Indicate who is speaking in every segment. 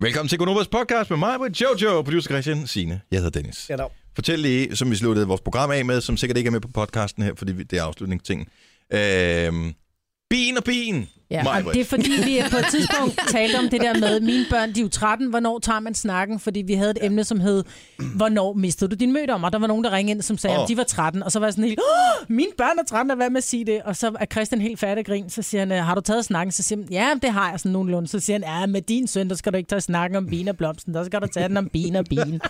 Speaker 1: Velkommen til Gunovas podcast med mig, med Jojo, producer Christian, Signe. Jeg hedder Dennis.
Speaker 2: Ja, da.
Speaker 1: Fortæl lige, som vi sluttede vores program af med, som sikkert ikke er med på podcasten her, fordi vi- det er afslutningstingen. Øhm, bien og bien,
Speaker 3: Ja,
Speaker 1: Maj-Brit.
Speaker 3: og det er fordi, vi på et tidspunkt talte om det der med, mine børn, de er jo 13, hvornår tager man snakken? Fordi vi havde et emne, som hed, hvornår mistede du din møde om? Og der var nogen, der ringede ind, som sagde,
Speaker 1: Åh.
Speaker 3: at de var 13. Og så var jeg sådan helt, Åh, mine børn er 13, og hvad med at sige det? Og så er Christian helt færdig og grin, så siger han, "Øh, har du taget snakken? Så siger han, ja, det har jeg sådan nogenlunde. Så siger han, ja, med din søn, der skal du ikke tage snakken om bin og blomsten, der skal du tage den om bin og bin.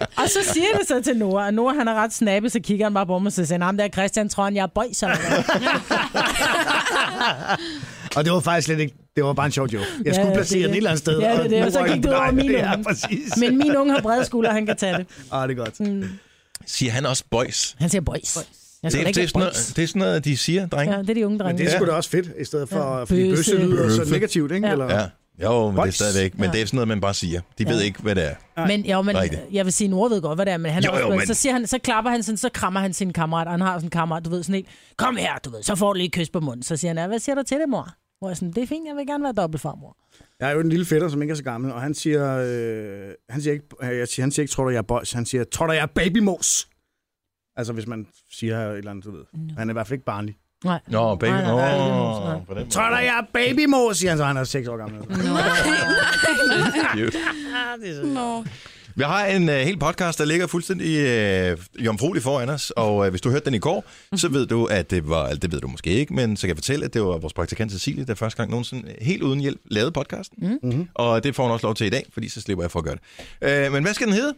Speaker 3: og så siger det så til Nora, og Nora han er ret snappet, så kigger han bare på mig, og så siger han, ham der Christian, tror han, jeg er bøjsom.
Speaker 2: Og det var faktisk slet ikke... Det var bare en sjov joke. Jeg
Speaker 3: Ja,
Speaker 2: skulle
Speaker 3: ja,
Speaker 2: placere
Speaker 3: det er
Speaker 2: den et
Speaker 3: det.
Speaker 2: eller andet sted.
Speaker 3: Ja, det er det.
Speaker 2: nu
Speaker 3: Og så
Speaker 2: rykker
Speaker 3: gik
Speaker 2: den
Speaker 3: det over
Speaker 2: dig.
Speaker 3: min
Speaker 2: Ja,
Speaker 3: unge.
Speaker 2: præcis.
Speaker 3: Men min unge har brede skulder, han kan tage det.
Speaker 2: Ah, det er godt.
Speaker 1: siger han også boys.
Speaker 3: Han siger boys. Jeg skal
Speaker 1: Det, det,
Speaker 3: da ikke
Speaker 1: det, er
Speaker 3: have
Speaker 1: sådan noget,
Speaker 3: boys.
Speaker 1: det er sådan noget, de siger, dreng.
Speaker 3: Ja, det er de unge
Speaker 2: Men
Speaker 3: drenge.
Speaker 2: det er sgu
Speaker 1: Ja.
Speaker 2: da også fedt, i stedet for...
Speaker 3: Ja.
Speaker 2: Ja. Fordi
Speaker 3: Bøsse.
Speaker 2: bøsse lyder så
Speaker 1: Bøffe.
Speaker 2: negativt, ikke?
Speaker 3: Ja.
Speaker 2: Eller...
Speaker 1: Ja. Jo, men det er
Speaker 2: Boys.
Speaker 1: stadigvæk, men det er sådan noget, man bare siger. De ved
Speaker 3: Ja.
Speaker 1: ikke, hvad det er.
Speaker 3: Men, jo, men
Speaker 1: Rigtigt.
Speaker 3: jeg vil sige, Nora ved godt, hvad det er, men han
Speaker 1: Jo,
Speaker 3: jo, også,
Speaker 1: jo,
Speaker 3: jo,
Speaker 1: men-
Speaker 3: men... så, siger han, så klapper han sådan, så krammer han sin kammerat, og han har sådan en kammerat, du ved, sådan helt, kom her, du ved, så får du lige et kys på munden. Så siger han, "Ja, hvad siger du til det, mor? Hvor jeg sådan, det er fint, jeg vil gerne være dobbeltfarmor.
Speaker 2: Jeg er jo en lille fætter, som ikke er så gammel, og han siger... Øh, han siger ikke, øh, jeg siger, han siger ikke, tror du, jeg er boys. Han siger, tror du, jeg er babymos? Altså, hvis man siger et eller andet, du ved. Han er i hvert fald ikke barnlig.
Speaker 3: Mm. Nej.
Speaker 1: Nå, baby.
Speaker 3: Nej, nej, nej, det er mos,
Speaker 1: Nå,
Speaker 3: nej.
Speaker 1: på den måde.
Speaker 2: Tror du, jeg er babymos? Siger han så, han er 6 år gammel.
Speaker 1: Cute.
Speaker 4: Nå.
Speaker 1: Vi har en øh, hel podcast, der ligger fuldstændig øh, jomfruelig foran os, og øh, hvis du hørte den i går, så ved du, at det var, eller det ved du måske ikke, men så kan jeg fortælle, at det var vores praktikant Cecilie, der første gang nogensinde øh, helt uden hjælp lavede podcasten,
Speaker 2: Mhm.
Speaker 1: mm-hmm. og det får hun også lov til i dag, fordi så slipper jeg for at gøre det. Øh, men hvad skal den hedde?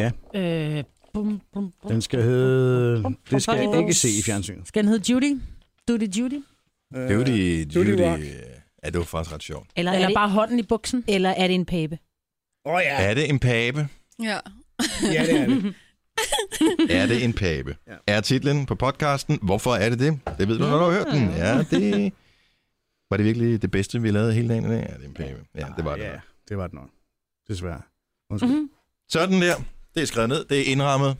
Speaker 3: Øh, bum, bum, bum.
Speaker 2: Den skal hedde... Det
Speaker 3: skal
Speaker 2: skal
Speaker 3: jeg
Speaker 2: ikke se i fjernsynet.
Speaker 3: Skal den hedde Judy? Duty Judy?
Speaker 1: Øh, Judy,
Speaker 2: Judy
Speaker 1: Judy,
Speaker 2: Rock.
Speaker 1: Ja, det var faktisk ret sjovt.
Speaker 5: Eller,
Speaker 3: Eller
Speaker 5: er det,
Speaker 3: bare hånden i buksen?
Speaker 5: eller er det en pape?
Speaker 2: Åh oh, ja.
Speaker 1: Er det en pape?
Speaker 4: Ja.
Speaker 2: ja, det er det.
Speaker 1: Er det en pape?
Speaker 2: Ja.
Speaker 1: Er titlen på podcasten. Hvorfor er det det? Det ved du, når du har hørt den. Ja, det... Var det virkelig det bedste, vi lavede hele dagen i dag? Ja, det er en pape. Ja, det var det.
Speaker 2: Ja, det var det nok. Desværre. Undskyld. Mm-hmm.
Speaker 1: Sådan der. Det er skrevet ned. Det er indrammet.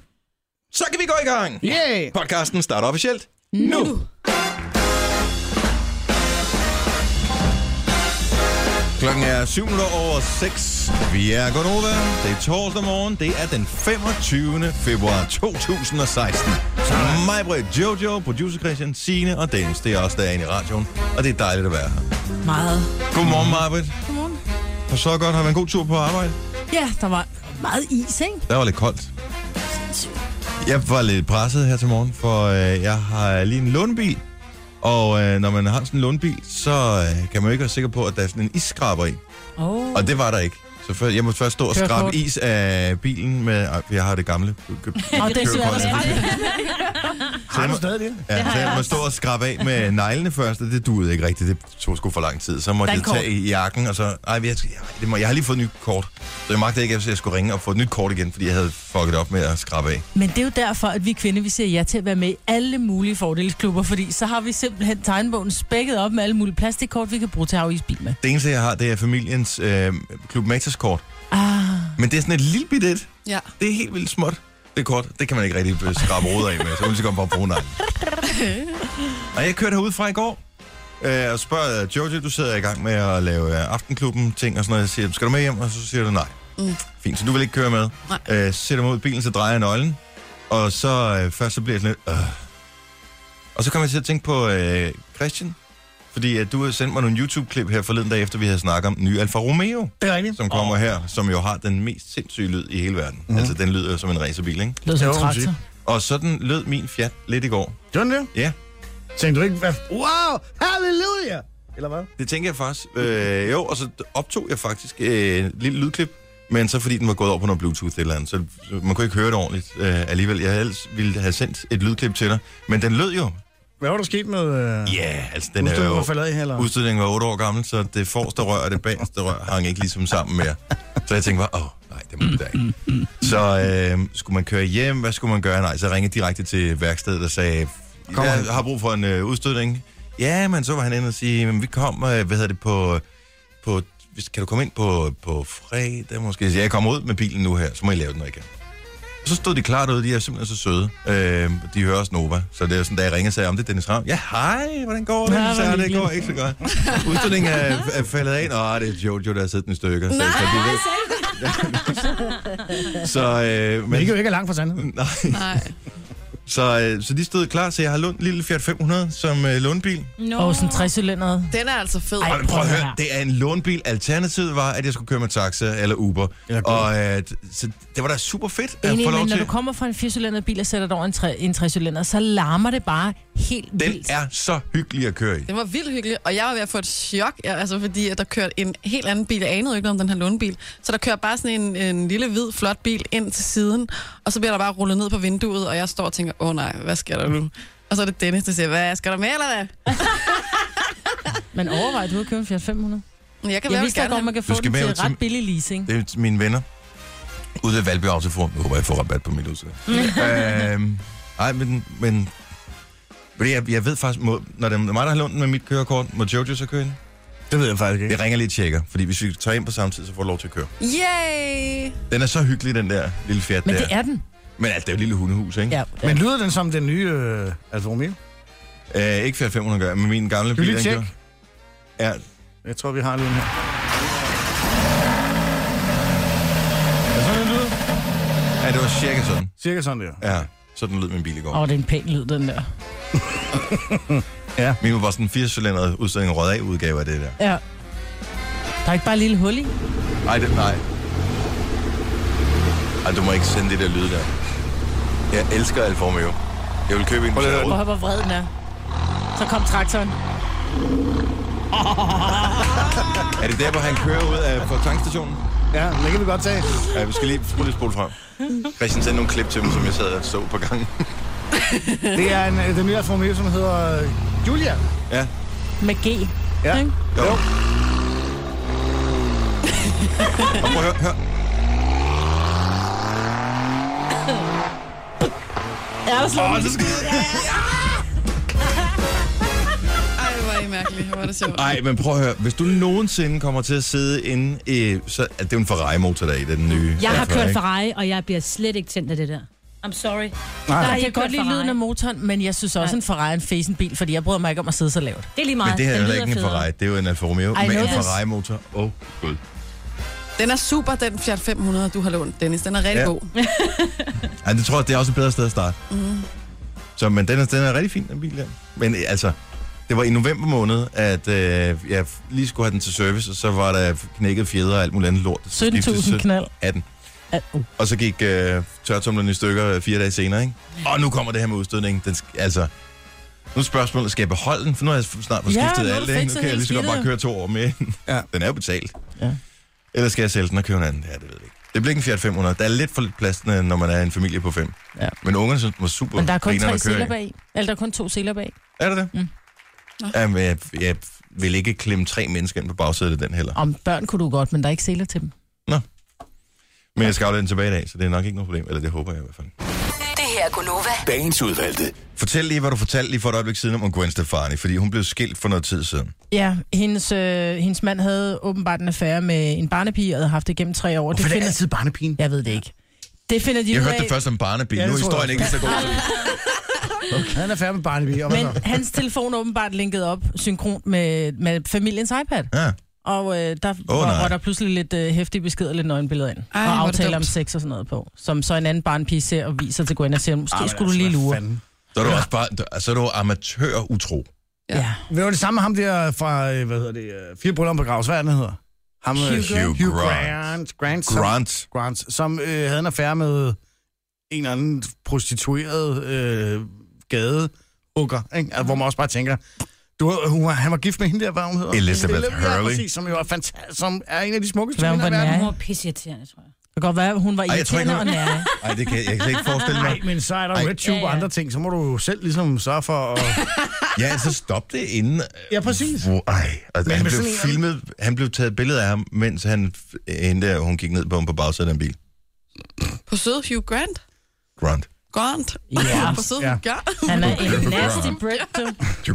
Speaker 1: Så kan vi gå i gang.
Speaker 2: Yeah!
Speaker 1: Podcasten starter officielt nu. nu. Klokken er 7 over 6. Vi er Gonova. Det er torsdag morgen. Det er den 25. februar 2016. Så mig, Britt, Jojo, producer Christian, Signe og Dennis. Det er os, der er inde i radioen. Og det er dejligt at være her.
Speaker 3: Meget.
Speaker 1: Godmorgen, Marbet.
Speaker 4: Godmorgen.
Speaker 1: Og så godt. Har været en god tur på arbejde?
Speaker 3: Ja, der var meget is, ikke?
Speaker 1: Der var lidt koldt. Jeg var lidt presset her til morgen, for øh, jeg har lige en lånbil. Og øh, når man har sådan en lånbil, så øh, kan man jo ikke være sikker på, at der er sådan en isskraber i.
Speaker 3: Oh.
Speaker 1: Og det var der ikke. Så før, jeg måtte først stå og
Speaker 3: Kørekort.
Speaker 1: skrabe is af bilen med... Ej, jeg har det gamle. kø- kø-
Speaker 3: Og det
Speaker 1: kørekort.
Speaker 3: er svært.
Speaker 1: Så jeg må-
Speaker 2: stadig det?
Speaker 1: Ja, så jeg måtte stå og skrabe af med neglene først, og det duede ikke rigtigt. Det tog sgu for lang tid. Så måtte jeg
Speaker 3: Dankort.
Speaker 1: tage i jakken, og så... Ej, jeg, det må, jeg har lige fået et nyt kort. Så jeg magtede ikke, at jeg skulle ringe og få et nyt kort igen, fordi jeg havde fucket op med at skrabe af.
Speaker 3: Men det er jo derfor, at vi kvinder, vi siger ja til at være med i alle mulige fordelsklubber, fordi så har vi simpelthen tegnbogen spækket op med alle mulige plastikkort, vi kan bruge til at afvise bil med.
Speaker 1: Det eneste, jeg har, det er familiens øh, Klub Matas kort.
Speaker 3: Ah,
Speaker 1: Men det er sådan et lille bit et.
Speaker 4: Ja.
Speaker 1: Det er helt vildt småt. Det kort, det kan man ikke rigtig øh, skrabe råd af med, så hun bare bruge nej. Og jeg kørte herude fra i går, øh, og spørger øh, Jojo, du sidder i gang med at lave øh, aftenklubben ting og sådan noget. Jeg siger, skal du med hjem? Og så siger du nej.
Speaker 4: Mm.
Speaker 1: Fint, så du vil ikke køre med.
Speaker 4: Nej.
Speaker 1: Øh, så sætter mig ud i bilen, så drejer jeg nøglen. Og så øh, først så bliver jeg sådan lidt... Øh. Og så kommer jeg til at tænke på øh, Christian. Fordi at du har sendt mig nogle YouTube-klip her forleden dag, efter vi havde snakket om den nye Alfa Romeo,
Speaker 2: Det er rigtigt.
Speaker 1: som kommer her, som jo har den mest sindssyge lyd i hele verden.
Speaker 2: Mhm.
Speaker 1: Mm. Altså, den lyder som en racerbil, ikke?
Speaker 3: lød som
Speaker 2: Det
Speaker 3: en
Speaker 2: må man sige.
Speaker 3: traktor.
Speaker 1: Og sådan lød min Fiat lidt i går.
Speaker 2: Gjorde den det?
Speaker 1: Ja,
Speaker 2: Tænkte du ikke, hvad? Wow! Halleluja! Eller hvad?
Speaker 1: det tænker jeg faktisk. Øh, jo, og så optog jeg faktisk øh, et lille lydklip, men så fordi den var gået over på noget Bluetooth eller andet, så så man kunne ikke høre det ordentligt øh, alligevel. Jeg havde ellers ville have sendt et lydklip til dig, men den lød jo.
Speaker 2: Hvad var der sket med... Øh...
Speaker 1: Ja, yeah, altså den er
Speaker 2: Udstødningen
Speaker 1: jo...
Speaker 2: var faldet af, eller?
Speaker 1: Udstødningen var 8 år gammel, så det forreste rør og det bagerste rør hang ikke ligesom sammen mere. Så jeg tænkte bare, åh, nej, det må det da ikke. Så øh, skulle man køre hjem, hvad skulle man gøre? Nej, så jeg ringede direkte til værkstedet og sagde,
Speaker 2: Kommer
Speaker 1: jeg
Speaker 2: han?
Speaker 1: har brug for en øh, udstødning. Ja, men så var han inde og sige, men vi kommer, øh, hvad hedder det, på, på, hvis- kan du komme ind på, på fredag måske? Så jeg kommer ud med bilen nu her, så må I lave den, når I kan. Og så stod de klar derude, de er simpelthen så søde. Øh, de hører også Nova, så det er sådan, da jeg ringer og sagde, om det er Dennis Ravn. Ja, hej, hvordan går det?
Speaker 3: Ja,
Speaker 1: Ja,
Speaker 3: hvor
Speaker 1: så, det
Speaker 3: hyggeligt."
Speaker 1: går ikke så godt. Udstillingen er, er faldet af. Nå, det er Jojo, der har siddet den i stykker. Så, så, de ved, så, øh,
Speaker 2: Men
Speaker 1: men,
Speaker 2: det kan jo ikke er langt fra sandheden.
Speaker 1: nej,
Speaker 4: Nej.
Speaker 1: så, øh, så de stod klar, så jeg har lånt en lille Fiat 500 som øh, lånbil.
Speaker 4: No.
Speaker 3: Og sådan 60 cylinder.
Speaker 4: Den er altså fed.
Speaker 3: Ej.
Speaker 1: Ej, prøv at
Speaker 3: prøv at
Speaker 1: høre,
Speaker 3: høre.
Speaker 1: det er en lånbil. Alternativet var, at jeg skulle køre med taxa eller Uber.
Speaker 2: Eller Go.
Speaker 1: og øh, så det var da super fedt at
Speaker 3: Enig,
Speaker 1: få
Speaker 3: men
Speaker 1: lov
Speaker 3: når du
Speaker 1: til.
Speaker 3: kommer fra en 4 bil og sætter dig over en tre- en 3-cylinder, så larmer det bare helt
Speaker 1: Den
Speaker 3: vildt.
Speaker 1: er så hyggelig at køre i.
Speaker 4: Den var vildt hyggelig, og jeg var ved at få et chok, ja, altså fordi at der kørte en helt anden bil. Jeg anede jo ikke noget om den her lånebil. Så der kører bare sådan en, en lille, hvid, flot bil ind til siden, og så bliver der bare rullet ned på vinduet, og jeg står og tænker, åh oh, nej, hvad sker der nu? Og så er det Dennis, der siger, hvad, skal der med, eller hvad?
Speaker 3: Men overvej, du har købt en Fiat 500.
Speaker 4: Men Jeg kan
Speaker 3: Jeg
Speaker 4: være,
Speaker 3: vidste da
Speaker 4: gerne
Speaker 3: godt, man
Speaker 4: have-
Speaker 3: kan
Speaker 1: Du
Speaker 3: få
Speaker 1: skal
Speaker 3: den
Speaker 1: med
Speaker 3: til
Speaker 1: ud til-
Speaker 3: ret billig leasing.
Speaker 1: Det er mine venner ude ved Valby Autoforum. Nu håber jeg, jeg får rabat på mit udsalg. øhm, ej, men, men fordi jeg, jeg ved faktisk, må, når det er mig, der har lånt den med mit kørekort, må Jojo så køre ind?
Speaker 2: Det ved jeg faktisk ikke.
Speaker 1: Jeg ringer lige og tjekker, fordi hvis vi tager ind på samme tid, så får du lov til at køre.
Speaker 4: Yay!
Speaker 1: Den er så hyggelig, den der lille Fiat
Speaker 3: Men
Speaker 1: der.
Speaker 3: det er den.
Speaker 1: Men altså, det er jo et lille hundehus, ikke?
Speaker 3: Ja.
Speaker 2: Men lyder den som den nye øh, Alfa Romeo?
Speaker 1: Øh, ikke Fiat 500 gør, men min gamle
Speaker 2: Skal
Speaker 1: bil,
Speaker 2: vi lige
Speaker 1: den
Speaker 2: tjekke?
Speaker 1: gør. Ja,
Speaker 2: Jeg tror, vi har lyden her. Er sådan, den lyder?
Speaker 1: ja, det var cirka sådan.
Speaker 2: Cirka sådan der.
Speaker 1: Ja, sådan lød min bil i går.
Speaker 3: Åh, det er en pæn lyd, den der.
Speaker 1: Min var bare sådan en 4-cylindret udstilling, rød af udgave af det der.
Speaker 3: Ja. Der er ikke bare et lille hul i.
Speaker 1: Nej, det, nej. Ej, du må ikke sende det der lyd der. Jeg elsker Alfa Romeo. Jeg vil købe en på
Speaker 3: Prøv at høre, hvor vred den er. Så kom traktoren.
Speaker 1: Er det der, hvor han kører ud af, på tankstationen?
Speaker 2: Ja, men det kan vi godt tage.
Speaker 1: Ja, vi skal lige skulle lige spole frem. Christian sendte nogle klip til mig, som jeg sad og så på gangen.
Speaker 2: Det er en, øh, den nye Alfa Romeo, som hedder øh, Julia.
Speaker 1: ja,
Speaker 3: Med G.
Speaker 2: Ja.
Speaker 3: Ikke?
Speaker 1: jo. Og prøv at høre, hør.
Speaker 3: Ja, der slår
Speaker 1: Åh, så skal...
Speaker 4: Ej, hvor er I mærkelige. Hvor er det sjovt.
Speaker 1: Ej, men prøv at høre. Hvis du nogensinde kommer til at sidde inde i... Så er det jo en Ferrari-motor, der er i den nye.
Speaker 5: Jeg har
Speaker 1: Alfa,
Speaker 5: kørt
Speaker 1: ikke?
Speaker 5: Ferrari, og jeg bliver slet ikke tændt af det der. I'm sorry.
Speaker 2: Nej.
Speaker 5: Der er
Speaker 3: Jeg kan
Speaker 5: ikke
Speaker 3: godt
Speaker 5: kørt
Speaker 3: lide lyden af
Speaker 5: Ferrari.
Speaker 3: motoren, men jeg synes også,
Speaker 5: Nej.
Speaker 3: en Ferrari er en fesen bil, fordi jeg bryder mig ikke om at sidde så lavt.
Speaker 5: Det er lige meget.
Speaker 1: Men det her er
Speaker 5: Den
Speaker 1: heller
Speaker 5: lyder
Speaker 1: ikke en
Speaker 5: federe.
Speaker 1: Ferrari. Det er jo en Alfa Romeo
Speaker 3: I
Speaker 1: med
Speaker 3: know
Speaker 1: en
Speaker 3: this.
Speaker 1: Ferrari-motor. Åh, oh, gud.
Speaker 4: Den er super, den Fiat 500, du har lånt, Dennis. Den er rigtig
Speaker 1: Ja.
Speaker 4: ja. god.
Speaker 1: Ej, det tror jeg, det er også et bedre sted at starte. Mm. Så, men den er, den er rigtig fin, den bil der. Men øh, altså, det var i november måned, at øh, jeg f- lige skulle have den til service, og så var der knækket fjeder og alt muligt andet lort. Så skiftede
Speaker 3: 17.000
Speaker 1: til
Speaker 3: knald.
Speaker 1: 18.
Speaker 3: Al- uh.
Speaker 1: Og så gik øh, tørretumleren i stykker øh, fire dage senere, ikke? Og nu kommer det her med udstødningen. Den, sk- altså, nu er spørgsmålet, skal jeg beholde den? For nu har jeg f- snart fået
Speaker 3: Ja,
Speaker 1: skiftet
Speaker 3: nu har
Speaker 1: alt,
Speaker 3: du
Speaker 1: ikke? Nu
Speaker 3: fikset
Speaker 1: kan jeg
Speaker 3: hele
Speaker 1: lige så godt bare
Speaker 3: skidtet.
Speaker 1: køre to år med.
Speaker 2: Ja.
Speaker 1: Den er jo betalt.
Speaker 3: Ja.
Speaker 1: Eller skal jeg sælge den og købe en anden? Ja, det ved jeg ikke. Det bliver ikke en Fiat 500. Der er lidt for lidt plads, øh, når man er en familie på fem.
Speaker 3: Ja.
Speaker 1: Men ungerne synes, den var super
Speaker 3: Men der er kun
Speaker 1: grineren
Speaker 3: tre
Speaker 1: at køre i.
Speaker 3: sæler bag. Eller der er kun to sæler bag.
Speaker 1: Er det det?
Speaker 3: Mm.
Speaker 4: Nå.
Speaker 1: Jamen, jeg, jeg vil ikke klemme tre mennesker ind på bagsædet af den heller.
Speaker 3: Om børn kunne du godt, men der er ikke sæler til dem.
Speaker 1: Men jeg skal aflevere den tilbage i dag, så det er nok ikke noget problem. Eller det håber jeg i hvert fald.
Speaker 6: Det her er Gunova.
Speaker 7: Dagens udvalgte.
Speaker 1: Fortæl lige, hvad du fortalte lige for et øjeblik siden om Gwen Stefani, fordi hun blev skilt for noget tid siden.
Speaker 3: Ja, hendes, øh, hendes mand havde åbenbart en affære med en barnepige, og havde haft det gennem tre år.
Speaker 2: Hvorfor er det altid barnepigen?
Speaker 3: Jeg ved det ikke. Det finder de
Speaker 1: Jeg
Speaker 3: ud
Speaker 1: hørte
Speaker 3: af,
Speaker 1: det først om barnebil.
Speaker 2: Ja,
Speaker 1: Ja,
Speaker 2: det
Speaker 1: nu er
Speaker 2: tror jeg
Speaker 1: historien ikke lige så god.
Speaker 2: Han er færdig med barnepigen. og hvad så?
Speaker 3: men hans telefon er åbenbart linket op synkron med, med familiens iPad.
Speaker 1: Ja.
Speaker 3: Og øh, der oh,
Speaker 1: nej.
Speaker 3: var, var der pludselig lidt øh, hæftige beskeder og lidt nøgenbilleder ind.
Speaker 4: Ej, hvor er
Speaker 3: og
Speaker 4: det
Speaker 3: aftaler om
Speaker 4: dumt.
Speaker 3: sex og sådan noget på. Som så en anden barnpige ser og viser til Gwen og siger, måske
Speaker 2: Ej,
Speaker 3: Arh,
Speaker 2: men
Speaker 3: skulle du
Speaker 2: altså,
Speaker 3: lige
Speaker 2: hvad
Speaker 3: lure.
Speaker 2: fanden?
Speaker 1: Så er du også bare, så er du amatør-utro.
Speaker 4: Ja.
Speaker 3: Ja.
Speaker 2: Det var det samme med ham der fra, øh, hvad hedder det, øh, Fire Bryllup på Gravs, hvad er det, han hedder? Ham, øh,
Speaker 1: Hugh Grant.
Speaker 2: Hugh Grant. Grant. som-
Speaker 1: Grant.
Speaker 2: Grant, som øh, havde en affære med en eller anden prostitueret øh, gadehugger, ikke? Altså, hvor man også bare tænker, du, ved, hun, var- han var gift med hende der, hvad hun hedder?
Speaker 1: Elizabeth Hurley.
Speaker 2: Ja, præcis, som jo er, fanta- som er en af de smukkeste
Speaker 3: Hvad hun
Speaker 2: kvinder i
Speaker 3: var
Speaker 2: verden.
Speaker 5: Hun var pisseirriterende, tror jeg.
Speaker 3: Det kan godt være, hun var
Speaker 1: Ej, jeg tror
Speaker 3: irriterende og
Speaker 1: ikke,
Speaker 3: nære.
Speaker 1: Nej, det kan jeg, jeg kan slet ikke forestille mig.
Speaker 2: Nej, men så er der
Speaker 1: Ej.
Speaker 2: jo RedTube
Speaker 5: Ja,
Speaker 2: ja,
Speaker 5: ja.
Speaker 2: og andre ting, så må du jo selv ligesom sørge for at...
Speaker 1: Ja, så stop det inden. øh,
Speaker 2: Ja, præcis.
Speaker 1: Hvor, ej, og
Speaker 2: Men
Speaker 1: han
Speaker 2: med
Speaker 1: blev
Speaker 2: sådan en-
Speaker 1: filmet, han blev taget et billede af ham, mens han, hende der, hun gik ned på ham på bagsædet af en bil.
Speaker 4: På søde Hugh Grant.
Speaker 1: Grant.
Speaker 4: Grant.
Speaker 3: Ja.
Speaker 4: På søde
Speaker 2: Ja.
Speaker 4: Hugh Grant.
Speaker 3: Han er en
Speaker 1: Hugh
Speaker 3: nasty
Speaker 1: Grant.
Speaker 3: brit, du.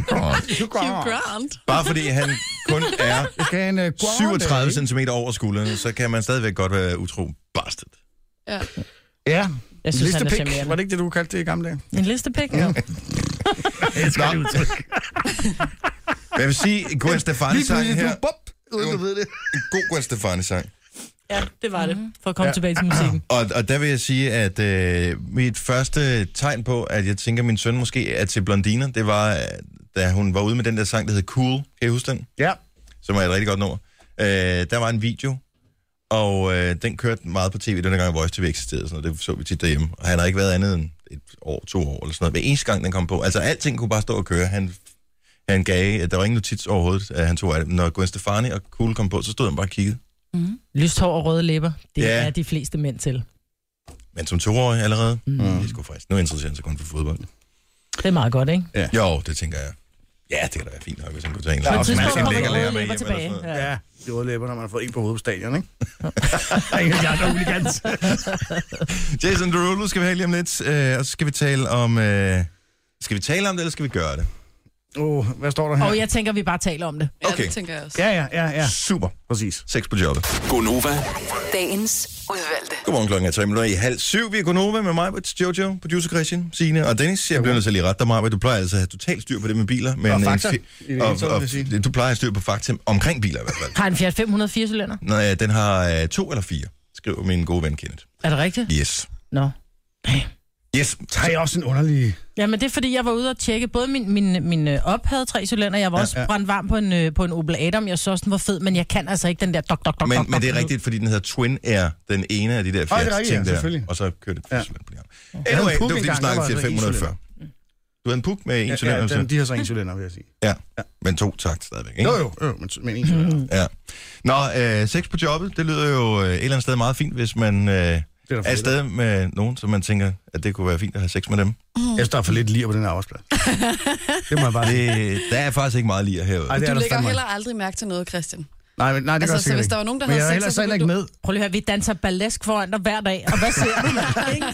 Speaker 1: Grant.
Speaker 4: Hugh Grant.
Speaker 1: Bare fordi han kun er
Speaker 2: Jeg skal have en, øh, Grant,
Speaker 1: 37
Speaker 2: ikke?
Speaker 1: cm over skuldrene, så kan man stadigvæk godt være utro bastard.
Speaker 4: Ja.
Speaker 2: Ja,
Speaker 3: Jeg synes, han er charmerende.
Speaker 2: Var det ikke det, du kaldte det i gamle dage?
Speaker 3: En listepik? Ja.
Speaker 1: Nå. Men Jeg vil sige, Gwen Stefani-sang her. du ved det. En god Gwen Stefani-sang.
Speaker 3: ja, det var
Speaker 2: Mhm.
Speaker 3: det. For at komme ja. tilbage til musikken.
Speaker 1: Og, og der vil jeg sige, at øh, mit første tegn på, at jeg tænker, at min søn måske er til blondiner, det var, øh, da hun var ude med den der sang, der hed Cool. Kan I huske den?
Speaker 2: Ja.
Speaker 1: Som er et rigtig godt nummer. Øh, der var en video, og øh, den kørte meget på tv, dengang Voice TV eksisterede, og sådan noget. det så vi tit derhjemme. Og han har ikke været andet end et år, to år, eller sådan noget. Hver eneste gang, den kom på. Altså, alting kunne bare stå og køre. Han, han gav, øh, der var ingen notits overhovedet, at han tog af det. Når Gwen Stefani og Cool kom på, så stod han bare og kiggede.
Speaker 3: Lyst hår og røde læber, det
Speaker 1: Ja.
Speaker 3: ja. er de fleste mænd til.
Speaker 1: Men som toårig allerede, mm. det er sgu frisk. Nu interesserer han sig kun for fodbold.
Speaker 3: Det er meget godt, ikke?
Speaker 1: Jo, det tænker jeg. Ja, det kan da være fint nok, hvis han kunne tage en.
Speaker 2: Der er
Speaker 1: Ja,
Speaker 2: også masser af
Speaker 1: en
Speaker 2: røde
Speaker 1: lækker lærer med
Speaker 3: læber
Speaker 1: hjem eller sådan noget.
Speaker 3: tilbage.
Speaker 2: Ja, de røde læber, når man har fået en på hovedet på stadion, ikke? jeg er huligans.
Speaker 1: Jason Derulo skal vi have lige om lidt, øh, og så skal vi tale om... Øh, skal vi tale om det, eller skal vi gøre det?
Speaker 2: Åh, oh, hvad står der her?
Speaker 3: Og jeg tænker, vi bare taler om det.
Speaker 4: Ja,
Speaker 1: Okay.
Speaker 4: det tænker jeg også.
Speaker 2: Ja, ja, ja, ja.
Speaker 1: Super.
Speaker 2: Præcis.
Speaker 1: Sex på jobbet.
Speaker 7: Gonova,
Speaker 6: Dagens udvalgte.
Speaker 1: Godmorgen klokken er tre minutter i halv syv. Vi er Gunova med mig, Jojo, producer Christian, Signe og Dennis. Jeg bliver nødt til at lige rette dig, Maja. Du plejer altså at have totalt styr på det med biler. Men
Speaker 2: Og
Speaker 1: en
Speaker 2: fakta,
Speaker 1: fi-
Speaker 2: i det hele
Speaker 1: og,
Speaker 2: taget, vil
Speaker 1: og,
Speaker 2: jeg sige.
Speaker 1: du plejer at have styr på fakta omkring biler i hvert fald.
Speaker 3: Har en Fiat 504 cylinder?
Speaker 1: Nå, ja, den har øh, to eller fire, skriver min gode ven Kenneth.
Speaker 3: Er det rigtigt?
Speaker 1: Yes.
Speaker 3: Nå.
Speaker 1: Yes.
Speaker 2: Har jeg også en underlig...
Speaker 3: Jamen, det er fordi, jeg var ude og tjekke. Både min, min, min øh, op havde tre cylinder, jeg var ja, også
Speaker 2: ja.
Speaker 3: brændt varm på en, øh, på en Opel Adam. Jeg så, den var fed, men jeg kan altså ikke den der dok, dok, dok,
Speaker 1: Men,
Speaker 3: dok,
Speaker 1: men det er
Speaker 3: dok-
Speaker 1: rigtigt, fordi den hedder Twin Air, den ene af de der
Speaker 2: er
Speaker 1: Fiat
Speaker 2: rigtigt,
Speaker 1: ting
Speaker 2: ja,
Speaker 1: der.
Speaker 2: selvfølgelig.
Speaker 1: Og så kørte det
Speaker 2: Ja.
Speaker 1: pludselig på ja. Anyway,
Speaker 2: Jeg havde en
Speaker 1: det var
Speaker 2: Puk
Speaker 1: fordi, du
Speaker 2: engang, der
Speaker 1: snakkede
Speaker 2: var
Speaker 1: Fiat
Speaker 2: altså en
Speaker 1: 500 før.
Speaker 2: cylinder.
Speaker 1: Du havde en puk med en
Speaker 2: Ja,
Speaker 1: ja,
Speaker 2: ja,
Speaker 1: cylinder,
Speaker 2: den,
Speaker 1: ja,
Speaker 2: de har så en cylinder, vil jeg sige.
Speaker 1: ja, men to takt stadigvæk, ikke?
Speaker 2: Jo, jo, jo, men, men en cylinder.
Speaker 4: Mm.
Speaker 1: Ja. Nå, øh, sex på jobbet, det lyder jo øh, et eller andet sted meget fint, hvis man øh, er
Speaker 2: Det er der for
Speaker 1: et
Speaker 2: lidt.
Speaker 1: sted med nogen, som man tænker, at det kunne være fint at have sex med dem.
Speaker 2: Mm. Jeg synes, der er for lidt lir på den her arbejdsplads. det må jeg bare sige.
Speaker 1: Det, der er faktisk ikke meget lige herude.
Speaker 2: Ej, det er
Speaker 4: Du
Speaker 2: der
Speaker 4: lægger
Speaker 2: fandme.
Speaker 4: heller aldrig mærke til noget, Christian.
Speaker 2: Nej, men, nej, det altså,
Speaker 4: Altså,
Speaker 2: gør jeg
Speaker 4: så
Speaker 2: sikkert
Speaker 4: hvis der
Speaker 2: ikke.
Speaker 4: var nogen, der
Speaker 2: Men jeg
Speaker 4: havde
Speaker 2: er
Speaker 4: sex,
Speaker 2: heller
Speaker 4: så
Speaker 2: heller
Speaker 4: ville
Speaker 2: ikke med.
Speaker 3: Prøv lige at høre, vi danser ballesk foran dig hver dag, og hvad ser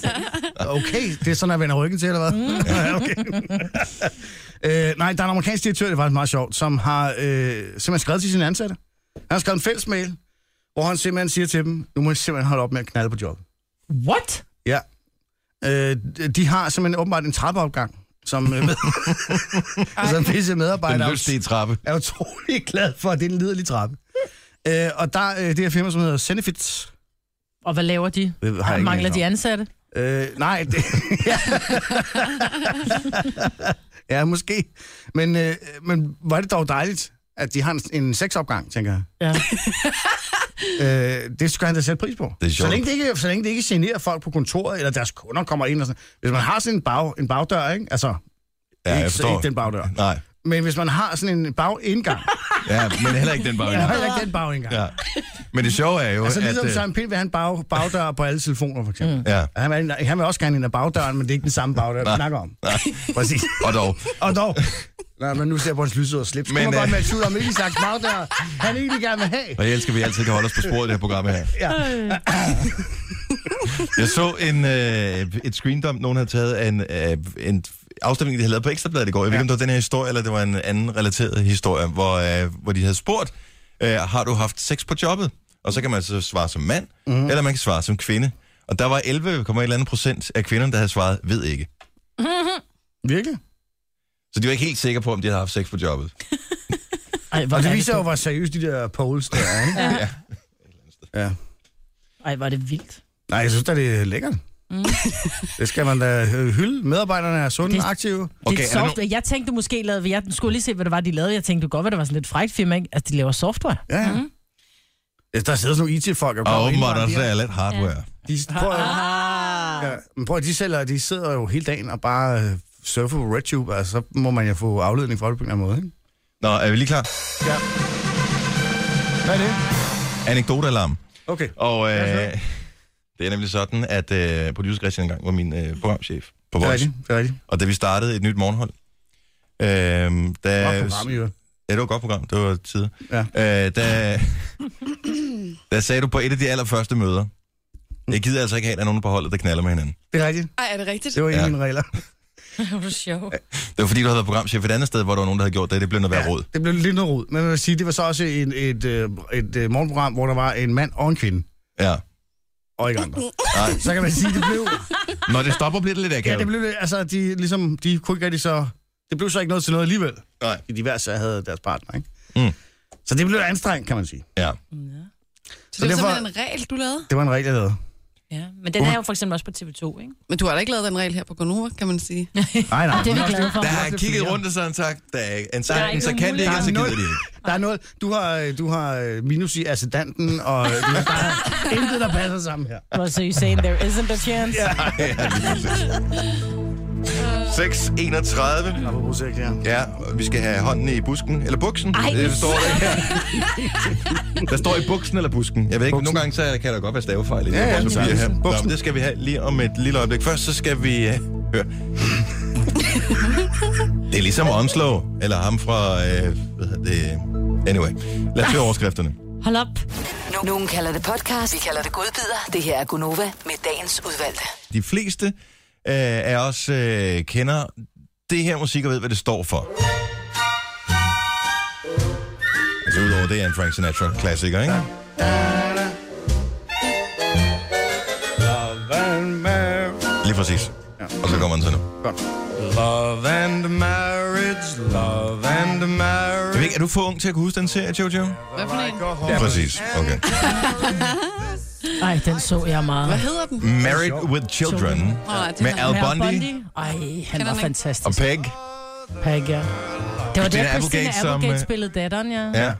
Speaker 3: du?
Speaker 2: Okay, det er sådan, at jeg vender ryggen til, eller hvad? Mm. ja, okay. øh, nej, der er en amerikansk direktør, det er faktisk meget sjovt, som har øh, simpelthen skrevet til sine ansatte. Han har skrevet en fælles mail, hvor han simpelthen siger til dem, nu må I simpelthen holde op med at knalde på jobbet.
Speaker 3: What?
Speaker 2: Ja. Øh, de har simpelthen åbenbart en trappeopgang, som, øh, med, som visse medarbejdere
Speaker 1: Den lystige trappe.
Speaker 2: er utrolig glad for, at det er en liderlig trappe. Øh, og der øh, det her firma, som hedder Zenefits.
Speaker 3: Og hvad laver de?
Speaker 2: Det har jeg ikke
Speaker 3: Mangler
Speaker 2: anelse
Speaker 3: de ansatte?
Speaker 2: Øh, nej, det... ja, måske. Men, øh, men var det dog dejligt, at de har en, en sexopgang, tænker jeg.
Speaker 3: Ja.
Speaker 2: Øh, det skal han da sætte pris på.
Speaker 1: Det er
Speaker 2: så,
Speaker 1: sjovt.
Speaker 2: længe det ikke, så længe det ikke generer folk på kontoret, eller deres kunder kommer ind og sådan Hvis man har sådan en, bag, en bagdør, ikke? Altså,
Speaker 1: Ja,
Speaker 2: ikke,
Speaker 1: jeg
Speaker 2: så
Speaker 1: forstår.
Speaker 2: ikke den bagdør.
Speaker 1: Nej,
Speaker 2: Men hvis man har sådan en bagindgang,
Speaker 1: ja, men heller ikke den bare.
Speaker 2: ja. heller ikke den bagindgang. Ja.
Speaker 1: Ja. Men det sjove er jo,
Speaker 2: Altså ligesom
Speaker 1: at... øh,
Speaker 2: Søren Pind vil have en bag, bagdør på alle telefoner, for eksempel. Mm.
Speaker 1: Ja,
Speaker 2: Han, vil, han vil også gerne ind ad bagdøren, men det er ikke den samme bagdør, vi snakker om. Nej. Præcis.
Speaker 1: og dog.
Speaker 2: Og dog. Nej, men nu ser jeg på hans lyserøde slips. Men,
Speaker 1: Men,
Speaker 2: Kommer godt
Speaker 1: øh,
Speaker 2: med at om, hvilken slags bagdør han egentlig gerne vil have.
Speaker 1: Og jeg elsker, at vi altid kan holde os på sporet i det her program her.
Speaker 2: Ja.
Speaker 1: Jeg så en, øh, et screendom, nogen havde taget af en, øh, en afstemning, de havde lavet på Ekstrabladet i går. Jeg ved ikke, om det var den her historie, eller det var en anden relateret historie, hvor, øh, hvor de havde spurgt, øh, har du haft sex på jobbet? Og så kan man så svare som mand, mm. eller man kan svare som kvinde. Og der var 11,1 eller andet procent af kvinderne, der havde svaret, ved ikke.
Speaker 2: Virkelig?
Speaker 1: Så de var ikke helt sikre på, om de havde haft sex på jobbet.
Speaker 3: Ej, hvor
Speaker 2: Og
Speaker 3: er
Speaker 2: det
Speaker 3: det
Speaker 2: viser jo, hvor seriøst de der polls der er, ikke? Ja. ja.
Speaker 3: Ej, hvor er det vildt.
Speaker 2: Nej, jeg synes da, det er lækkert. Mm. det skal man da øh, hylde. Medarbejderne er sunde
Speaker 3: Det-
Speaker 2: og aktive.
Speaker 1: Okay,
Speaker 3: Okay,
Speaker 1: er
Speaker 3: det
Speaker 1: der
Speaker 3: er soft... Jeg tænkte måske, lavede, jeg skulle lige se, hvad det var, de lavede. Jeg tænkte godt, hvad det var sådan lidt frækt firma, ikke? Altså, de laver software.
Speaker 2: Ja, ja. Mm. Der sidder sådan nogle IT-folk.
Speaker 1: Og åbenbart
Speaker 2: der
Speaker 1: også, der er lidt hardware.
Speaker 2: De, prøv,
Speaker 4: Ah.
Speaker 2: at, ja, men prøv at, de, sælger, de sidder jo hele dagen og bare øh, surfer på RedTube, og så må man jo få afledning for det på en eller anden måde, ikke?
Speaker 1: Nå, er vi lige klar?
Speaker 2: Ja. Hvad er det?
Speaker 1: Anekdotealarm.
Speaker 2: Okay.
Speaker 1: Og øh, det er nemlig sådan, at øh, producer Christian engang var min øh, programchef på
Speaker 2: Det er
Speaker 1: Voice.
Speaker 2: rigtigt, det er rigtigt.
Speaker 1: Og da vi startede et nyt morgenhold, øh, da,
Speaker 2: Godt program, i øvrigt.
Speaker 1: ja, det var et godt program, det var tid.
Speaker 2: Ja.
Speaker 1: Øh, da, da sagde du på et af de allerførste møder, jeg gider altså ikke have, at der er nogen på holdet, der knaller med hinanden.
Speaker 2: Det er rigtigt.
Speaker 4: Ej, er det rigtigt?
Speaker 2: Det var en af
Speaker 1: Ja.
Speaker 2: mine regler.
Speaker 5: Hvor er du sjov.
Speaker 1: Det var fordi, du havde været programchef et andet sted, hvor der var nogen, der havde gjort det. Det blev noget værd råd.
Speaker 2: Det blev lidt noget rod. Men man vil sige, det var så også et, et, et, et, øh, et øh, morgenprogram, hvor der var en mand og en kvinde.
Speaker 1: Ja.
Speaker 2: og ikke andre. Så kan man sige, det blev...
Speaker 7: Når det stopper, bliver det lidt
Speaker 2: Ja,
Speaker 7: akavet.
Speaker 2: det blev lidt- altså, de, ligesom, de kunne ikke rigtig så... Det blev så ikke noget til noget alligevel.
Speaker 1: Nej.
Speaker 2: I de hver sager havde deres partner, ikke?
Speaker 1: Mm.
Speaker 2: Så det blev anstrengt, kan man sige.
Speaker 1: Ja.
Speaker 4: Så, det er
Speaker 2: derfor-
Speaker 4: derfor... simpelthen en regel, du lavede.
Speaker 2: Det var en regel, jeg havde.
Speaker 5: Ja, men den er jo for eksempel også på TV2, ikke?
Speaker 4: Men du har da ikke lavet den regel her på Gonova, kan man sige.
Speaker 2: Nej, nej.
Speaker 5: Det er vi glade for.
Speaker 1: Der har
Speaker 2: Også
Speaker 1: han
Speaker 2: lidt
Speaker 1: kigget
Speaker 2: flere.
Speaker 1: rundt, og så har han sagt, der er ikke-
Speaker 5: Der er
Speaker 1: enten
Speaker 5: ikke
Speaker 1: så kan det ikke,
Speaker 5: nogen
Speaker 1: og så gider
Speaker 2: mulighed.
Speaker 1: det ikke.
Speaker 2: Der er noget, du har, øh, du har øh, minus i ascendanten, og øh, du- der er intet, der passer sammen her.
Speaker 3: Well, so you're saying there isn't a chance? Yeah.
Speaker 1: 6.31.
Speaker 2: Apropos sex, ja.
Speaker 1: Ja, og vi skal have hånden i busken, eller buksen. Ej, det står der. der står i buksen eller busken. Jeg ved ikke, nogle gange så kan der godt være stavefejl i det.
Speaker 2: Ja, ja,
Speaker 1: her papir
Speaker 2: det er
Speaker 1: her.
Speaker 2: sådan.
Speaker 1: Nå, men det skal vi have lige om et lille øjeblik. Først så skal vi øh, høre. det er ligesom Onslow, eller ham fra... Øh, hvad hedder det? Anyway, lad os høre overskrifterne.
Speaker 5: Hold op.
Speaker 6: Nu- Nogen kalder det podcast, vi kalder det godbider. Det her er Gunova med dagens udvalgte.
Speaker 1: de fleste øh, af os øh, kender det her musik og ved, hvad det står for. Altså udover det er en Frank Sinatra-klassiker, ikke?
Speaker 2: Love and marriage.
Speaker 1: Lige præcis. Og så kommer den så nu.
Speaker 2: Love and marriage. Love and
Speaker 1: Jeg ved
Speaker 2: marriage.
Speaker 1: ikke, er du for ung til at kunne huske den serie, Jojo?
Speaker 4: Hvad for en?
Speaker 1: Ja, præcis. Okay.
Speaker 3: Ej, den så jeg meget.
Speaker 4: Hvad hedder den?
Speaker 1: Married with
Speaker 4: Åh,
Speaker 1: Children
Speaker 4: det er
Speaker 1: med
Speaker 4: den.
Speaker 1: Al
Speaker 3: Med Al
Speaker 1: Bundy
Speaker 3: Ej, han
Speaker 4: den
Speaker 3: var
Speaker 4: ikke?
Speaker 1: og
Speaker 3: fantastisk.
Speaker 1: Peg.
Speaker 3: Peg, ja. Det var
Speaker 1: Christina
Speaker 3: der, Christina
Speaker 1: Applegate, som,
Speaker 3: Applegate,
Speaker 1: øh,
Speaker 3: spillede datteren, ja.
Speaker 1: Ja,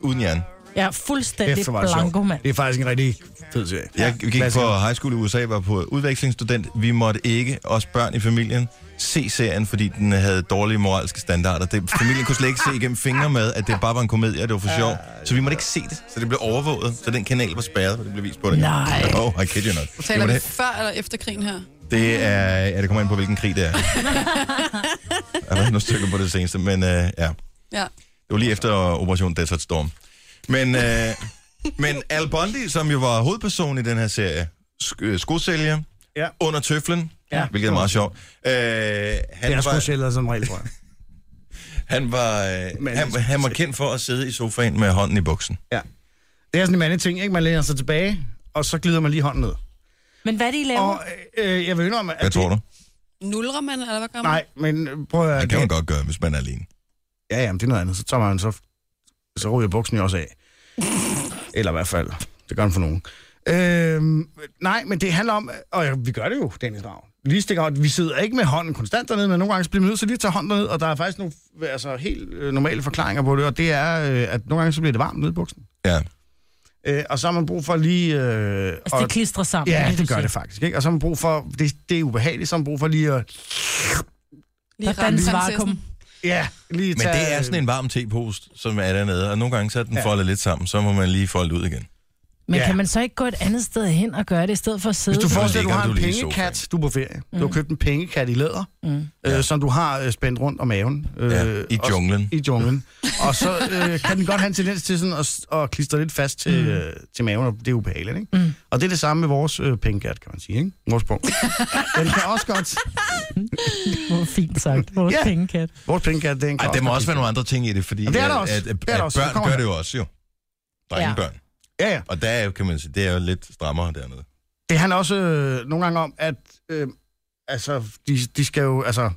Speaker 1: uden Jan.
Speaker 3: Ja, fuldstændig
Speaker 2: Efter var det
Speaker 3: blanko,
Speaker 2: sjovt.
Speaker 3: mand.
Speaker 2: Det er faktisk en rigtig fed serie.
Speaker 1: Jeg gik på high school i USA, var på udvekslingsstudent. Vi måtte ikke, os børn i familien, se serien, fordi den havde dårlige moralske standarder. Det, familien kunne slet ikke se igennem fingre med, at det bare var en komedie, og det var for sjov. Så vi måtte ikke se det, så det blev overvåget. Så den kanal var spærret, og det blev vist på det.
Speaker 3: Nej.
Speaker 1: Oh, I kid you not. Det,
Speaker 4: Taler
Speaker 1: var
Speaker 4: vi
Speaker 1: det,
Speaker 4: før eller efter krigen her?
Speaker 1: det er, ja, det kommer ind på, hvilken krig det er. Der har været nogle stykker på det seneste, men uh, ja.
Speaker 4: Ja.
Speaker 1: Det var lige efter Operation Desert Storm. Men, øh, men Al Bundy, som jo var hovedperson i den her serie, sk- øh, skosælger
Speaker 2: Ja.
Speaker 1: under tøflen, ja.
Speaker 2: Ja.
Speaker 1: hvilket er meget sjovt. Øh, han,
Speaker 2: Det er sgu
Speaker 1: var,
Speaker 2: sjældent som regel, tror jeg.
Speaker 1: han, var, øh,
Speaker 2: Men-
Speaker 1: han, han var kendt for at sidde i sofaen med hånden i buksen.
Speaker 2: Det er sådan en mandlig ting, ikke? Man læner sig tilbage, og så glider man lige hånden ned.
Speaker 3: Men hvad er det, I laver?
Speaker 2: Og øh, jeg vil indrømme, at...
Speaker 1: Hvad tror du?
Speaker 4: Nulrer man, eller hvad gør man?
Speaker 2: Nej, men øh, prøv at høre.
Speaker 1: Det kan man godt gøre, hvis man er alene.
Speaker 2: Ja, jamen, det er noget andet. Så tager man så... Så ryger buksen jo også af. Eller i hvert fald. Det gør den for nogen. Øhm, nej, men det handler om... Og ja, vi gør det jo, Dennis Rav. Lige stikker ud. Vi sidder ikke med hånden konstant dernede, men nogle gange så bliver man nødt til lige at tage hånden derned, og der er faktisk nogle altså, helt øh, normale forklaringer på det, og det er, øh, at nogle gange så bliver det varmt nede i buksen.
Speaker 1: Ja.
Speaker 2: Øh, og så har man brug for lige... Øh,
Speaker 3: Altså,
Speaker 2: at-
Speaker 3: det klistrer sammen.
Speaker 2: Ja,
Speaker 3: du
Speaker 2: det gør
Speaker 3: siger.
Speaker 2: det faktisk. Ikke? Og så har man brug for, det, det er ubehageligt, så har man brug for lige at
Speaker 4: Lige
Speaker 3: Der danser
Speaker 4: randprinsessen.
Speaker 3: vakuum.
Speaker 2: ja, lige
Speaker 1: Men det er sådan en varm tepost, som er dernede, og nogle gange så er den
Speaker 2: Ja.
Speaker 1: foldet lidt sammen, så må man lige folde ud igen.
Speaker 3: Men
Speaker 2: Ja.
Speaker 3: kan man så ikke gå et andet sted hen og gøre det, i stedet for at sidde? Mm.
Speaker 2: Hvis du
Speaker 1: Så
Speaker 2: forestiller,
Speaker 1: ligger
Speaker 2: dig, du har
Speaker 1: du
Speaker 2: en
Speaker 1: lige i
Speaker 2: pengekat, du er på ferie. Du har købt en pengekat i læder, øh, som du har øh, spændt rundt om maven. Øh,
Speaker 1: Ja, I
Speaker 2: og-
Speaker 1: junglen.
Speaker 2: I junglen. og så øh, kan den godt have en tendens til sådan at, at klistre lidt fast til, mm. øh, til maven, og det er ubehageligt. Ikke? Mm. Og det er det samme med vores øh, pengekat, kan man sige. Ikke? Vores punkt. den kan også godt...
Speaker 3: Hvor fint sagt. Vores
Speaker 2: Ja.
Speaker 3: pengekat.
Speaker 2: Vores pengekat, den kan
Speaker 1: Ej, der må
Speaker 2: godt
Speaker 1: også være nogle andre ting i det, fordi
Speaker 2: Jamen, det er der også.
Speaker 1: At, at,
Speaker 2: Det er der
Speaker 1: at
Speaker 2: også. Det
Speaker 1: børn
Speaker 2: kommer
Speaker 1: gør
Speaker 2: her.
Speaker 1: det jo også, jo. Drengebørn. Ja.
Speaker 2: Ja, ja.
Speaker 1: Og der er jo, kan man sige, det er jo lidt strammere dernede.
Speaker 2: det handler også øh, nogle gange om, at øh, altså, de, de skal jo, altså,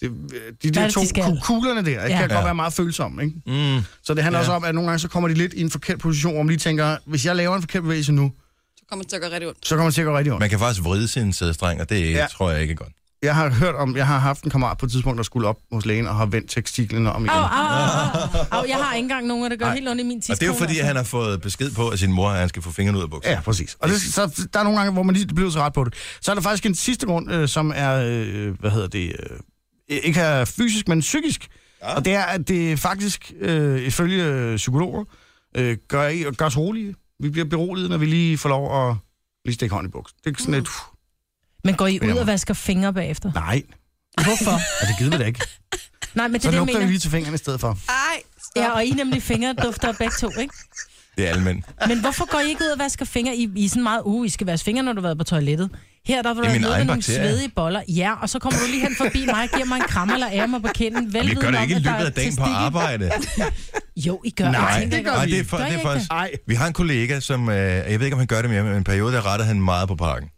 Speaker 2: de, de
Speaker 3: er
Speaker 2: der
Speaker 3: det,
Speaker 2: to
Speaker 3: de skal?
Speaker 2: ku- kuglerne der, ikke,
Speaker 3: Ja.
Speaker 2: kan
Speaker 1: Ja.
Speaker 2: godt være meget følsomme, ikke?
Speaker 1: Mm.
Speaker 2: Så det handler
Speaker 1: Ja.
Speaker 2: også om, at nogle gange så kommer de lidt i en forkert position, hvor man lige tænker, hvis jeg laver en forkert bevægelse nu,
Speaker 4: Så kommer det til at gøre rigtig ondt.
Speaker 2: så kommer det til at gå rigtig ondt.
Speaker 1: Man kan faktisk vride sin sædestreng, og det ja.
Speaker 2: Ja.
Speaker 1: tror jeg ikke er godt.
Speaker 2: Jeg har hørt om, jeg har haft en kammerat på et tidspunkt, der skulle op hos lægen og har vendt tekstiklen om igen.
Speaker 3: Au, au, au, au, au. Jeg har ikke engang nogen, der gør helt ondt i min altså. tidskone.
Speaker 1: Og det er jo fordi, at han har fået besked på, at sin mor at han skal få fingrene ud af buksen.
Speaker 2: Ja, præcis. Og det, så, der er nogle gange, hvor man lige bliver så ret på det. Så er der faktisk en sidste grund, øh, som er, øh, hvad hedder det, øh, ikke er fysisk, men psykisk. Ja. Og det er, at det faktisk, øh, ifølge øh, psykologer, øh, gør, I- gør os rolige. Vi bliver beroliget, når vi lige får lov at lige stikke hånd i buksen. Det er
Speaker 3: Mm.
Speaker 2: sådan lidt, pff,
Speaker 3: Men går I ud og vasker fingre bagefter?
Speaker 2: nej,
Speaker 3: Hvorfor?
Speaker 2: og det gider vi da ikke.
Speaker 3: Nej, men det
Speaker 2: Så
Speaker 3: er det, jeg
Speaker 2: lugter vi
Speaker 3: mener.
Speaker 2: lige til fingrene i stedet for.
Speaker 4: Ej,
Speaker 3: Ja, og I er nemlig fingre dufter begge to, ikke?
Speaker 1: Det er almen.
Speaker 3: Men hvorfor går I ikke ud og vasker fingre? I, I er sådan meget, uh, I skal vaske fingre, når du har været på toilettet. Her der var
Speaker 1: Det er
Speaker 3: der
Speaker 1: mine
Speaker 3: nede
Speaker 1: egne
Speaker 3: med nogle
Speaker 1: bakterier.
Speaker 3: svedige boller. Ja, og så kommer du lige hen forbi mig og giver mig en kram eller ærer mig på kinden. Vel
Speaker 1: Men jeg gør
Speaker 3: vidende
Speaker 1: det
Speaker 3: om,
Speaker 1: ikke i
Speaker 3: at der
Speaker 1: løbet
Speaker 3: er
Speaker 1: af dagen på
Speaker 3: testikel-
Speaker 1: arbejde.
Speaker 3: Jo, I gør.
Speaker 2: Nej,
Speaker 3: Jeg tænker
Speaker 2: det
Speaker 3: ikke
Speaker 2: gør
Speaker 3: over
Speaker 1: Nej,
Speaker 2: vi
Speaker 1: det er,
Speaker 2: ikke.
Speaker 1: for,
Speaker 3: Gør
Speaker 1: det
Speaker 3: I
Speaker 1: er
Speaker 3: ikke
Speaker 1: faktisk...
Speaker 2: Nej,
Speaker 1: Vi har en kollega, som... Øh, jeg ved ikke, om han gør det mere, men en periode, der rettede han meget på parken.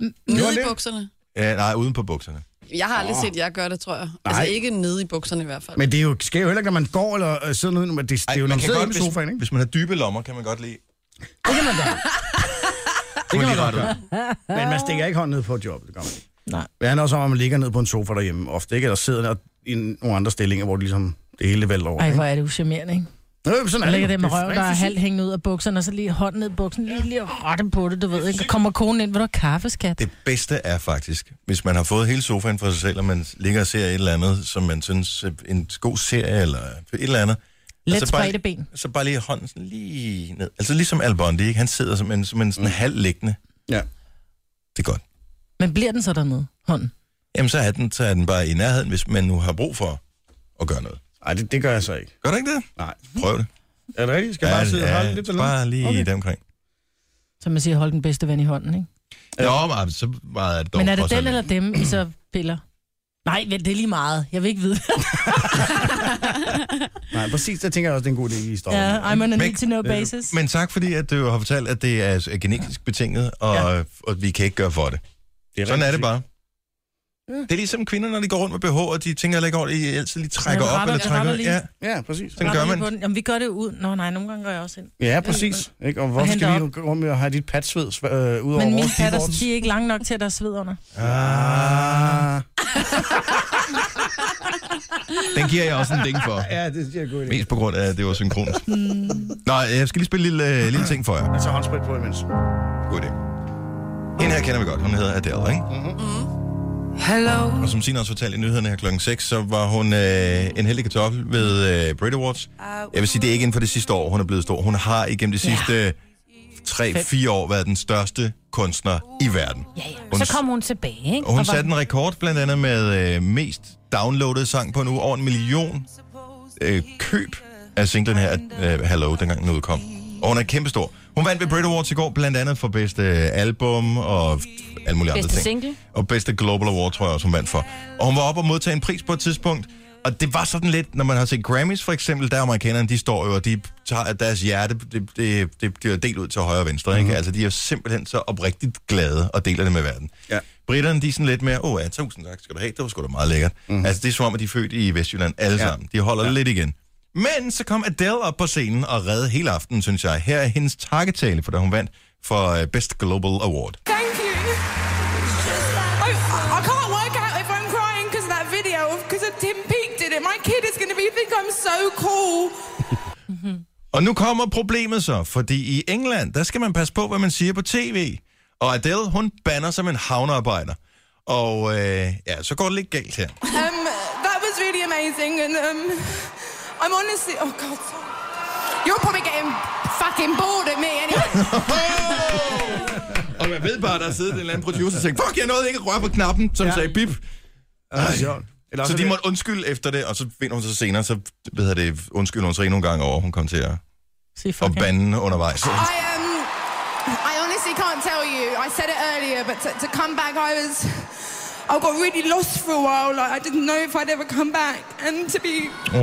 Speaker 4: Nede
Speaker 2: det?
Speaker 4: i bukserne.
Speaker 1: Ja, nej, uden på bukserne.
Speaker 4: Jeg har aldrig set jer gøre det, tror jeg. Altså
Speaker 2: Nej.
Speaker 4: ikke nede i bukserne i hvert fald.
Speaker 2: men det er jo, sker jo heller ikke, når man går eller øh, sidder nede, men det, det er jo, når man sidder hjemme i sofaen, ikke?
Speaker 1: hvis man har dybe lommer, kan man godt lide...
Speaker 2: Det kan man gøre.
Speaker 1: Det
Speaker 2: kan man godt Men man stikker ikke hånden ned på et job, det gør man ikke.
Speaker 3: Nej.
Speaker 2: Det handler også om, at man ligger ned på en sofa derhjemme ofte, ikke? Eller sidder der i nogle andre stillinger, hvor det ligesom det hele vælter over.
Speaker 3: Ej,
Speaker 2: ikke?
Speaker 3: hvor er det uschammerende, ikke?
Speaker 2: Nå, sådan
Speaker 3: Man
Speaker 2: er det.
Speaker 3: lægger
Speaker 2: jo.
Speaker 3: det med
Speaker 2: er
Speaker 3: røv, der
Speaker 2: rent
Speaker 3: er
Speaker 2: fysik.
Speaker 3: halvt hængende ud af bukserne, og så lige hånden ned i buksen, lige lige rotte på det, du ved ikke. Og kommer konen ind, vil du have kaffe, skat?
Speaker 1: Det bedste er faktisk, hvis man har fået hele sofaen for sig selv, og man ligger og ser et eller andet, som man synes øh, en god serie eller et eller andet.
Speaker 3: Let
Speaker 1: og så altså bare-
Speaker 3: spredte ben.
Speaker 1: Så bare lige hånden sådan lige ned. Altså ligesom Al Bundy, ikke? Han sidder som en, som en sådan halv liggende.
Speaker 2: Mm. Ja.
Speaker 1: Det er godt.
Speaker 3: Men bliver den så dernede, hånden?
Speaker 1: Jamen så er, den, så er den bare i nærheden, hvis man nu har brug for at gøre noget.
Speaker 2: Ej, det, det gør jeg så ikke.
Speaker 1: Gør du ikke det?
Speaker 2: Nej.
Speaker 1: Prøv det.
Speaker 2: Er det rigtigt? Skal jeg bare sidde og holde lidt eller
Speaker 1: bare lige okay. omkring.
Speaker 3: Som man siger, hold den bedste ven i hånden, ikke?
Speaker 1: Nå, men altså, så meget er det dog.
Speaker 3: Men er det
Speaker 1: trods alt
Speaker 3: den
Speaker 1: ikke.
Speaker 3: eller dem, I så piller? Nej, vel, det er lige meget. Jeg vil ikke vide.
Speaker 2: Nej, præcis. Der tænker jeg også, det er en god idé, I står.
Speaker 3: ja, I'm on a
Speaker 1: Men-
Speaker 3: need to know basis.
Speaker 1: Men tak fordi, at du har fortalt, at det er genetisk betinget, og, ja. og vi kan ikke gøre for det.
Speaker 2: Det
Speaker 1: Sådan er det bare. Det er ligesom kvinder, når de går rundt med BH, og de tænker heller ikke over det, de altid lige trækker
Speaker 3: Ja,
Speaker 1: op
Speaker 3: retter-
Speaker 1: eller trækker
Speaker 3: retter
Speaker 1: ud.
Speaker 3: lige.
Speaker 1: Ja,
Speaker 2: Ja, præcis.
Speaker 1: sådan gør
Speaker 3: Retter lige på
Speaker 1: man.
Speaker 3: den. Jamen, vi gør det jo ud. Nå nej, nogle gange gør jeg også ind.
Speaker 2: Ja, præcis. Ikke? Og hvorfor
Speaker 3: henter
Speaker 2: skal vi nu gå med at have dit patsved øh, ud over
Speaker 3: Men mine
Speaker 2: vores
Speaker 3: patter,
Speaker 2: keyboards?
Speaker 3: de er ikke lange nok til, at der er sved under.
Speaker 2: Ah.
Speaker 7: Den giver jeg også en ding for.
Speaker 2: Ja, det er en god idé.
Speaker 1: Mest på grund af, at det var synkront. Nå, jeg skal lige spille en lille, øh, lille ting for jer.
Speaker 2: Jeg tager håndsprit på imens.
Speaker 1: God idé. Hende her kender vi godt. Hun hedder Adele, ikke? Mm-hmm. Hello. Og som Sina også fortalte i nyhederne her klokken 6, så var hun øh, en heldig kartoffel ved øh, Brit Awards. Jeg vil sige, det er ikke inden for det sidste år, hun er blevet stor. Hun har igennem de sidste yeah. 3-4 år været den største kunstner i verden.
Speaker 5: Ja, ja.
Speaker 1: Hun
Speaker 5: Så kom hun tilbage, ikke?
Speaker 1: Og hun
Speaker 5: Og var-
Speaker 1: satte en rekord blandt andet med øh, mest downloadede sang på en uge. Over en million øh, køb af singlen her, øh, Hello, dengang den udkom. Og hun er kæmpestor. Hun vandt ved Brit Awards i går, blandt andet for bedste album og alle mulige andre
Speaker 5: Bedste
Speaker 1: ting.
Speaker 5: single.
Speaker 1: Og bedste Global Award, tror jeg også, hun vandt for. Og hun var oppe og modtage en pris på et tidspunkt. Og det var sådan lidt, når man har set Grammys for eksempel, der er amerikanerne, de står jo, og de tager at deres hjerte, det, det, det bliver delt ud til højre og venstre,
Speaker 2: Mhm.
Speaker 1: ikke? Altså, de er jo simpelthen så oprigtigt glade og deler det med verden.
Speaker 2: Ja.
Speaker 1: Britterne, de er sådan lidt mere, åh ja, tusind tak skal du have, det var sgu da meget lækkert. Mm. Altså, det er som om, at de er født i Vestjylland alle
Speaker 2: Mhm. Ja.
Speaker 1: ja. sammen. De holder ja. lidt igen. Men så kom Adele op på scenen og redde hele aftenen, synes jeg. Her er hendes takketale, for da hun vandt for øh, Best Global Award.
Speaker 8: Thank you. I, I can't work out if I'm crying because of that video or because of Tim Peake did it. My kid is going to be think I'm so cool.
Speaker 1: Og nu kommer problemet så, fordi i England, der skal man passe på, hvad man siger på tv. Og Adele, hun banner som en havnearbejder. Og øh, ja, så går det lidt galt her.
Speaker 8: Um, that was really amazing, and um, I'm honestly, oh god, you're probably getting fucking bored at me anyway.
Speaker 1: Og man ved bare, der sidder en eller anden producer og tænker, fuck, jeg nåede ikke at røre på knappen, som ja. sagde bip.
Speaker 2: Det er sjovt. Eller
Speaker 1: Så de
Speaker 2: også er det-
Speaker 1: måtte undskylde efter det, og så finder hun så senere, så ved jeg det, undskylder hun sig nogle gange over, hun kom til at,
Speaker 3: Sige
Speaker 1: at
Speaker 3: fuck af.
Speaker 1: bande undervejs.
Speaker 8: I um, I honestly can't tell you. I said it earlier, but to, to come back, I was, I got really lost for a while. Like I didn't know if I'd ever come back, and to be
Speaker 1: Åh,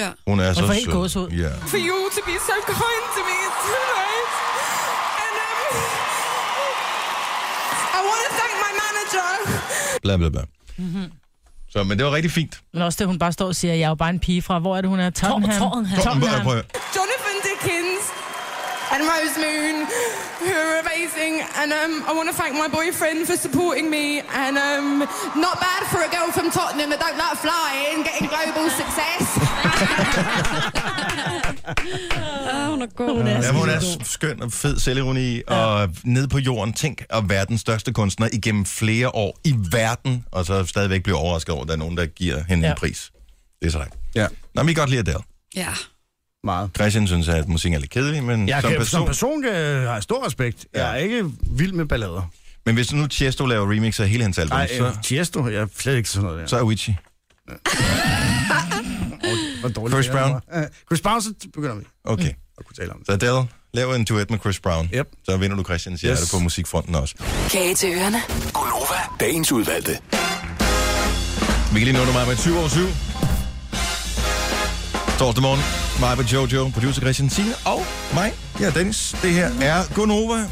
Speaker 4: Ja.
Speaker 1: hun er så
Speaker 3: får helt
Speaker 1: sød.
Speaker 3: gåsehud.
Speaker 1: Ja.
Speaker 8: for you all to be so kind to me. It's so nice. And um, I want to thank my manager.
Speaker 1: Bla, bla, bla.
Speaker 2: Mhm.
Speaker 1: Så, men det var rigtig fint.
Speaker 3: Men også det, hun bare står og siger, jeg er jo bare en pige fra, hvor er det, hun er? Tottenham.
Speaker 5: Tottenham.
Speaker 1: Prøv,
Speaker 3: Tottenham.
Speaker 1: prøv,
Speaker 8: Jonathan Dickens and Rose Moon, who are amazing. And um, I want to thank my boyfriend for supporting me. And um, not bad for a girl from Tottenham that don't like flying, getting global success.
Speaker 4: Ah, hun er god.
Speaker 1: Ja, men hun er s- skøn og fed selvironi, ja. og ned på jorden, tænk at være den største kunstner igennem flere år i verden, og så stadigvæk blive overrasket over, at der er nogen, der giver hende ja.
Speaker 3: Ja.
Speaker 1: en pris. Det er sejt.
Speaker 2: Ja,
Speaker 1: Nå, men I kan godt lide Adele.
Speaker 4: Ja.
Speaker 2: meget.
Speaker 1: Christian synes, at musik er lidt kedelig, men
Speaker 2: Jeg
Speaker 1: som
Speaker 2: kan,
Speaker 1: person...
Speaker 2: som person øh, har jeg stor respekt. Jeg er ikke vild med ballader.
Speaker 1: Men hvis nu Tiesto laver remix af hele hans album,
Speaker 2: Nej,
Speaker 1: Ej, så,
Speaker 2: øh, Tiesto, jeg er slet ikke sådan noget der.
Speaker 1: så er Avicii.
Speaker 2: Hvor dårligt
Speaker 1: Chris
Speaker 2: det er,
Speaker 1: Brown.
Speaker 2: det var. Øh, Chris Brown, så begynder vi
Speaker 1: Okay.
Speaker 2: at kunne tale om det.
Speaker 1: Så Adele, lav en duet med Chris Brown.
Speaker 2: Mm. Yep.
Speaker 1: Så vinder du Christians hjerte
Speaker 2: Yes.
Speaker 1: på musikfronten også.
Speaker 6: Kage til ørerne.
Speaker 9: Gunova, dagens udvalgte.
Speaker 1: Vi kan lige nå nummer med 20 over 7. Torsdag morgen. mig på Jojo, producer Christian Signe og mig. Jeg er Dennis. Det her er Gonova.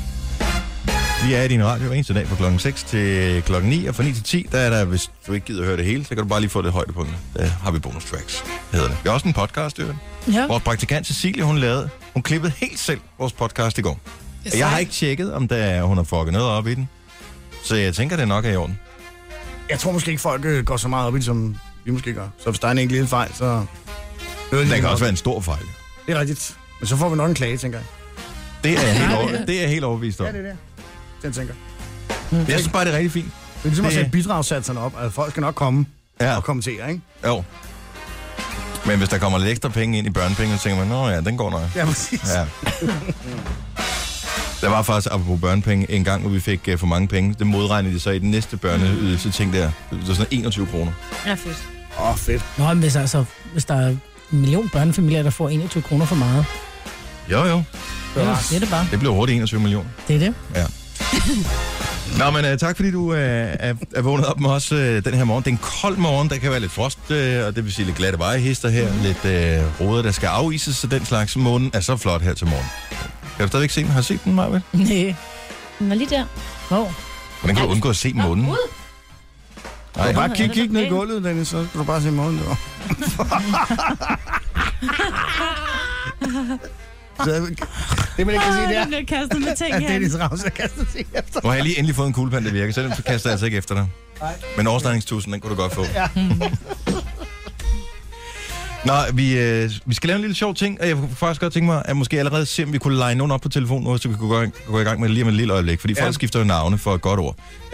Speaker 1: Vi er i din radio hver eneste dag fra klokken 6 til klokken 9, og fra 9 til 10, der er der, hvis du ikke gider at høre det hele, så kan du bare lige få det højdepunkt. Der har vi bonus tracks, hedder det. Vi har også en podcast, det
Speaker 3: Ja.
Speaker 1: Vores praktikant Cecilie, hun lavede, hun klippede helt selv vores podcast i går.
Speaker 4: Det er
Speaker 1: Jeg har
Speaker 4: sejt.
Speaker 1: ikke tjekket, om der, hun har fucket noget op i den. Så jeg tænker, det nok er i orden.
Speaker 2: Jeg tror måske ikke, folk øh, går så meget op i det, som vi måske gør. Så hvis der er en enkelt lille fejl, så...
Speaker 1: Det kan også være en stor fejl.
Speaker 2: Det er rigtigt. Men så får vi nok en klage, tænker jeg.
Speaker 1: Det er jeg helt, over, det er jeg helt overbevist om.
Speaker 2: Ja, det er det. Den tænker.
Speaker 1: Jeg synes bare, det er rigtig fint.
Speaker 2: Det er ligesom at
Speaker 1: Det-
Speaker 2: sætte bidragssatserne op, at folk skal nok komme
Speaker 1: Ja.
Speaker 2: og kommentere, ikke?
Speaker 1: Jo. Men hvis der kommer lidt ekstra penge ind i børnepenge, så tænker man, nå ja, den går nok.
Speaker 2: Ja, præcis.
Speaker 1: Ja. Der var faktisk, apropos børnepenge, en gang, hvor vi fik øh, for mange penge. Det modregnede de så i den næste børneydelse, tænkte jeg, det var sådan 21 kroner.
Speaker 5: Ja, fedt.
Speaker 2: Åh, oh, fedt.
Speaker 3: Nå, men hvis, altså, hvis der er en million børnefamilier, der får 21 kroner for meget,
Speaker 1: Jo, jo.
Speaker 3: det er, det, er det bare.
Speaker 1: Det blev hurtigt 21 millioner.
Speaker 3: Det er det.
Speaker 1: Ja. Nå, men uh, tak fordi du uh, er, er vågnet op med os uh, den her morgen. Det er en kold morgen, der kan være lidt frost, uh, og det vil sige lidt glatte vejehister her,
Speaker 2: Mhm.
Speaker 1: mm. lidt uh, roder, der skal afises, så den slags månen er så flot her til morgen. Kan du stadigvæk se den? Har du set den, Marvind?
Speaker 3: Nej.
Speaker 5: Den var lige der.
Speaker 3: Hvor?
Speaker 1: Hvordan kan du undgå at se månen?
Speaker 5: ud.
Speaker 1: Nej,
Speaker 2: Bare
Speaker 5: Nå,
Speaker 2: kig,
Speaker 5: den er
Speaker 2: kig ned i
Speaker 5: pæn.
Speaker 2: gulvet, Dennis, så kan du bare se målen derovre. Så det, man ikke kan sige, det er,
Speaker 5: Den bliver kastet med ting
Speaker 2: at
Speaker 5: her.
Speaker 2: Dennis Ravs er kastet sig efter.
Speaker 1: Nu har jeg lige endelig fået en kuglepen, der virker, så den kaster jeg altså ikke efter dig. Men overstegningstusen, den kunne du godt få. Ja. Nå, vi, øh, vi skal lave en lille sjov ting, og jeg kunne faktisk godt tænke mig, at måske allerede se, om vi kunne line nogen op på telefonen, nu, så vi kunne gå, gå i gang med det lige om et lille øjeblik, fordi ja.
Speaker 2: Ja.
Speaker 1: folk skifter jo navne for et godt ord. Øh,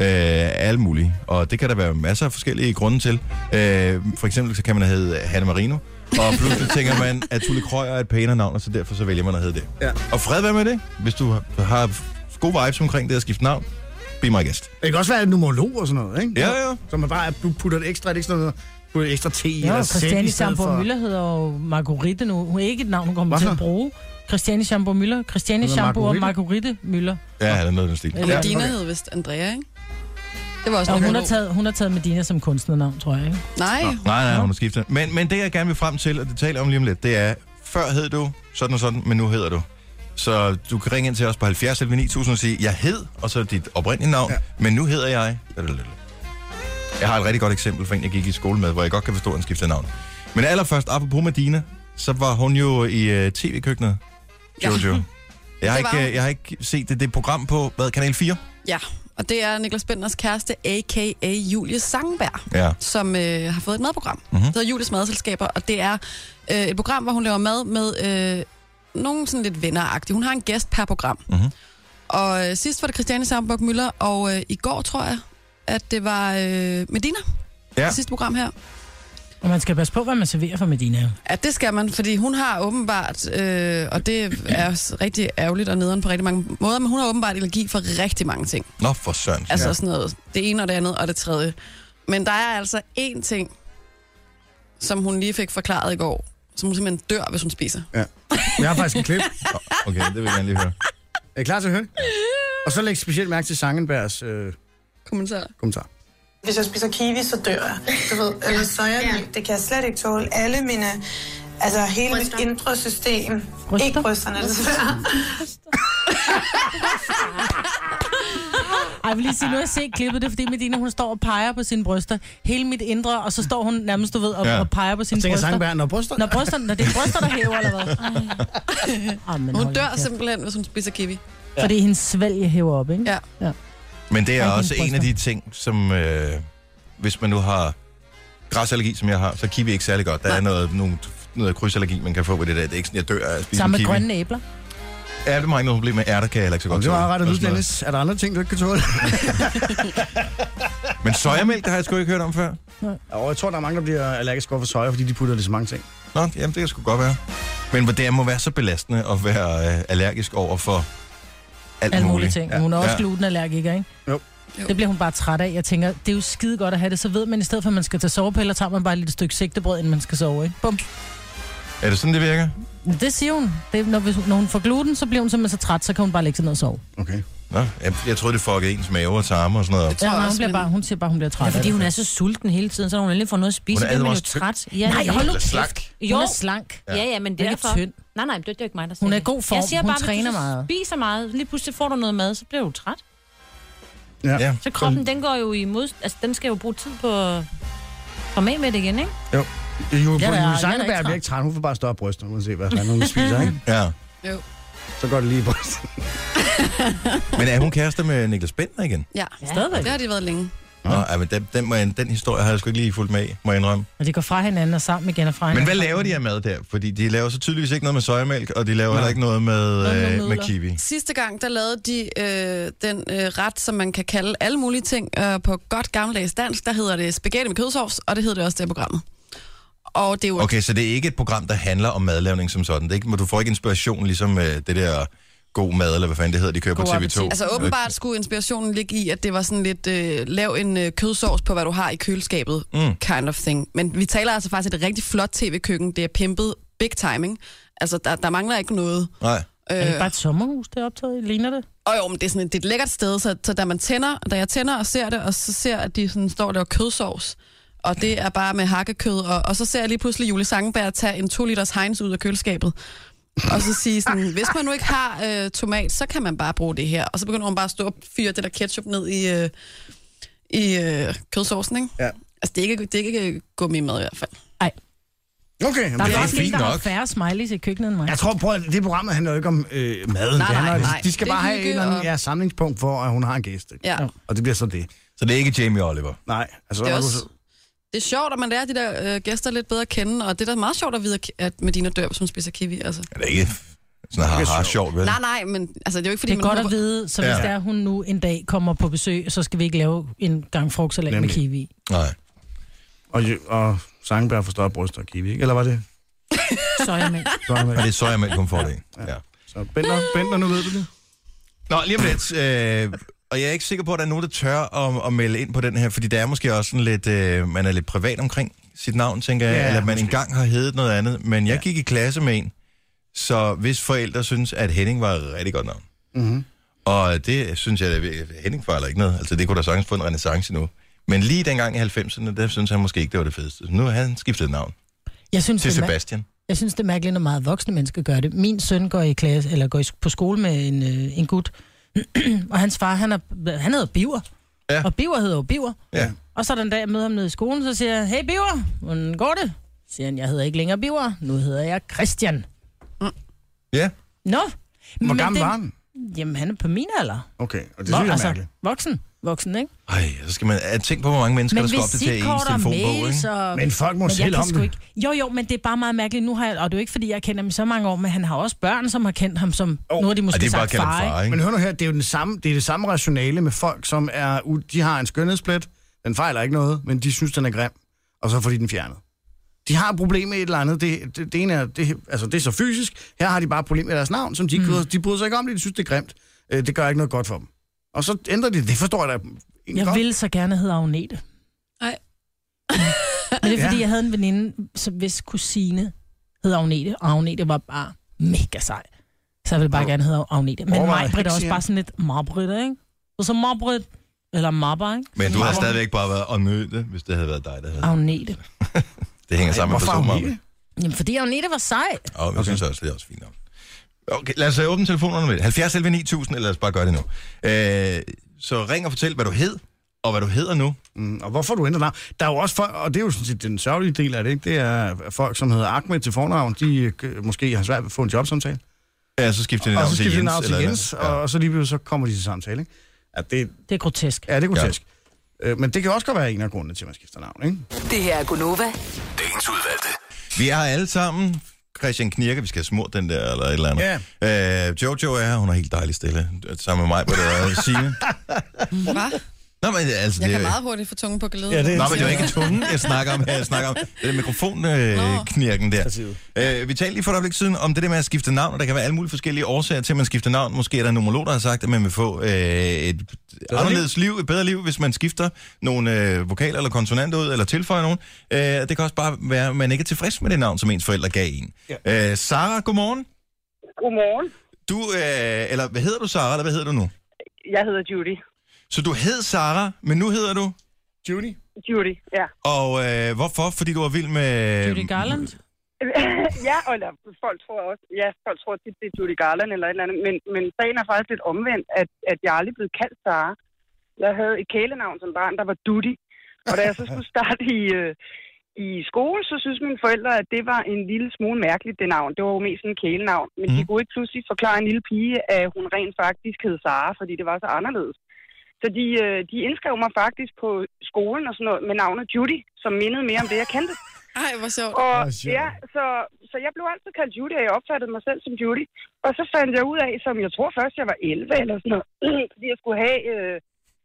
Speaker 1: alle mulige, og det kan der være masser af forskellige grunde til. Øh, for eksempel så kan man hedde Hanne Marino, og pludselig tænker man, at Tulle Krøyer er et pænere navn, og så derfor så vælger man at hedde det.
Speaker 2: Ja.
Speaker 1: Og fred være med det, hvis du har- har gode vibes omkring det at skifte navn, be my guest.
Speaker 2: Det kan også være en numerolog og sådan noget, ikke?
Speaker 1: Ja, ja.
Speaker 2: Så man bare du putter et ekstra, et ekstra, noget, putter et ekstra te ja,
Speaker 3: Ja,
Speaker 2: eller sæt
Speaker 3: Christiane
Speaker 2: i stedet
Speaker 3: Schamborg
Speaker 2: for...
Speaker 3: Møller hedder jo Marguerite nu. Hun er ikke et navn, hun kommer til
Speaker 2: Hvorfor?
Speaker 3: at bruge. Christiane Schamborg Møller. Christiane
Speaker 2: Hun hedder
Speaker 3: Schamborg og Marguerite Møller.
Speaker 1: Ja, han er noget i den stil.
Speaker 3: Eller-
Speaker 1: Ja.
Speaker 4: Medina hed vist Andrea, ikke? Det var også
Speaker 3: Og
Speaker 4: okay.
Speaker 3: hun har, taget, hun har taget Medina som kunstnernavn, tror jeg. Ikke?
Speaker 4: Nej,
Speaker 1: Nej, nej, hun har skiftet. Men, men det, jeg gerne vil frem til, og det taler jeg om lige om lidt, det er, før hed du sådan og sådan, men nu hedder du. Så du kan ringe ind til os på 70 11 9000 og sige, jeg hed, og så dit oprindelige navn, ja.
Speaker 2: Ja.
Speaker 1: men nu hedder jeg... Jeg har et rigtig godt eksempel for en, jeg gik i skole med, hvor jeg godt kan forstå, at han skiftede navn. Men allerførst, apropos Medina, så var hun jo i øh, tv-køkkenet,
Speaker 4: Ja.
Speaker 1: Jojo. Jeg
Speaker 4: Det
Speaker 1: har,
Speaker 4: var
Speaker 1: ikke, øh,
Speaker 4: hun.
Speaker 1: jeg har ikke set det, det program på, hvad, Kanal 4?
Speaker 4: ja. Og det er Niklas Benders kæreste, a.k.a. Julie Sangberg.
Speaker 1: Ja.
Speaker 4: som øh, har fået et madprogram.
Speaker 1: Mhm.
Speaker 4: Mm-hmm. Det hedder Julies Madselskaber, og det er øh, et program, hvor hun laver mad med øh, nogen sådan lidt venneragtige. Hun har en gæst per program.
Speaker 1: Mhm.
Speaker 4: Mm-hmm. Og øh, sidst var det Christiane Samburg Møller, og øh, i går tror jeg, at det var øh, Medina,
Speaker 1: Ja.
Speaker 4: ja. det sidste program her.
Speaker 3: Og man skal passe på, hvad man serverer for Medina.
Speaker 4: Ja, det skal man, fordi hun har åbenbart, øh, og det er også rigtig ærgerligt og nederen på rigtig mange måder, men hun har åbenbart allergi for rigtig mange ting.
Speaker 1: Nå, for søren.
Speaker 4: Altså ja. sådan noget, det ene og det andet og det tredje. Men der er altså én ting, som hun lige fik forklaret i går, som hun simpelthen dør, hvis hun spiser.
Speaker 2: Jeg har faktisk en klip.
Speaker 1: Okay, det vil jeg gerne lige høre.
Speaker 2: Er I klar til at høre det? Og så læg specielt mærke til Sangenbergs øh,
Speaker 4: Kommentar.
Speaker 2: kommentar.
Speaker 10: Hvis jeg spiser kiwi, så dør jeg. Du ved, eller soja, ja. det kan jeg slet ikke tåle. Alle mine, altså hele mit indre system.
Speaker 3: Oh,
Speaker 10: Bryster. Ikke brysterne, desværre.
Speaker 3: Ej, jeg vil lige sige, nu har jeg set klippet, det er fordi Medina, hun står og peger på sine bryster. Hele mit indre, og så står hun nærmest, du ved, og,
Speaker 1: Ja.
Speaker 3: ja. og peger på sine
Speaker 2: Tænker
Speaker 3: bryster.
Speaker 2: Sangenberg, når bryster...
Speaker 3: Når brysterne, når det er bryster, der hæver, eller hvad? Ej. men
Speaker 4: Hun
Speaker 3: hold
Speaker 4: dør
Speaker 3: da kæft.
Speaker 4: simpelthen, hvis hun spiser kiwi.
Speaker 3: Fordi hendes svælge hæver op, ikke?
Speaker 4: Ja.
Speaker 1: Ligesom Men det er
Speaker 3: Ej, dine
Speaker 1: også en af de ting, som øh, hvis man nu har græsallergi, som jeg har, så er kiwi ikke særlig godt. Der er noget, nogle, noget krydsallergi, man kan få ved det der. Det er ikke sådan, jeg dør af at spise
Speaker 3: Sammen med
Speaker 1: kiwi.
Speaker 3: grønne æbler.
Speaker 1: Ja, det må jeg ikke noget problem med. Ærter kan jeg heller ikke så godt
Speaker 2: Det var
Speaker 1: tåle,
Speaker 2: ret at
Speaker 1: og
Speaker 2: vide,
Speaker 1: sådan noget.
Speaker 2: Dennis. Er der andre ting, du ikke kan tåle?
Speaker 1: Men sojamælk, der har jeg sgu ikke hørt om før.
Speaker 2: Og jeg tror, der er mange, der bliver allergiske over for soja, fordi de putter det så mange ting.
Speaker 1: Nå, jamen det kan sgu godt være. Men hvor det må være så belastende at være øh, allergisk over for alt
Speaker 3: Alle mulige
Speaker 1: muligt.
Speaker 3: ting. Hun er også
Speaker 1: Ja.
Speaker 3: glutenallergiker, ikke?
Speaker 2: Jo.
Speaker 4: Jo.
Speaker 3: Det bliver hun bare træt af. Jeg tænker, det er jo skide godt at have det. Så ved man, i stedet for, at man skal tage sovepiller, tager man bare et lille stykke sigtebrød, inden man skal sove, ikke? Bum.
Speaker 1: Er det sådan, det virker?
Speaker 3: Men Det siger hun. Det, er, når, hvis- når hun får gluten, så bliver hun simpelthen så træt, så kan hun bare lægge sig ned og sove.
Speaker 2: Okay.
Speaker 1: Nå, jeg, jeg troede, det fuckede ens mave og tarme og sådan noget. op.
Speaker 5: Ja, hun,
Speaker 3: bliver bare, hun siger bare, hun bliver træt
Speaker 5: Ja, fordi
Speaker 3: af det.
Speaker 5: hun er så sulten hele tiden, så når hun endelig får noget at spise,
Speaker 1: Hun
Speaker 5: så
Speaker 1: er
Speaker 5: bliver man jo
Speaker 1: advarsel-
Speaker 5: træt.
Speaker 3: Nej, hold nu
Speaker 1: Eller slank.
Speaker 5: kæft. Jo.
Speaker 3: Hun er slank.
Speaker 5: Ja, ja, men
Speaker 3: Hun er ikke
Speaker 5: derfor...
Speaker 3: tynd.
Speaker 5: Nej, nej, men det er det er ikke mig, der siger
Speaker 3: Hun er i
Speaker 5: det.
Speaker 3: god form.
Speaker 5: Jeg siger
Speaker 3: Hun
Speaker 5: bare,
Speaker 3: træner
Speaker 5: hvis du
Speaker 3: meget.
Speaker 5: spiser meget, lige pludselig får du noget mad, så bliver du træt.
Speaker 2: Ja.
Speaker 1: ja.
Speaker 5: Så kroppen, den går jo i mod... Altså, den skal jo bruge tid på at komme af med det igen, ikke?
Speaker 2: Jo. Jo,
Speaker 5: Jeg er da- jeg er
Speaker 2: Julie
Speaker 5: da
Speaker 2: Sankeberg
Speaker 5: ikke
Speaker 2: bliver ikke træt. Hun får bare større bryster, uanset hvad fanden hun spiser, ikke?
Speaker 1: Ja.
Speaker 4: Jo.
Speaker 2: Så går det lige i brysten.
Speaker 1: Men er hun kærester med Niklas Bender igen?
Speaker 4: Ja,
Speaker 3: Stadigvæk.
Speaker 4: det har de været længe.
Speaker 1: Nå, ja, men den, den, må jeg, den historie har jeg sgu ikke lige fulgt med i, må jeg indrømme.
Speaker 3: Og de går fra hinanden og sammen igen og fra
Speaker 1: Men
Speaker 3: hinanden.
Speaker 1: hvad laver de af mad der? Fordi de laver så tydeligvis ikke noget med sojamælk, og de laver heller ikke noget med,
Speaker 4: med
Speaker 1: øh, med
Speaker 4: nudler.
Speaker 1: kiwi.
Speaker 4: Sidste gang, der lavede de øh, den øh, ret, som man kan kalde alle mulige ting øh, på godt gammeldags dansk. Der hedder det spaghetti med kødsovs, og det hedder det også der programmet. Og det er jo
Speaker 1: Okay, så det er ikke et program, der handler om madlavning som sådan. Det er ikke, hvor du får ikke inspiration, ligesom øh, det der god mad, eller hvad fanden det hedder, de kører på
Speaker 3: God
Speaker 1: TV2.
Speaker 3: appetit.
Speaker 4: Altså åbenbart skulle inspirationen ligge i, at det var sådan lidt, øh, lav en øh, kødsovs på, hvad du har i køleskabet,
Speaker 1: Mm.
Speaker 4: mm. kind of thing. Men vi taler altså faktisk et rigtig flot tv-køkken. Det er pimpet big timing. Altså, der, der mangler ikke noget.
Speaker 1: Nej.
Speaker 3: Er det
Speaker 4: Øh,
Speaker 3: bare et sommerhus, det er optaget i? Ligner det?
Speaker 4: og jo, men det er, sådan, et- det er et lækkert sted, så, så da, man tænder, da jeg tænder og ser det, og så ser, at de sådan, står og laver kødsovs, og det er bare med hakkekød, og, og så ser jeg lige pludselig Julie Sangenberg tage en 2 liters Heinz ud af køleskabet, og så sige sådan, hvis man nu ikke har øh, tomat, så kan man bare bruge det her. Og så begynder hun bare at stå og fyre det der ketchup ned i, øh, i øh, kødsovsen, ikke?
Speaker 2: Ja.
Speaker 4: Altså, det er ikke, det er ikke gummimad i hvert fald.
Speaker 2: Okay, jamen,
Speaker 3: Der
Speaker 2: det
Speaker 3: er
Speaker 2: er
Speaker 3: faktisk en,
Speaker 1: fint
Speaker 3: der har
Speaker 1: nok.
Speaker 3: færre smileys i køkkenet end mig.
Speaker 2: jeg tror, prøv, at det program handler jo ikke om øh, mad.
Speaker 4: nej, nej.
Speaker 2: De skal
Speaker 4: Det er
Speaker 2: bare have et
Speaker 4: hygge
Speaker 2: eller andet
Speaker 4: og-
Speaker 2: ja, samlingspunkt for, at hun har en gæst. Ikke?
Speaker 4: Ja.
Speaker 1: Øh,
Speaker 2: Og det bliver så det.
Speaker 1: Så det er ikke Jamie Oliver.
Speaker 2: Nej, altså...
Speaker 4: Det er
Speaker 2: er du-
Speaker 4: også... Det er sjovt, at man lærer de der øh, gæster lidt bedør at kende, og det er da meget sjovt at vide, at Medina dør, hvis hun spiser kiwi. Altså.
Speaker 1: Er det ikke sådan har har sjovt, vel?
Speaker 4: Nej, nej, men altså, det er jo ikke, fordi
Speaker 3: Det er
Speaker 4: man
Speaker 3: godt at
Speaker 4: håber-
Speaker 3: vide, så hvis
Speaker 1: Ja.
Speaker 3: ja. der hun nu en dag kommer på besøg, så skal vi ikke lave en gang frugtsalat med
Speaker 2: Nemlig.
Speaker 3: kiwi.
Speaker 1: Nej.
Speaker 2: Og, og Sangenberg forstår bryst og kiwi, ikke? Eller var det?
Speaker 3: Så er jeg med.
Speaker 2: Så, er
Speaker 1: Og det
Speaker 2: man-
Speaker 1: er sojamælk, hun får det. i. Ja.
Speaker 2: så Bender, Bender, nu ved du det.
Speaker 1: Nå, lige om lidt. Øh, og jeg er ikke sikker på, at der er nogen, der tør at, at melde ind på den her, fordi der er måske også sådan lidt, øh, man er lidt privat omkring sit navn, tænker jeg,
Speaker 2: Ja,
Speaker 1: ja, eller at man
Speaker 2: måske.
Speaker 1: engang har heddet noget andet. Men jeg gik i klasse med en, så hvis forældre synes, at Henning var et rigtig godt navn. Mm-hmm. Og det synes jeg, at Henning fejler ikke noget. Altså, det kunne da sagtens få en renaissance nu. Men lige dengang i 90'erne, der synes han måske ikke, det var det fedeste. Så nu har han skiftet navn
Speaker 3: Jeg synes,
Speaker 1: til
Speaker 3: det er ma-
Speaker 1: Sebastian.
Speaker 3: jeg synes, det er mærkeligt, når meget voksne mennesker gør det. Min søn går i klasse, eller går i, sk- på skole med en, øh, en gut, og hans far, han, er, han hedder Biver.
Speaker 1: Ja.
Speaker 3: Og Biver hedder jo Biver.
Speaker 1: Ja.
Speaker 3: Og så den dag, jeg møder ham nede i skolen, så siger jeg, hey Biver, hvordan går det? Så siger han, jeg hedder ikke længere Biver, nu hedder jeg Christian.
Speaker 1: Ja.
Speaker 3: Nå.
Speaker 2: Hvor
Speaker 3: men
Speaker 2: gammel
Speaker 3: den-
Speaker 2: var han?
Speaker 3: Jamen, han er på min alder.
Speaker 2: Okay, og det synes
Speaker 3: altså,
Speaker 2: jeg er mærkeligt.
Speaker 3: voksen. Voksen, ikke?
Speaker 1: Ej, så skal man tænke på, hvor mange mennesker, der skal op til ens telefonbog, ikke?
Speaker 3: og...
Speaker 2: Men folk må
Speaker 3: Men jeg
Speaker 2: selv
Speaker 3: kan
Speaker 2: om
Speaker 3: sgu
Speaker 2: det.
Speaker 3: ikke. Jo, jo, men det er bare meget mærkeligt. Nu har jeg, og det er jo ikke, fordi jeg kender ham i så mange år, men han har også børn, som har kendt ham som...
Speaker 2: Jo.
Speaker 3: Oh. Nu har de
Speaker 1: Og
Speaker 3: måske
Speaker 1: det er bare at
Speaker 3: sagt
Speaker 1: kalde
Speaker 3: far,
Speaker 1: ham
Speaker 3: ikke?
Speaker 1: far, ikke?
Speaker 2: Men hør nu her, det er jo den samme, det, er det samme rationale med folk, som er, u- de har en skønhedsplet, den fejler ikke noget, men de synes, den er grim, og så får de den fjernet. De har et problem med et eller andet, det, det, det, ene er, det, altså, det er så fysisk, her har de bare et problem med deres navn, som de ikke mm. de bryder sig ikke om, det, de synes, det er grimt, øh, det gør ikke noget godt for dem. Og så ændrer de det, det forstår jeg da egentlig
Speaker 3: Jeg
Speaker 2: godt.
Speaker 3: ville så gerne hedde Agnete.
Speaker 4: Nej.
Speaker 3: Men det er, fordi
Speaker 2: Ja.
Speaker 3: jeg havde en veninde, som hvis kusine hed Agnete, og Agnete var bare mega sej. Så jeg ville bare gerne hedde Agnete. Men
Speaker 2: Overvej,
Speaker 3: mig, Britt, er også
Speaker 2: siger
Speaker 3: bare
Speaker 2: jeg.
Speaker 3: sådan lidt marbrit, ikke? Og så marbrit, eller marber, ikke?
Speaker 1: Men du har
Speaker 2: Marmor.
Speaker 1: stadigvæk bare været åndnødende, hvis det havde været dig, der havde.
Speaker 3: Agnete.
Speaker 1: Det hænger sammen med
Speaker 2: Hvorfor
Speaker 1: personer.
Speaker 2: har
Speaker 1: Og
Speaker 2: hun ikke?
Speaker 3: Jamen, fordi Agnete var sej.
Speaker 1: jeg synes også, det er også fint nok. Okay, lad os øh, åbne telefonerne med det. 70 11 9000, eller lad os bare gøre det nu. Øh, så ring og fortæl, hvad du hed, og hvad du hedder nu.
Speaker 2: Mm, og hvorfor du ændrer navn? Der er jo også folk, og det er jo sådan set den sørgelige del af det, ikke? det er folk, som hedder Ahmed til fornavn, de øh, måske har svært ved at få en jobsamtale.
Speaker 1: Ja, så skifter det
Speaker 2: Og
Speaker 1: navn
Speaker 2: så
Speaker 1: til
Speaker 2: skal
Speaker 1: Jens.
Speaker 2: de navn til
Speaker 1: eller-
Speaker 2: Jens,
Speaker 1: ja.
Speaker 2: og så lige pludselig så kommer de til samtale, ikke? Ja, det,
Speaker 3: Det er grotesk.
Speaker 2: ja, det er grotesk. Ja. Men det kan også godt være en af grundene til, at man skifter navn, ikke?
Speaker 6: Det her er Gunova.
Speaker 9: Dagens udvalgte.
Speaker 1: Vi er her alle sammen. Christian Knirke, vi skal have smurt den der, eller et eller andet. Yeah. Øh, Jojo er her, hun er helt dejlig stille. Sammen med mig, hvor det er Signe.
Speaker 4: Hva?
Speaker 1: Nå, men altså,
Speaker 4: Jeg
Speaker 1: det,
Speaker 4: kan meget hurtigt få tungen på glæden.
Speaker 2: Ja, det-
Speaker 1: Nå, men det var ikke tungen, jeg snakker om her. Jeg snakker om det der mikrofonknirken der.
Speaker 2: Partiet.
Speaker 1: Øh, vi talte lige for et øjeblik siden om det der med at skifte navn, og der kan være alle mulige forskellige årsager til, at man skifter navn. Måske er der en numerolog, der har sagt, at man vil få øh, et anderledes liv, et bedre liv, hvis man skifter nogle øh, vokaler eller konsonanter ud, eller tilføjer nogen. Øh, det kan også bare være, at man ikke er tilfreds med det navn, som ens forældre gav en. Ja. Øh, Sara, godmorgen.
Speaker 11: Godmorgen.
Speaker 1: Du, øh, eller hvad hedder du, Sara, eller hvad hedder du nu?
Speaker 11: jeg hedder Judy.
Speaker 1: Så du hed Sara, men nu hedder du?
Speaker 2: Judy.
Speaker 11: Judy, ja.
Speaker 1: Og øh, hvorfor? Fordi du var vild med...
Speaker 11: Garland? ja, og eller, folk tror også, ja, folk tror tit, det er Judy Garland eller et eller andet, men, men sagen er faktisk lidt omvendt, at, at jeg aldrig blev kaldt Sara. Jeg havde et kælenavn som barn, der var Duty, og da jeg så skulle starte i, øh, i skole, så synes mine forældre, at det var en lille smule mærkeligt, det navn. Det var jo mest sådan en kælenavn, men
Speaker 4: Mhm.
Speaker 11: mm. de kunne ikke pludselig forklare en lille pige, at hun rent faktisk hed Sara, fordi det var så anderledes. Så de, øh, de indskrev mig faktisk på skolen og sådan noget med navnet Judy, som mindede mere om det, jeg kendte.
Speaker 4: Ej, hvor sjovt.
Speaker 11: Og,
Speaker 4: Hvor sjovt.
Speaker 11: ja, så, så jeg blev altid kaldt Judy, og jeg opfattede mig selv som Judy. Og så fandt jeg ud af, som jeg tror først, jeg var 11 eller sådan noget, fordi jeg skulle have, øh,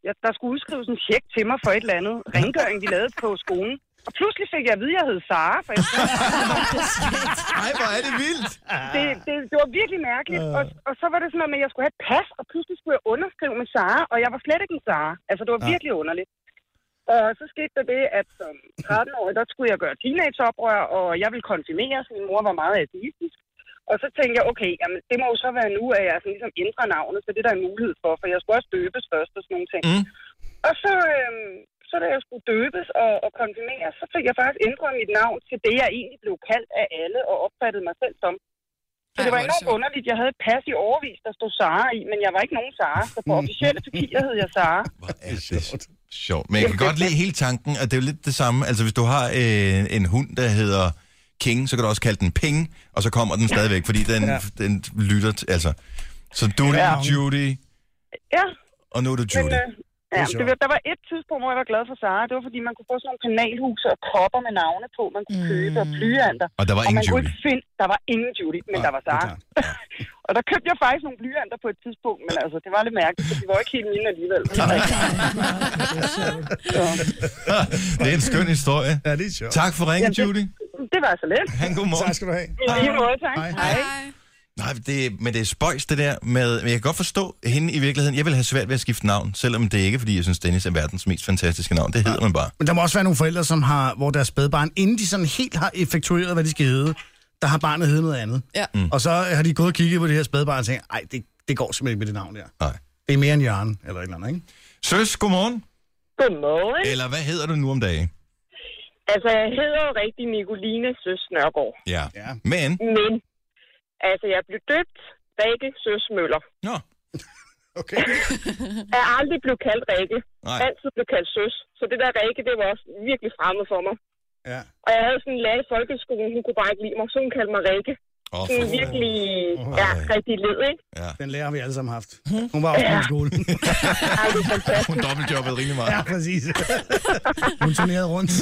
Speaker 11: jeg, der skulle udskrives en tjek til mig for et eller andet rengøring, de lavede på skolen. Og pludselig fik jeg at vide, at jeg hed Sara. For jeg
Speaker 1: Nej, hvor er det vildt! Øh.
Speaker 11: Det, det, det var virkelig mærkeligt. Og, og så var det sådan noget med, at jeg skulle have et pas, og pludselig skulle jeg underskrive med Sara, og jeg var slet ikke en Sara. Altså, det var
Speaker 1: Ah.
Speaker 11: virkelig underligt. Og så skete der det, at som 13-årig, der skulle jeg gøre teenageoprør, og jeg ville konfirmere, så min mor var meget ateistisk. Og så tænkte jeg, okay, jamen, det må jo så være nu, at jeg sådan ligesom ændrer navnet, så det er der en mulighed for, for jeg skulle også døbes først og sådan nogle ting. Mm. Og så, øhm, så da jeg skulle døbes og, og konfirmeres, så fik jeg faktisk ændret mit navn til det, jeg egentlig blev kaldt af alle og opfattede mig selv som. Så det var enormt underligt. Jeg havde et pas i overvis, der stod Sara i, men jeg var ikke nogen Sara. Så på officielle papirer hed jeg Sara.
Speaker 1: Altså, det er sjovt. Men jeg kan godt lide hele tanken, at det er jo lidt det samme. Altså, hvis du har øh, en hund, der hedder King, så kan du også kalde den Ping, og så kommer den stadigvæk, fordi den,
Speaker 11: Ja.
Speaker 1: ja. den lytter til... Altså, så du er
Speaker 11: Ja.
Speaker 1: ja. Judy,
Speaker 11: Ja,
Speaker 1: og nu er du
Speaker 11: men
Speaker 1: Judy.
Speaker 11: øh, ja, det var, der var et tidspunkt, hvor jeg var glad for Sara. Det var, fordi man kunne få sådan nogle kanalhuse og kopper med navne på, man kunne købe og blyanter.
Speaker 1: Mm. Og der var ingen
Speaker 11: man kunne
Speaker 1: Judy.
Speaker 11: ikke finde, der var ingen Judy, men der var Sara. og der købte jeg faktisk nogle blyanter på et tidspunkt, men altså, det var lidt mærkeligt, for de var jo ikke helt mine alligevel.
Speaker 1: det er en skøn historie.
Speaker 2: Ja, det er sjovt.
Speaker 1: Tak for ringen,
Speaker 11: Jamen,
Speaker 1: Judy.
Speaker 11: det, det var så lidt.
Speaker 1: Han god morgen.
Speaker 2: Tak skal du have.
Speaker 11: I lige måde, tak. Hej. Hej.
Speaker 1: Nej, det, men det er spøjs, det der med... Men jeg kan godt forstå hende i virkeligheden. Jeg vil have svært ved at skifte navn, selvom det ikke er, fordi jeg synes, Dennis er verdens mest fantastiske navn. Det hedder man bare.
Speaker 2: Men der må også være nogle forældre, som har, hvor deres spædbarn, inden de sådan helt har effektueret, hvad de skal hedde, der har barnet heddet noget andet.
Speaker 4: Ja.
Speaker 1: Mm.
Speaker 2: Og så har de gået og kigget på det her spædbarn og tænkt, ej, det, det går simpelthen ikke med det navn der.
Speaker 1: Nej.
Speaker 2: Det er mere en hjørne, eller et eller andet, ikke?
Speaker 1: Søs, godmorgen.
Speaker 11: Godmorgen.
Speaker 1: Eller hvad hedder du nu om dagen?
Speaker 11: Altså, jeg hedder jo rigtig Nicoline Søs Nørgaard.
Speaker 1: Ja. ja. Men...
Speaker 11: Men, altså, jeg blev døbt Rikke Søs Møller.
Speaker 1: Nå.
Speaker 2: Okay.
Speaker 11: jeg er aldrig blevet kaldt Rikke.
Speaker 1: Nej.
Speaker 11: Altid blev kaldt Søs. Så det der Rikke, det var også virkelig fremmed for mig.
Speaker 2: Ja.
Speaker 11: Og jeg havde sådan en lærer i folkeskolen, hun kunne bare ikke lide mig, så hun kaldte mig Rikke.
Speaker 1: Åh,
Speaker 11: Sådan
Speaker 2: for-
Speaker 11: virkelig, ja, rigtig led, ikke?
Speaker 1: Ja. Mhm.
Speaker 2: Den lærer har vi alle sammen haft. Hun var også på skole.
Speaker 1: Hun dobbeltjobbede rimelig meget. Mhm.
Speaker 2: ja, præcis. Hun turnerede rundt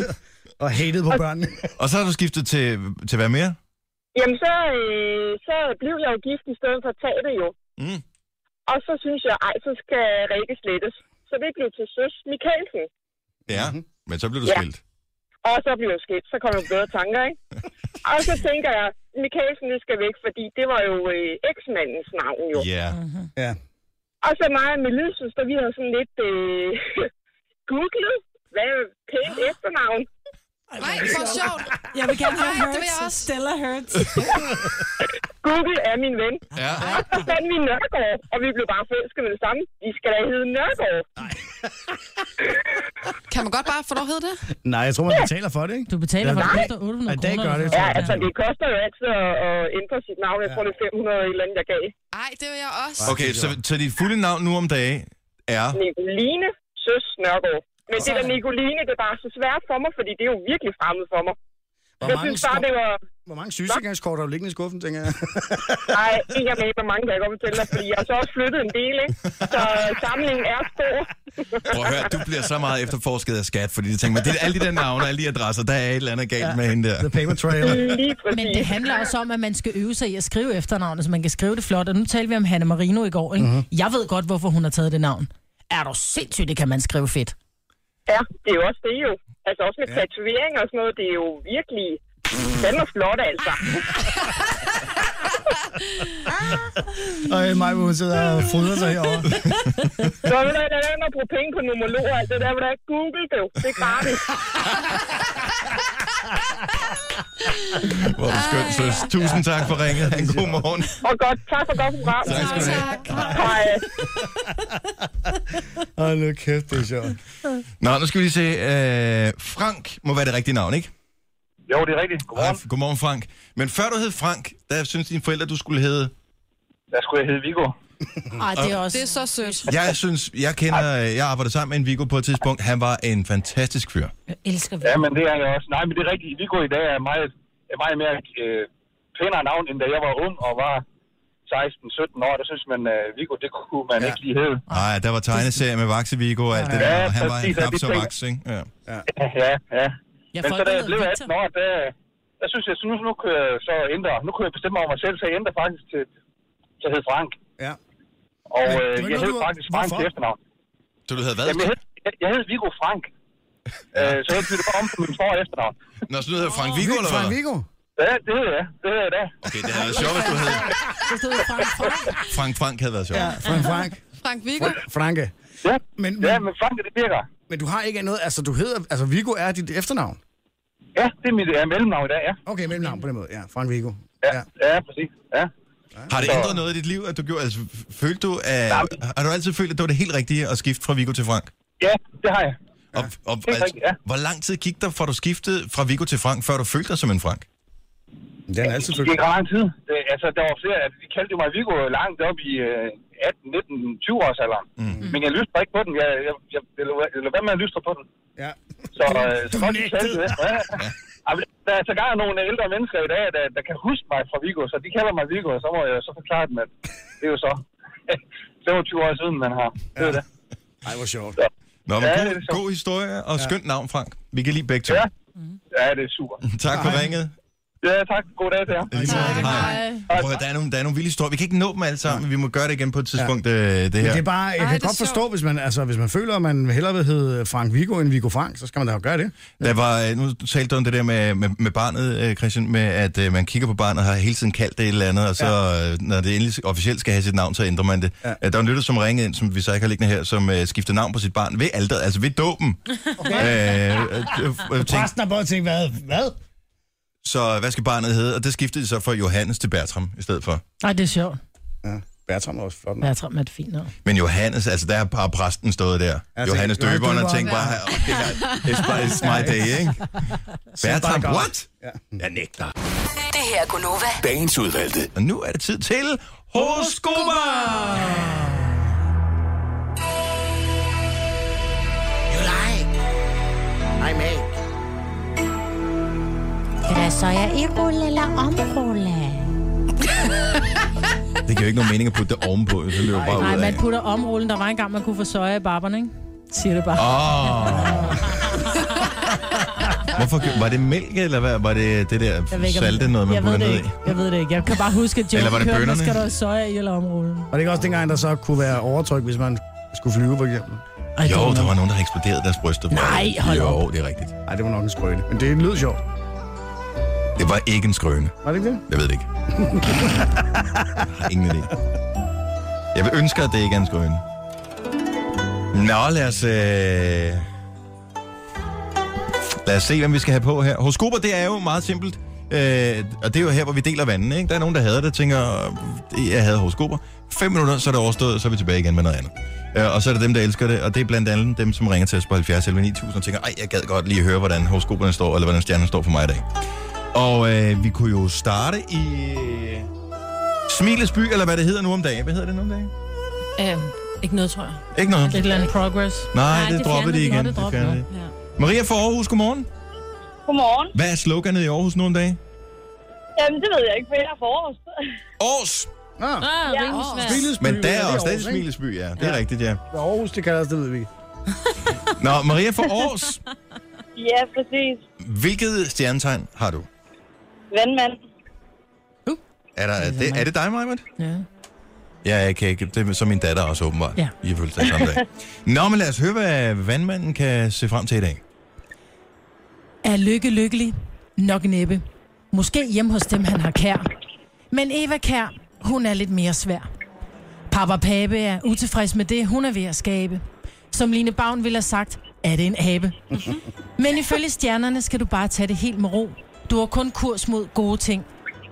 Speaker 2: og hatede på børnene.
Speaker 1: Og så har du skiftet til, til hvad mere?
Speaker 11: Jamen, så, øh, så blev jeg jo gift i stedet for at tage det jo.
Speaker 1: Mm.
Speaker 11: Og så synes jeg, ej, så skal Rikke slettes. Så det blev til Søs Michaelsen.
Speaker 1: Ja, mm-hmm. men så blev du
Speaker 11: Ja.
Speaker 1: ja. skilt.
Speaker 11: Og så blev jeg skilt, så kom jeg på bedre tanker, ikke? Og så tænker jeg, Michaelsen, det skal væk, fordi det var jo øh, eksmandens navn, jo.
Speaker 1: Ja.
Speaker 2: Ja.
Speaker 11: Og så mig og min lillesøster, vi havde sådan lidt øh, googlet, hvad er pænt efternavn?
Speaker 4: Nej, for sjovt.
Speaker 3: Jeg vil gerne have
Speaker 4: Ej, det vil jeg
Speaker 3: Hertz.
Speaker 4: også.
Speaker 3: Stella Hertz.
Speaker 11: Google er min ven.
Speaker 1: Ja.
Speaker 11: Og så fandt vi Nørgaard, og vi blev bare forelsket med det samme. Vi skal da hedde Nørgaard.
Speaker 4: Kan man godt bare få lov at hedde det?
Speaker 2: Nej, jeg tror, man betaler for det, ikke?
Speaker 3: Du betaler for det. Det koster
Speaker 2: Ja,
Speaker 3: 800
Speaker 2: i dag
Speaker 3: kroner.
Speaker 2: gør det,
Speaker 11: Ja,
Speaker 2: tror jeg.
Speaker 11: altså det koster jo altid at, at ændre sit navn. Jeg tror, det er 500 eller et eller andet, jeg gav.
Speaker 4: Nej, det vil jeg også.
Speaker 1: Okay, så, så dit fulde navn nu om dagen er...
Speaker 11: Nicoline Søs Nørgaard. Men det der Nicoline, det er bare så svært for mig, fordi det er jo virkelig fremmed for mig.
Speaker 2: Hvor
Speaker 11: jeg
Speaker 2: mange
Speaker 11: synes bare,
Speaker 2: sko-
Speaker 11: det var...
Speaker 2: Hvor mange sygesikringskort har du liggende i skuffen, tænker jeg?
Speaker 11: Ej, ikke jeg med, hvor mange, der jeg godt fortælle dig, fordi jeg har så også flyttet en del, ikke? Så øh, samlingen er stor.
Speaker 1: Prøv at høre, du bliver så meget efterforsket af skat, fordi de tænker, men det er alle de der navne, alle de adresser, der er et eller andet galt ja. med hende der.
Speaker 2: The paper trail.
Speaker 11: Lige præcis.
Speaker 3: Men det handler også om, at man skal øve sig i at skrive efternavnet, så man kan skrive det flot. Og nu talte vi om Hanne Marino i går, ikke? Mm-hmm. Jeg ved godt, hvorfor hun har taget det navn. Er du sindssygt, det kan man skrive fedt.
Speaker 11: Ja, det er jo også det jo. Altså også med ja. tatoveringer og sådan noget, det er jo virkelig... Den er flot, altså.
Speaker 2: Og øh, Maja, hun sidder og fryder sig herovre.
Speaker 11: Så vil der lade være med at bruge penge på nomologer og alt det der, vil der ikke google det jo. Det er gratis.
Speaker 1: Hvor er du skønt, søs. Tusind tak for ringet. Ha' en god morgen.
Speaker 11: Og godt, tak for godt program.
Speaker 1: Tak skal du have.
Speaker 11: Hej.
Speaker 2: Hold nu kæft, det er sjovt.
Speaker 1: Nå, nu skal vi lige se. Øh, Frank må være det rigtige navn, ikke?
Speaker 12: Jo, det er rigtigt.
Speaker 1: Godmorgen. Ah, godmorgen, Frank. Men før du hed Frank, der synes dine forældre, du skulle hedde...
Speaker 12: Der skulle jeg hedde Viggo.
Speaker 3: Ej, det er også...
Speaker 4: Det er så sødt.
Speaker 1: Jeg synes, jeg kender... Jeg arbejdede sammen med en Viggo på et tidspunkt. Han var en fantastisk fyr.
Speaker 5: Jeg elsker
Speaker 12: Ja, men det er jeg også. Nej, men det er rigtigt. Viggo i dag er meget, er meget mere øh, pænere navn, end da jeg var ung og var 16-17 år. Der synes man, øh, Viggo, det kunne man ja. ikke lige hedde.
Speaker 1: Nej, der var tegneserie med Vaxe Viggo og alt det
Speaker 12: Ja,
Speaker 1: der. og Han var
Speaker 12: præcis,
Speaker 1: en
Speaker 12: og
Speaker 1: knap
Speaker 12: de
Speaker 1: så
Speaker 12: ting.
Speaker 1: Vax, ikke? Ja.
Speaker 12: Ja, ja. ja.
Speaker 1: Ja,
Speaker 12: men
Speaker 1: folk
Speaker 12: så da
Speaker 1: har
Speaker 12: jeg
Speaker 1: heddet
Speaker 12: blev
Speaker 1: Victor.
Speaker 12: 18 år, der, der synes jeg, så nu, nu kan jeg så ændre. Nu kan jeg bestemme over mig selv, så jeg ændrer faktisk til, så jeg hedder Frank.
Speaker 2: Ja.
Speaker 12: Og
Speaker 1: Men-
Speaker 12: øh,
Speaker 1: men
Speaker 12: jeg
Speaker 1: nu
Speaker 12: hed
Speaker 1: du-
Speaker 12: faktisk Frank
Speaker 1: hvorfor?
Speaker 12: til efternavn.
Speaker 1: Så du havde hvad?
Speaker 12: Jamen, jeg hed, jeg, jeg hed Viggo Frank. Øh, så jeg byttede bare om på min for- og efternavn.
Speaker 1: Nå, så du hedder Frank Viggo, eller hvad?
Speaker 2: Frank Viggo?
Speaker 12: Ja, det hedder jeg. Det hedder jeg da.
Speaker 1: Okay, det havde været sjovt, hvis du hed
Speaker 3: Det stod Frank Frank.
Speaker 1: Frank Frank havde været sjovt.
Speaker 2: Ja, Frank Frank.
Speaker 4: Frank Viggo.
Speaker 2: Franke.
Speaker 12: Ja,
Speaker 2: men,
Speaker 12: ja, men Franke, det virker.
Speaker 2: Men du har ikke noget... Altså, du hedder... Altså, Viggo er dit efternavn.
Speaker 12: Ja, det er mit er mellemnavn i dag, ja.
Speaker 2: Okay, mellemnavn på den måde. Ja, Frank Viggo.
Speaker 12: Ja, ja præcis. Ja.
Speaker 1: Har det ændret noget i dit liv, at du gjorde... Altså, følte du, at, har du altid følt, at det var det helt rigtige at skifte fra Viggo til Frank?
Speaker 12: Ja, det har jeg.
Speaker 1: Og, og
Speaker 12: Helt
Speaker 1: altså,
Speaker 12: rigtigt, ja.
Speaker 1: hvor lang tid gik der, fra du skiftede fra Viggo til Frank, før du følte dig som en Frank?
Speaker 2: Det er altid
Speaker 12: Det gik ret lang tid. Det, altså, der var flere, at de kaldte jo mig Viggo langt op i øh, 18, 19, 20 års alderen. Mm. Men jeg lyster ikke på den. Jeg, jeg, jeg, jeg, lå- jeg lå hvad med at lystre på den.
Speaker 2: Ja.
Speaker 12: Så, øh, så godt, de talte det. Ja. Ja. men Der er sågar nogle ældre mennesker i dag, der, der kan huske mig fra Viggo, så de kalder mig Viggo, og så må jeg jo så forklare dem, at det er jo så 25 år siden, man har. Det er jo det.
Speaker 2: Ej, hvor sjovt.
Speaker 1: Nå, men
Speaker 12: Ja,
Speaker 1: ja,
Speaker 12: det er
Speaker 1: god,
Speaker 12: sjovt.
Speaker 1: god historie og skønt navn, Frank. Vi kan lide begge to.
Speaker 12: Ja. Ja, det er super.
Speaker 1: Tak for ringet.
Speaker 12: Ja, tak. God dag til jer.
Speaker 1: Tak, Prøv, at, der, er nogle, der er nogle vilde historier. Vi kan ikke nå dem alle sammen, men vi må gøre det igen på et tidspunkt, ja. det, det
Speaker 2: Men
Speaker 1: her.
Speaker 2: det er bare, jeg kan godt forstå, hvis man, altså, hvis man føler, at man hellere vil hedde Frank Viggo end Viggo Frank, så skal man da jo gøre det.
Speaker 1: Der var, øh, nu talte du om det der med, med, med barnet, øh, Christian, med at øh, man kigger på barnet og har hele tiden kaldt det et eller andet, og så ja. når det endelig officielt skal have sit navn, så ændrer man det. Ja. Der var en lytter, som ringede ind, som vi så ikke har liggende her, som øh, skiftede navn på sit barn ved alderet, altså ved dåben. Okay. Øh, øh, øh, øh, tænkte,
Speaker 2: Præsten har både tænkt, hvad? hvad?
Speaker 1: så hvad skal barnet hedde? Og det skiftede de så fra Johannes til Bertram i stedet for.
Speaker 3: Nej, det er sjovt.
Speaker 2: Bertram er også flot.
Speaker 3: Jeg tror, man er et fint navn.
Speaker 1: Men Johannes, altså der har bare præsten stået der.
Speaker 2: Jeg
Speaker 1: Johannes
Speaker 2: tænker,
Speaker 1: døberen og
Speaker 2: Johannes
Speaker 1: tænkt bare,
Speaker 2: døberen.
Speaker 1: okay, it's, my- it's my day, ikke? Bertram,
Speaker 9: godt.
Speaker 1: what? Jeg nægter.
Speaker 6: Det her er Gunova.
Speaker 1: Dagens udvalgte. Og nu er det tid til horoskoper.
Speaker 2: You like. I make.
Speaker 13: Græsser jeg i rulle eller omrulle?
Speaker 1: Det giver jo ikke nogen mening at putte det ovenpå, så løber bare
Speaker 3: Nej,
Speaker 1: ud af.
Speaker 3: man putter omrullen. Der var engang, man kunne få soja i barberne, ikke? Siger det bare.
Speaker 1: Åh. Hvorfor gjorde- var det mælk, eller hvad? Var det det der
Speaker 3: Jeg ved ikke, om-
Speaker 1: salte noget, man
Speaker 3: jeg ved
Speaker 1: putter
Speaker 3: det
Speaker 1: ned i?
Speaker 3: ikke. Jeg ved det ikke. Jeg kan bare huske, at Joe
Speaker 1: Eller var det
Speaker 3: kørte, der
Speaker 1: bønnerne?
Speaker 3: skal der være soja i eller omrullen.
Speaker 2: Var det ikke også dengang, der så kunne være overtryk, hvis man skulle flyve, for eksempel?
Speaker 3: Ej,
Speaker 1: Jo, der var nogen, der eksploderede deres bryster. på
Speaker 2: Nej,
Speaker 1: det.
Speaker 2: hold
Speaker 1: Jo,
Speaker 2: op.
Speaker 1: det er rigtigt.
Speaker 2: Nej, det var nok en skrøne. Men det lød sjovt.
Speaker 1: Det var ikke en skrøne.
Speaker 2: Var det ikke det?
Speaker 1: Jeg ved det ikke. Jeg har ingen idé. Jeg vil ønske, at det ikke er en skrøne. Nå, lad os... Øh... Lad os se, hvem vi skal have på her. Horoskoper, det er jo meget simpelt. Øh, og det er jo her, hvor vi deler vandene, ikke? Der er nogen, der hader det, tænker, "Øh, jeg havde horoskoper. Fem minutter, så er det overstået, så er vi tilbage igen med noget andet. Øh, og så er der dem, der elsker det, og det er blandt andet dem, som ringer til os på 70 11 9000 og tænker, ej, jeg gad godt lige høre, hvordan horoskoperne står, eller hvordan stjernen står for mig i dag. Og øh, vi kunne jo starte i øh, Smilets by, eller hvad det hedder nu om dagen. Hvad hedder det nu om dagen?
Speaker 5: Øhm, ikke noget, tror jeg.
Speaker 1: Ikke noget?
Speaker 3: Et eller andet progress.
Speaker 1: Nej, det droppede de igen. Det fjerner de. Maria fra Aarhus, godmorgen.
Speaker 14: Godmorgen.
Speaker 1: Hvad er sloganet i Aarhus nu om dagen?
Speaker 14: Jamen, det ved jeg ikke, for jeg er forårs.
Speaker 1: Års?
Speaker 2: Ah,
Speaker 14: ja.
Speaker 2: Smilesby,
Speaker 1: Men der
Speaker 2: ja, det
Speaker 1: er
Speaker 2: er
Speaker 1: også stadig
Speaker 2: Aarhus, ikke?
Speaker 1: Smilesby, ja. Det er rigtigt, ja.
Speaker 2: Hvad Aarhus, det kalder os, det ved vi ikke.
Speaker 1: Nå, Maria fra Aarhus,
Speaker 14: Ja, præcis.
Speaker 1: hvilket stjernetegn har du?
Speaker 14: Vandmand.
Speaker 1: Er, der, er, det, er det dig, Maja?
Speaker 3: Ja.
Speaker 1: Ja, jeg kan ikke. Det er så min datter også åbenbart.
Speaker 3: Ja.
Speaker 1: I har fødselsdag samme dag. Nå, men lad os høre, hvad vandmanden kan se frem til i dag.
Speaker 3: Er lykke lykkelig? Nok næppe. Måske hjemme hos dem, han har kær. Men Eva Kær, hun er lidt mere svær. Papa Pape er utilfreds med det, hun er ved at skabe. Som Line Bavn ville have sagt, er det en abe. Men ifølge stjernerne skal du bare tage det helt med ro. Du har kun kurs mod gode ting.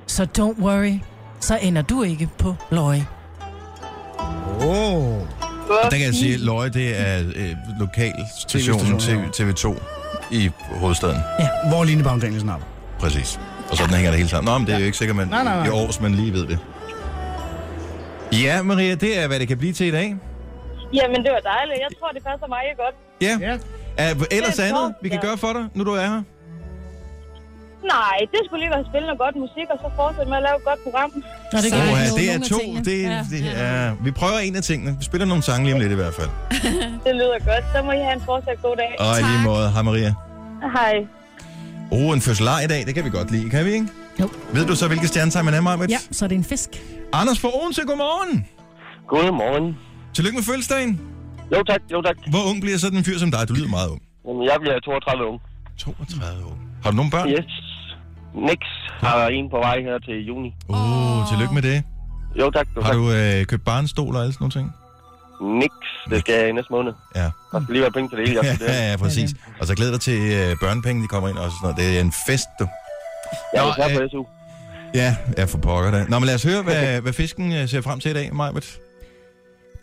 Speaker 3: Så don't worry, så ender du ikke på løje.
Speaker 1: Oh. Der kan jeg sige, at Løje, det er øh, lokalstationen til TV2 i hovedstaden.
Speaker 2: Ja. Hvor Line Baum Danielsen arbejder.
Speaker 1: Præcis. Og sådan hænger det hele sammen. Nå, men det er jo ikke sikkert, man
Speaker 2: Nej, nej, nej.
Speaker 1: i års, man lige ved det. Ja, Maria, det er, hvad det kan blive til i dag.
Speaker 14: Jamen, det var dejligt. Jeg tror, det passer mig godt.
Speaker 1: Ja. ja. Er, ellers
Speaker 14: Det er
Speaker 1: andet,
Speaker 14: sjovt,
Speaker 1: vi kan
Speaker 14: ja.
Speaker 1: gøre for dig, nu du er her?
Speaker 14: Nej, det skulle lige være at spille noget godt musik, og så fortsætte med at lave et godt program.
Speaker 3: Nå, det
Speaker 1: Åh, ja, det er to. Det, det er, vi prøver en af tingene. Vi spiller nogle sange lige om lidt i hvert fald.
Speaker 14: det lyder godt. Så må I have en fortsat god dag.
Speaker 1: Og i lige måde, hej Maria.
Speaker 14: Hej.
Speaker 1: Oh, en fødselar i dag, det kan vi godt lide, kan vi ikke?
Speaker 3: Jo.
Speaker 1: Ved du så, hvilke stjernetegn man er, Marvitt?
Speaker 3: Ja, så er det en fisk.
Speaker 1: Anders fra Odense, godmorgen. Godmorgen. Tillykke med fødselsdagen. Jo tak, jo tak. Hvor ung bliver sådan en fyr som dig? Du lyder meget ung.
Speaker 15: Jamen, jeg bliver 32 ung.
Speaker 1: 32 ung. Har du nogle børn?
Speaker 15: Yes. Nix har en på vej her til juni.
Speaker 1: Åh, oh, tillykke med det.
Speaker 15: Jo tak, jo
Speaker 1: Har
Speaker 15: tak.
Speaker 1: du øh, købt barnestol og alle sådan nogle ting?
Speaker 15: Nix, det skal jeg i næste måned.
Speaker 1: Ja.
Speaker 15: Der skal lige være penge til det hele. Jeg skal
Speaker 1: ja, ja, præcis. Og så glæder dig til øh, børnepenge, de kommer ind og sådan noget. Det er en fest, du. øh,
Speaker 15: Jeg er klar på SU.
Speaker 1: Ja, jeg for pokker da. Nå, men lad os høre, hvad, hvad fisken øh, ser frem til i dag, Majbet.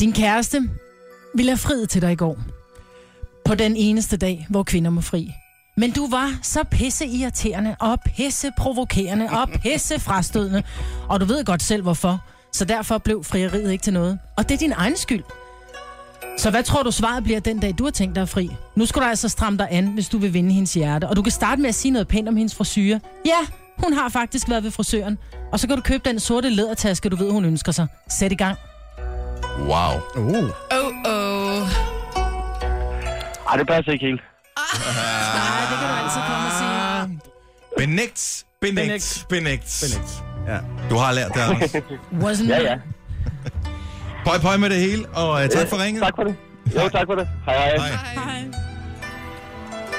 Speaker 3: Din kæreste ville have friet til dig i går. På den eneste dag, hvor kvinder må fri. Men du var så pisse irriterende og pisse provokerende og pisse frastødende. Og du ved godt selv hvorfor. Så derfor blev frieriet ikke til noget. Og det er din egen skyld. Så hvad tror du svaret bliver den dag, du har tænkt dig at fri? Nu skal du altså stramme dig an, hvis du vil vinde hendes hjerte. Og du kan starte med at sige noget pænt om hendes frisyre. Ja, hun har faktisk været ved frisøren. Og så kan du købe den sorte lædertaske, du ved, hun ønsker sig. Sæt i gang.
Speaker 1: Wow.
Speaker 2: Uh.
Speaker 4: Oh, oh.
Speaker 15: Ej, det passer ikke helt.
Speaker 3: Nej, det kan du altid komme og sige.
Speaker 1: Benægt, benægt, benægt. benægt.
Speaker 2: Ja.
Speaker 1: Du har lært det, Anders.
Speaker 3: Wasn't
Speaker 15: ja, ja.
Speaker 1: Pøj, pøj med det hele, og uh, tak for ringet.
Speaker 15: Tak for det. Jo, tak for det. Hej, hej.
Speaker 4: Hej.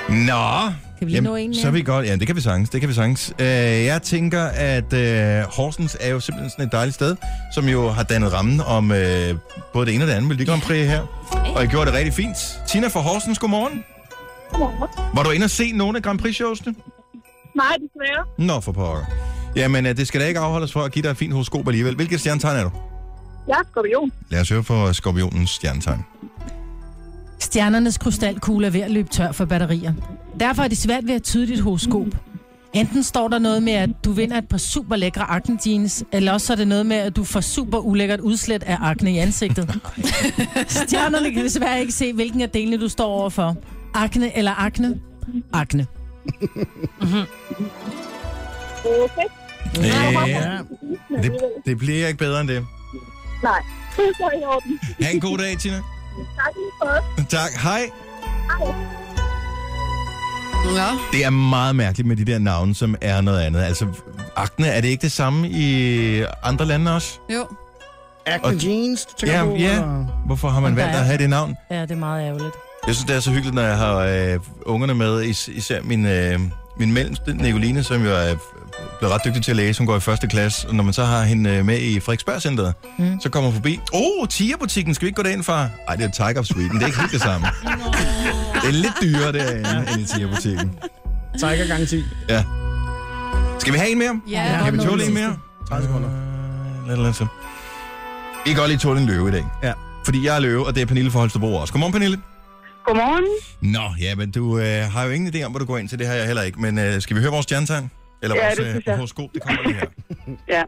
Speaker 1: Nå.
Speaker 3: Kan vi lige nå en mere?
Speaker 1: så er vi godt. Ja, det kan vi sagtens. Det kan vi sagtens. Øh, jeg tænker, at øh, Horsens er jo simpelthen sådan et dejligt sted, som jo har dannet rammen om øh, både det ene og det andet Melodi Grand Prix her. Og jeg gjorde det rigtig fint. Tina fra Horsens, godmorgen. Godmorgen. Var du inde og se nogle af Grand Prix-showsene?
Speaker 14: Nej, desværre.
Speaker 1: Nå, for pokker. Jamen, øh, det skal da ikke afholde os for at give dig et fint horoskop alligevel. Hvilket stjernetegn er du?
Speaker 14: Jeg er skorpion.
Speaker 1: Lad os høre for skorpionens stjernetegn.
Speaker 3: Stjernernes krystalkugle er ved at løbe tør for batterier. Derfor er det svært ved at tyde dit horoskop. Enten står der noget med, at du vinder et par super lækre akne jeans, eller også er det noget med, at du får super ulækkert udslæt af akne i ansigtet. Stjernerne kan desværre ikke se, hvilken af delene du står overfor. Akne eller akne? Akne.
Speaker 2: Mhm.
Speaker 14: Okay.
Speaker 1: Ja. Det, det bliver ikke bedre end det.
Speaker 14: Nej, det er i orden.
Speaker 1: Ha' en god dag, Tina.
Speaker 14: Tak lige for det.
Speaker 1: Tak. Hej.
Speaker 4: Nå.
Speaker 1: Det er meget mærkeligt med de der navne, som er noget andet. Altså, Akne, er det ikke det samme i andre lande også?
Speaker 4: Jo.
Speaker 2: Acne jeans, du tænker
Speaker 1: Ja,
Speaker 2: på,
Speaker 1: ja.
Speaker 2: eller?
Speaker 1: Hvorfor har man
Speaker 3: Om der
Speaker 1: valgt
Speaker 3: er-
Speaker 1: at have det navn?
Speaker 3: Ja, det er meget ærgerligt.
Speaker 1: Jeg synes, det er så hyggeligt, når jeg har øh, ungerne med, is- især min, øh, min mellemste, Nicoline, som jo er øh, blevet ret dygtig til at læse. Hun går i første klasse, og når man så har hende øh, med i Frederiksberg-centeret, mm. så kommer hun forbi. Åh, oh, Tia-butikken, skal vi ikke gå derind, far? Ej, det er Tiger of Sweden, det er ikke helt det samme. det er lidt dyrere derinde, end i Tia-butikken.
Speaker 2: Tiger gang 10.
Speaker 1: Ja. Skal vi have en mere?
Speaker 4: Ja.
Speaker 1: Kan vi tåle en mere? Øh,
Speaker 2: 30 sekunder.
Speaker 1: Lidt, lidt, så. Vi kan godt lige tåle en løve i dag.
Speaker 2: Ja.
Speaker 1: Fordi jeg er løve, og det er Pernille fra Holstebro også. Godmorgen, Pernille.
Speaker 14: Godmorgen.
Speaker 1: Nå, ja, men du øh, har jo ingen idé om, hvor du går ind til. Det har jeg heller ikke. Men øh, skal vi høre vores stjernetegn? Eller
Speaker 14: Ja,
Speaker 1: vores, øh,
Speaker 14: det synes jeg.
Speaker 1: horoskop? Det kommer lige her.
Speaker 14: Ja.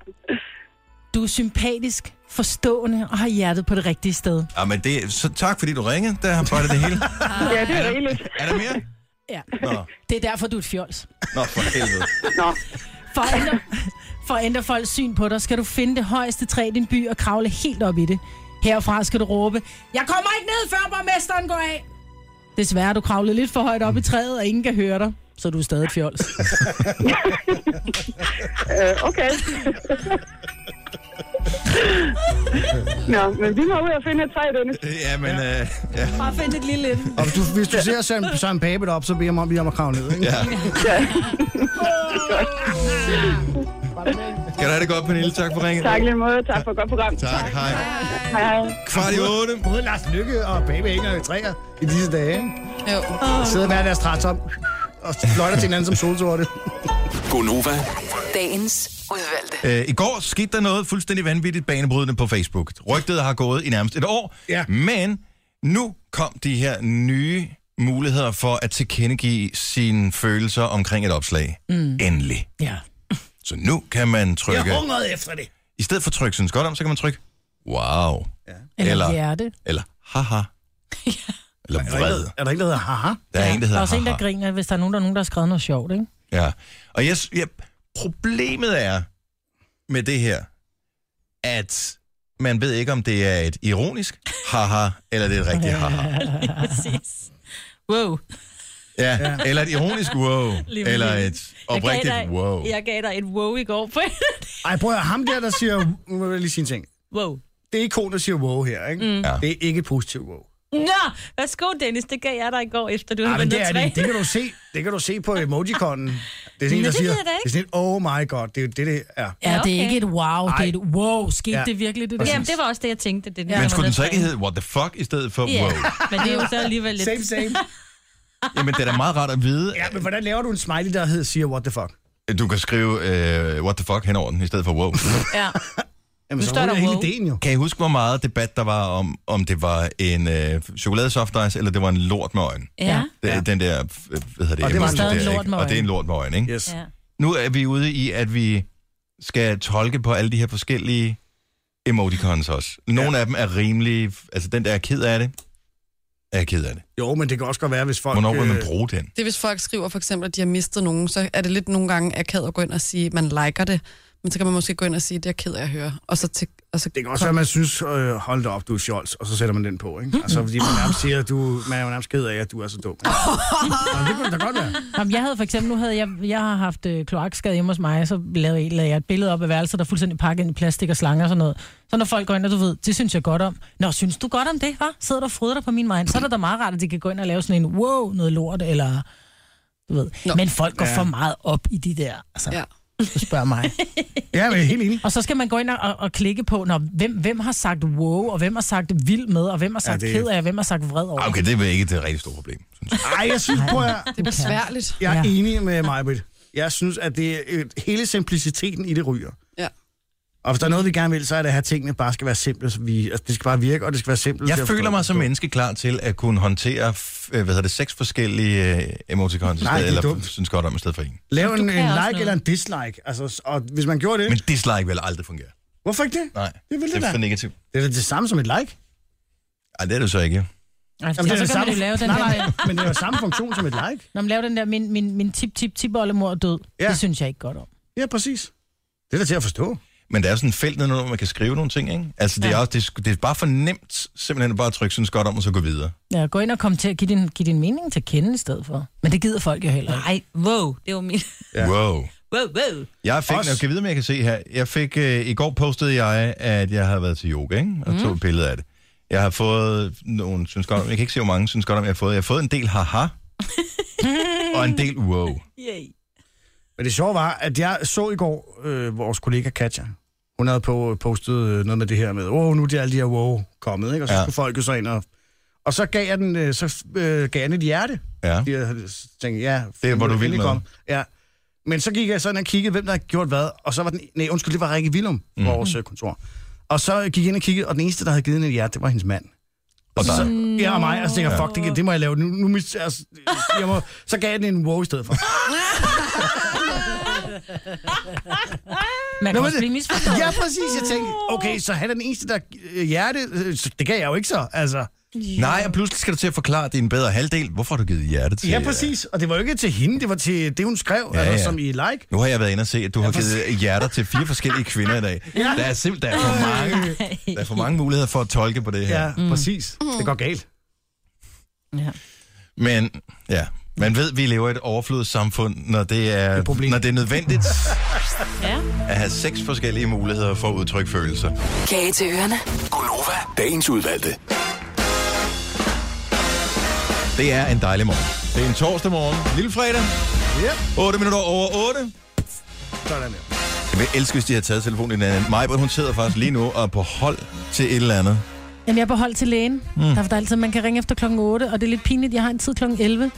Speaker 3: Du er sympatisk, forstående og har hjertet på det rigtige sted.
Speaker 1: Ja, men det, så tak, fordi du ringede. Der har bare det hele.
Speaker 14: Ja, det er rigeligt.
Speaker 1: Er der mere?
Speaker 3: Ja.
Speaker 1: Nå,
Speaker 3: Det er derfor, du er et fjols.
Speaker 1: Nå for helvede.
Speaker 14: Nå.
Speaker 3: For at, ændre, for at ændre folks syn på dig, skal du finde det højeste træ i din by og kravle helt op i det. Herfra skal du råbe, jeg kommer ikke ned, før borgmesteren går af. Desværre er du kravlet lidt for højt op i træet, og ingen kan høre dig. Så du er stadig et fjols.
Speaker 14: Øh, okay. Nå, men vi må ud og finde et træ, Dennis.
Speaker 1: Ja, men... Øh, ja.
Speaker 3: Bare find et lille et.
Speaker 2: Og hvis du, hvis du ser Søren, Søren Pape op, så beder jeg mig om, lige om at kravle ned, ikke?
Speaker 1: Ja.
Speaker 14: Ja.
Speaker 1: Kan du have det godt, Pernille? Tak for ringet.
Speaker 14: Tak lige måde. Tak for et godt program.
Speaker 1: Tak, hej.
Speaker 14: Hej, hej.
Speaker 1: Kvart i otte.
Speaker 2: Både Lars Lykke og Baby Inger i træer i disse dage. ikke?
Speaker 4: Jo.
Speaker 2: Sidder hver deres træt om og fløjter til hinanden som solsorte.
Speaker 1: Gonova.
Speaker 6: Dagens udvalgte.
Speaker 1: Øh, I går skete der noget fuldstændig vanvittigt banebrydende på Facebook. Rygtet har gået i nærmest et år, ja. men nu kom de her nye muligheder for at tilkendegive sine følelser omkring et opslag.
Speaker 3: Mm.
Speaker 1: Endelig.
Speaker 3: Ja.
Speaker 1: Så nu kan man trykke...
Speaker 2: Jeg hungrede efter det.
Speaker 1: I stedet for tryk synes godt om, så kan man trykke wow. Ja.
Speaker 3: Eller,
Speaker 1: Eller,
Speaker 3: hjerte.
Speaker 1: eller haha. Eller vred.
Speaker 2: Er der ikke, der hedder haha?
Speaker 1: Der er en, der
Speaker 3: Der er
Speaker 1: hedder
Speaker 3: også en, der
Speaker 1: haha.
Speaker 3: griner, hvis der er nogen, der, er nogen, der har skrevet noget sjovt, ikke?
Speaker 1: Ja. Og jeg, s- jeg, problemet er med det her, at man ved ikke, om det er et ironisk haha, eller det er et rigtigt haha.
Speaker 5: Lige præcis. Wow.
Speaker 1: Ja, eller et ironisk wow,
Speaker 5: Lige
Speaker 1: eller
Speaker 5: præcis.
Speaker 1: et oprigtigt
Speaker 5: Jeg gav dig-
Speaker 1: wow.
Speaker 5: Jeg gav dig et wow i går.
Speaker 2: Ej, prøv at høre, ham der, der siger... Nu vil jeg lige sige en ting.
Speaker 5: Wow.
Speaker 2: Det er ikon, der siger wow her, ikke?
Speaker 5: Mm. Ja.
Speaker 2: Det er ikke et positivt wow.
Speaker 5: Nå, værsgo Dennis, det gav jeg dig i går, efter du
Speaker 2: Ej,
Speaker 5: havde
Speaker 2: men
Speaker 5: ventet
Speaker 2: det er
Speaker 5: tre.
Speaker 2: det. Det kan du se, det kan du se på emojikonen. Det er sådan en, der
Speaker 5: Nå, det ved
Speaker 2: siger,
Speaker 5: jeg da ikke.
Speaker 2: det er sådan et, oh my god, det er jo det, det er.
Speaker 3: Ja, det er ikke et wow, det
Speaker 2: Ej.
Speaker 3: er et wow. Skete
Speaker 2: Ja.
Speaker 3: det virkelig, det der?
Speaker 5: Jamen, det var også det, jeg tænkte. Det,
Speaker 1: Men skulle den så ikke hedde what the fuck, i stedet for
Speaker 5: Ja,
Speaker 1: wow?
Speaker 5: men det er jo så alligevel lidt...
Speaker 2: Same, same.
Speaker 1: Jamen, det er da meget rart at vide,
Speaker 2: Ja, men hvordan laver du en smiley, der hedder siger what the fuck?
Speaker 1: at du kan skrive øh, what the fuck henover den, i stedet for wow.
Speaker 5: Ja.
Speaker 2: Jamen,
Speaker 5: Nu
Speaker 2: så
Speaker 5: står
Speaker 2: er
Speaker 5: der
Speaker 2: hele
Speaker 5: wow.
Speaker 2: ideen jo.
Speaker 1: Kan I huske, hvor meget debat der var om, om det var en øh, chokoladesoft ice, eller det var en lort med øjen?
Speaker 5: Ja.
Speaker 1: Det, ja. Den der, øh, hvad hedder det?
Speaker 2: Og det var
Speaker 1: emoji
Speaker 2: stadig en
Speaker 1: der,
Speaker 2: lort
Speaker 1: ikke?
Speaker 2: med
Speaker 1: Og det er en
Speaker 2: øjen.
Speaker 1: lort med øjen, ikke?
Speaker 2: Yes.
Speaker 5: Ja.
Speaker 1: Nu er vi ude i, at vi skal tolke på alle de her forskellige emoticons også. Nogle ja. af dem er rimelige. Altså, den der er ked af det, er ked af det.
Speaker 2: Jo, men det kan også godt være, hvis folk...
Speaker 1: Hvornår vil man
Speaker 2: øh,
Speaker 1: bruge den?
Speaker 4: Det er, hvis folk skriver for eksempel, at de har mistet nogen, så er det lidt nogle gange akavet at gå ind og sige, at man liker det. Men så kan man måske gå ind og sige, at det er jeg ked af at høre. Og så til, og så
Speaker 2: Det kan også være, at man synes, øh, hold da op, du er Scholz, og så sætter man den på, ikke? Altså, fordi man nærmest siger, at du, man er jo nærmest ked af, at du er så dum. Og det kunne det da godt være.
Speaker 3: Jamen, jeg havde for eksempel, nu havde jeg, jeg har haft øh, kloakskade hjemme hos mig, så lavede jeg, lavede jeg et billede op af værelset, der er fuldstændig pakket ind i plastik og slanger og sådan noget. Så når folk går ind, og du ved, det synes jeg godt om. Nå, synes du godt om det, hva? Sidder du og fryder dig på min vej, så er det da meget rart, at de kan gå ind og lave sådan en, wow, noget lort, eller du ved. Nå. Men folk går
Speaker 2: Ja.
Speaker 3: ja. for meget op i de der, altså.
Speaker 4: Ja.
Speaker 3: Du spørger mig.
Speaker 2: Ja, men jeg er helt enig.
Speaker 3: Og så skal man gå ind og- og, og klikke på, når, hvem, hvem har sagt wow, og hvem har sagt vild med, og hvem har sagt ja,
Speaker 1: det-
Speaker 3: det... ked af, og hvem har sagt vred over.
Speaker 1: Ah, Okay, det er ikke det rigtig store problem.
Speaker 2: Ej, jeg synes, prøv at,
Speaker 4: Det er besværligt.
Speaker 2: jeg er enig med mig, Jeg synes, at det er et, hele simpliciteten i det ryger.
Speaker 4: Ja.
Speaker 2: Og hvis der er noget, vi gerne vil, så er det, at her tingene bare skal være simple. Så vi, altså, det skal bare virke, og det skal være simpelt.
Speaker 1: Jeg
Speaker 2: til at
Speaker 1: føler
Speaker 2: forstå.
Speaker 1: mig som menneske klar til at kunne håndtere f- øh, hvad hedder det, seks forskellige øh, emoticons i
Speaker 2: Nej, det
Speaker 1: stedet,
Speaker 2: er
Speaker 1: eller
Speaker 2: dumt.
Speaker 1: f- synes godt om i stedet for en.
Speaker 2: Lav en, en
Speaker 5: kan også
Speaker 2: like
Speaker 5: noget.
Speaker 2: eller en dislike. Altså, s- og hvis man gjorde det...
Speaker 1: Men
Speaker 2: Men,
Speaker 1: dislike vil aldrig fungere.
Speaker 2: hvorfor ikke det?
Speaker 1: Nej,
Speaker 2: Det vil det
Speaker 1: det er
Speaker 2: da.
Speaker 1: for negativt.
Speaker 2: Det er da det samme som et like.
Speaker 1: Ej, det er det så ikke.
Speaker 3: Altså,
Speaker 2: Jamen, det er
Speaker 3: så
Speaker 2: det
Speaker 3: kan
Speaker 2: samme.
Speaker 3: man jo lave den
Speaker 2: nej,
Speaker 3: der...
Speaker 2: nej, men det er jo samme funktion som et like.
Speaker 3: Når man laver den der, min, min, min tip, tip, tip, oldemor er død,
Speaker 2: Ja.
Speaker 3: ja. det synes jeg ikke godt om.
Speaker 2: Ja, præcis. Det er da til at forstå.
Speaker 1: Men der er jo sådan et felt nedenunder, hvor man kan skrive nogle ting, ikke? Altså, det, er også, det, er, sgu- det er bare for nemt simpelthen bare at trykke synes godt om, og så gå videre.
Speaker 3: Ja, gå ind og kom til at give din, give din mening til at kende i stedet for. Men det gider folk jo heller ikke.
Speaker 5: Nej, wow, det var min...
Speaker 1: Ja. Wow.
Speaker 5: Wow, wow.
Speaker 1: Jeg fik,
Speaker 2: Også-
Speaker 1: jeg kan vide, om jeg kan se her. Jeg fik, øh, i går postede jeg, at jeg havde været til yoga, ikke?
Speaker 2: Mhm.
Speaker 1: Og tog et billede af det. Jeg har fået nogle, synes godt om, jeg kan ikke se, hvor mange synes godt om, jeg har fået. Jeg har fået en del haha, og en del wow.
Speaker 5: Yay.
Speaker 2: Men det sjove var, at jeg så i går øh, vores kollega Katja. Hun havde på, postet øh, noget med det her med, wow, nu er de alle de her wow kommet, ikke? Og så
Speaker 1: Ja.
Speaker 2: ja. skulle folk jo så ind og... Og så gav jeg den, øh, så øh, gav jeg den et hjerte.
Speaker 1: Ja.
Speaker 2: Fordi Jeg havde- så tænkte, ja...
Speaker 1: Det er, hvor du vil
Speaker 2: endelig
Speaker 1: med.
Speaker 2: komme. Ja. Men så gik jeg sådan og kiggede, hvem der havde gjort hvad, og så var den... Nej, undskyld, det var Rikke Willum,
Speaker 1: Mhm.
Speaker 2: mm. vores øh, kontor. Og så gik jeg ind og kiggede, og den eneste, der havde givet hende et hjerte, det var hendes mand.
Speaker 1: Og der,
Speaker 2: Ja, og mig. Og så tænker jeg, fuck, det, det må jeg lave. Nu, nu mis, altså, jeg må, så gav jeg den en wow i stedet for.
Speaker 3: Man kan
Speaker 2: men
Speaker 3: også
Speaker 2: det-
Speaker 3: blive misforstået.
Speaker 2: Ja, præcis. Jeg tænkte, okay, så han er den eneste, der øh, hjerte. øh, så Det gav jeg jo ikke så, altså.
Speaker 1: nej, og pludselig skal du til at forklare din bedre halvdel. Hvorfor har du givet hjerte til? øh,
Speaker 2: Ja, præcis. Og det var jo ikke til hende, det var til det, hun skrev, ja,
Speaker 1: Ja,
Speaker 2: altså,
Speaker 1: ja.
Speaker 2: som i like.
Speaker 1: Nu har jeg været inde og se, at du ja, har givet hjerter til fire forskellige kvinder i dag. Ja. Der er simpelthen
Speaker 2: Øh,
Speaker 1: der er for mange, der er for mange muligheder for at tolke på det her.
Speaker 2: Ja, mm. præcis. Det går galt.
Speaker 1: Men ja, man ved, at vi lever i et overflodssamfund, når det er,
Speaker 2: Et problem.
Speaker 1: når det er nødvendigt
Speaker 5: Ja.
Speaker 1: at have seks forskellige muligheder for at udtrykke følelser.
Speaker 6: Kage til ørerne.
Speaker 9: Gonova, dagens udvalgte.
Speaker 1: Det er en dejlig morgen. Det er en torsdag morgen, lille fredag,
Speaker 2: Ja,
Speaker 1: 8 minutter over 8.
Speaker 2: sådan der.
Speaker 1: Jeg vil elske, hvis de havde taget telefonen i den anden. Majbert, hun sidder faktisk lige nu og er på hold til et eller andet.
Speaker 3: Jamen, jeg er på hold til lægen. Mm. Der er der altid, man kan ringe efter klokken 8, og det er lidt pinligt. Jeg har en tid klokken 11,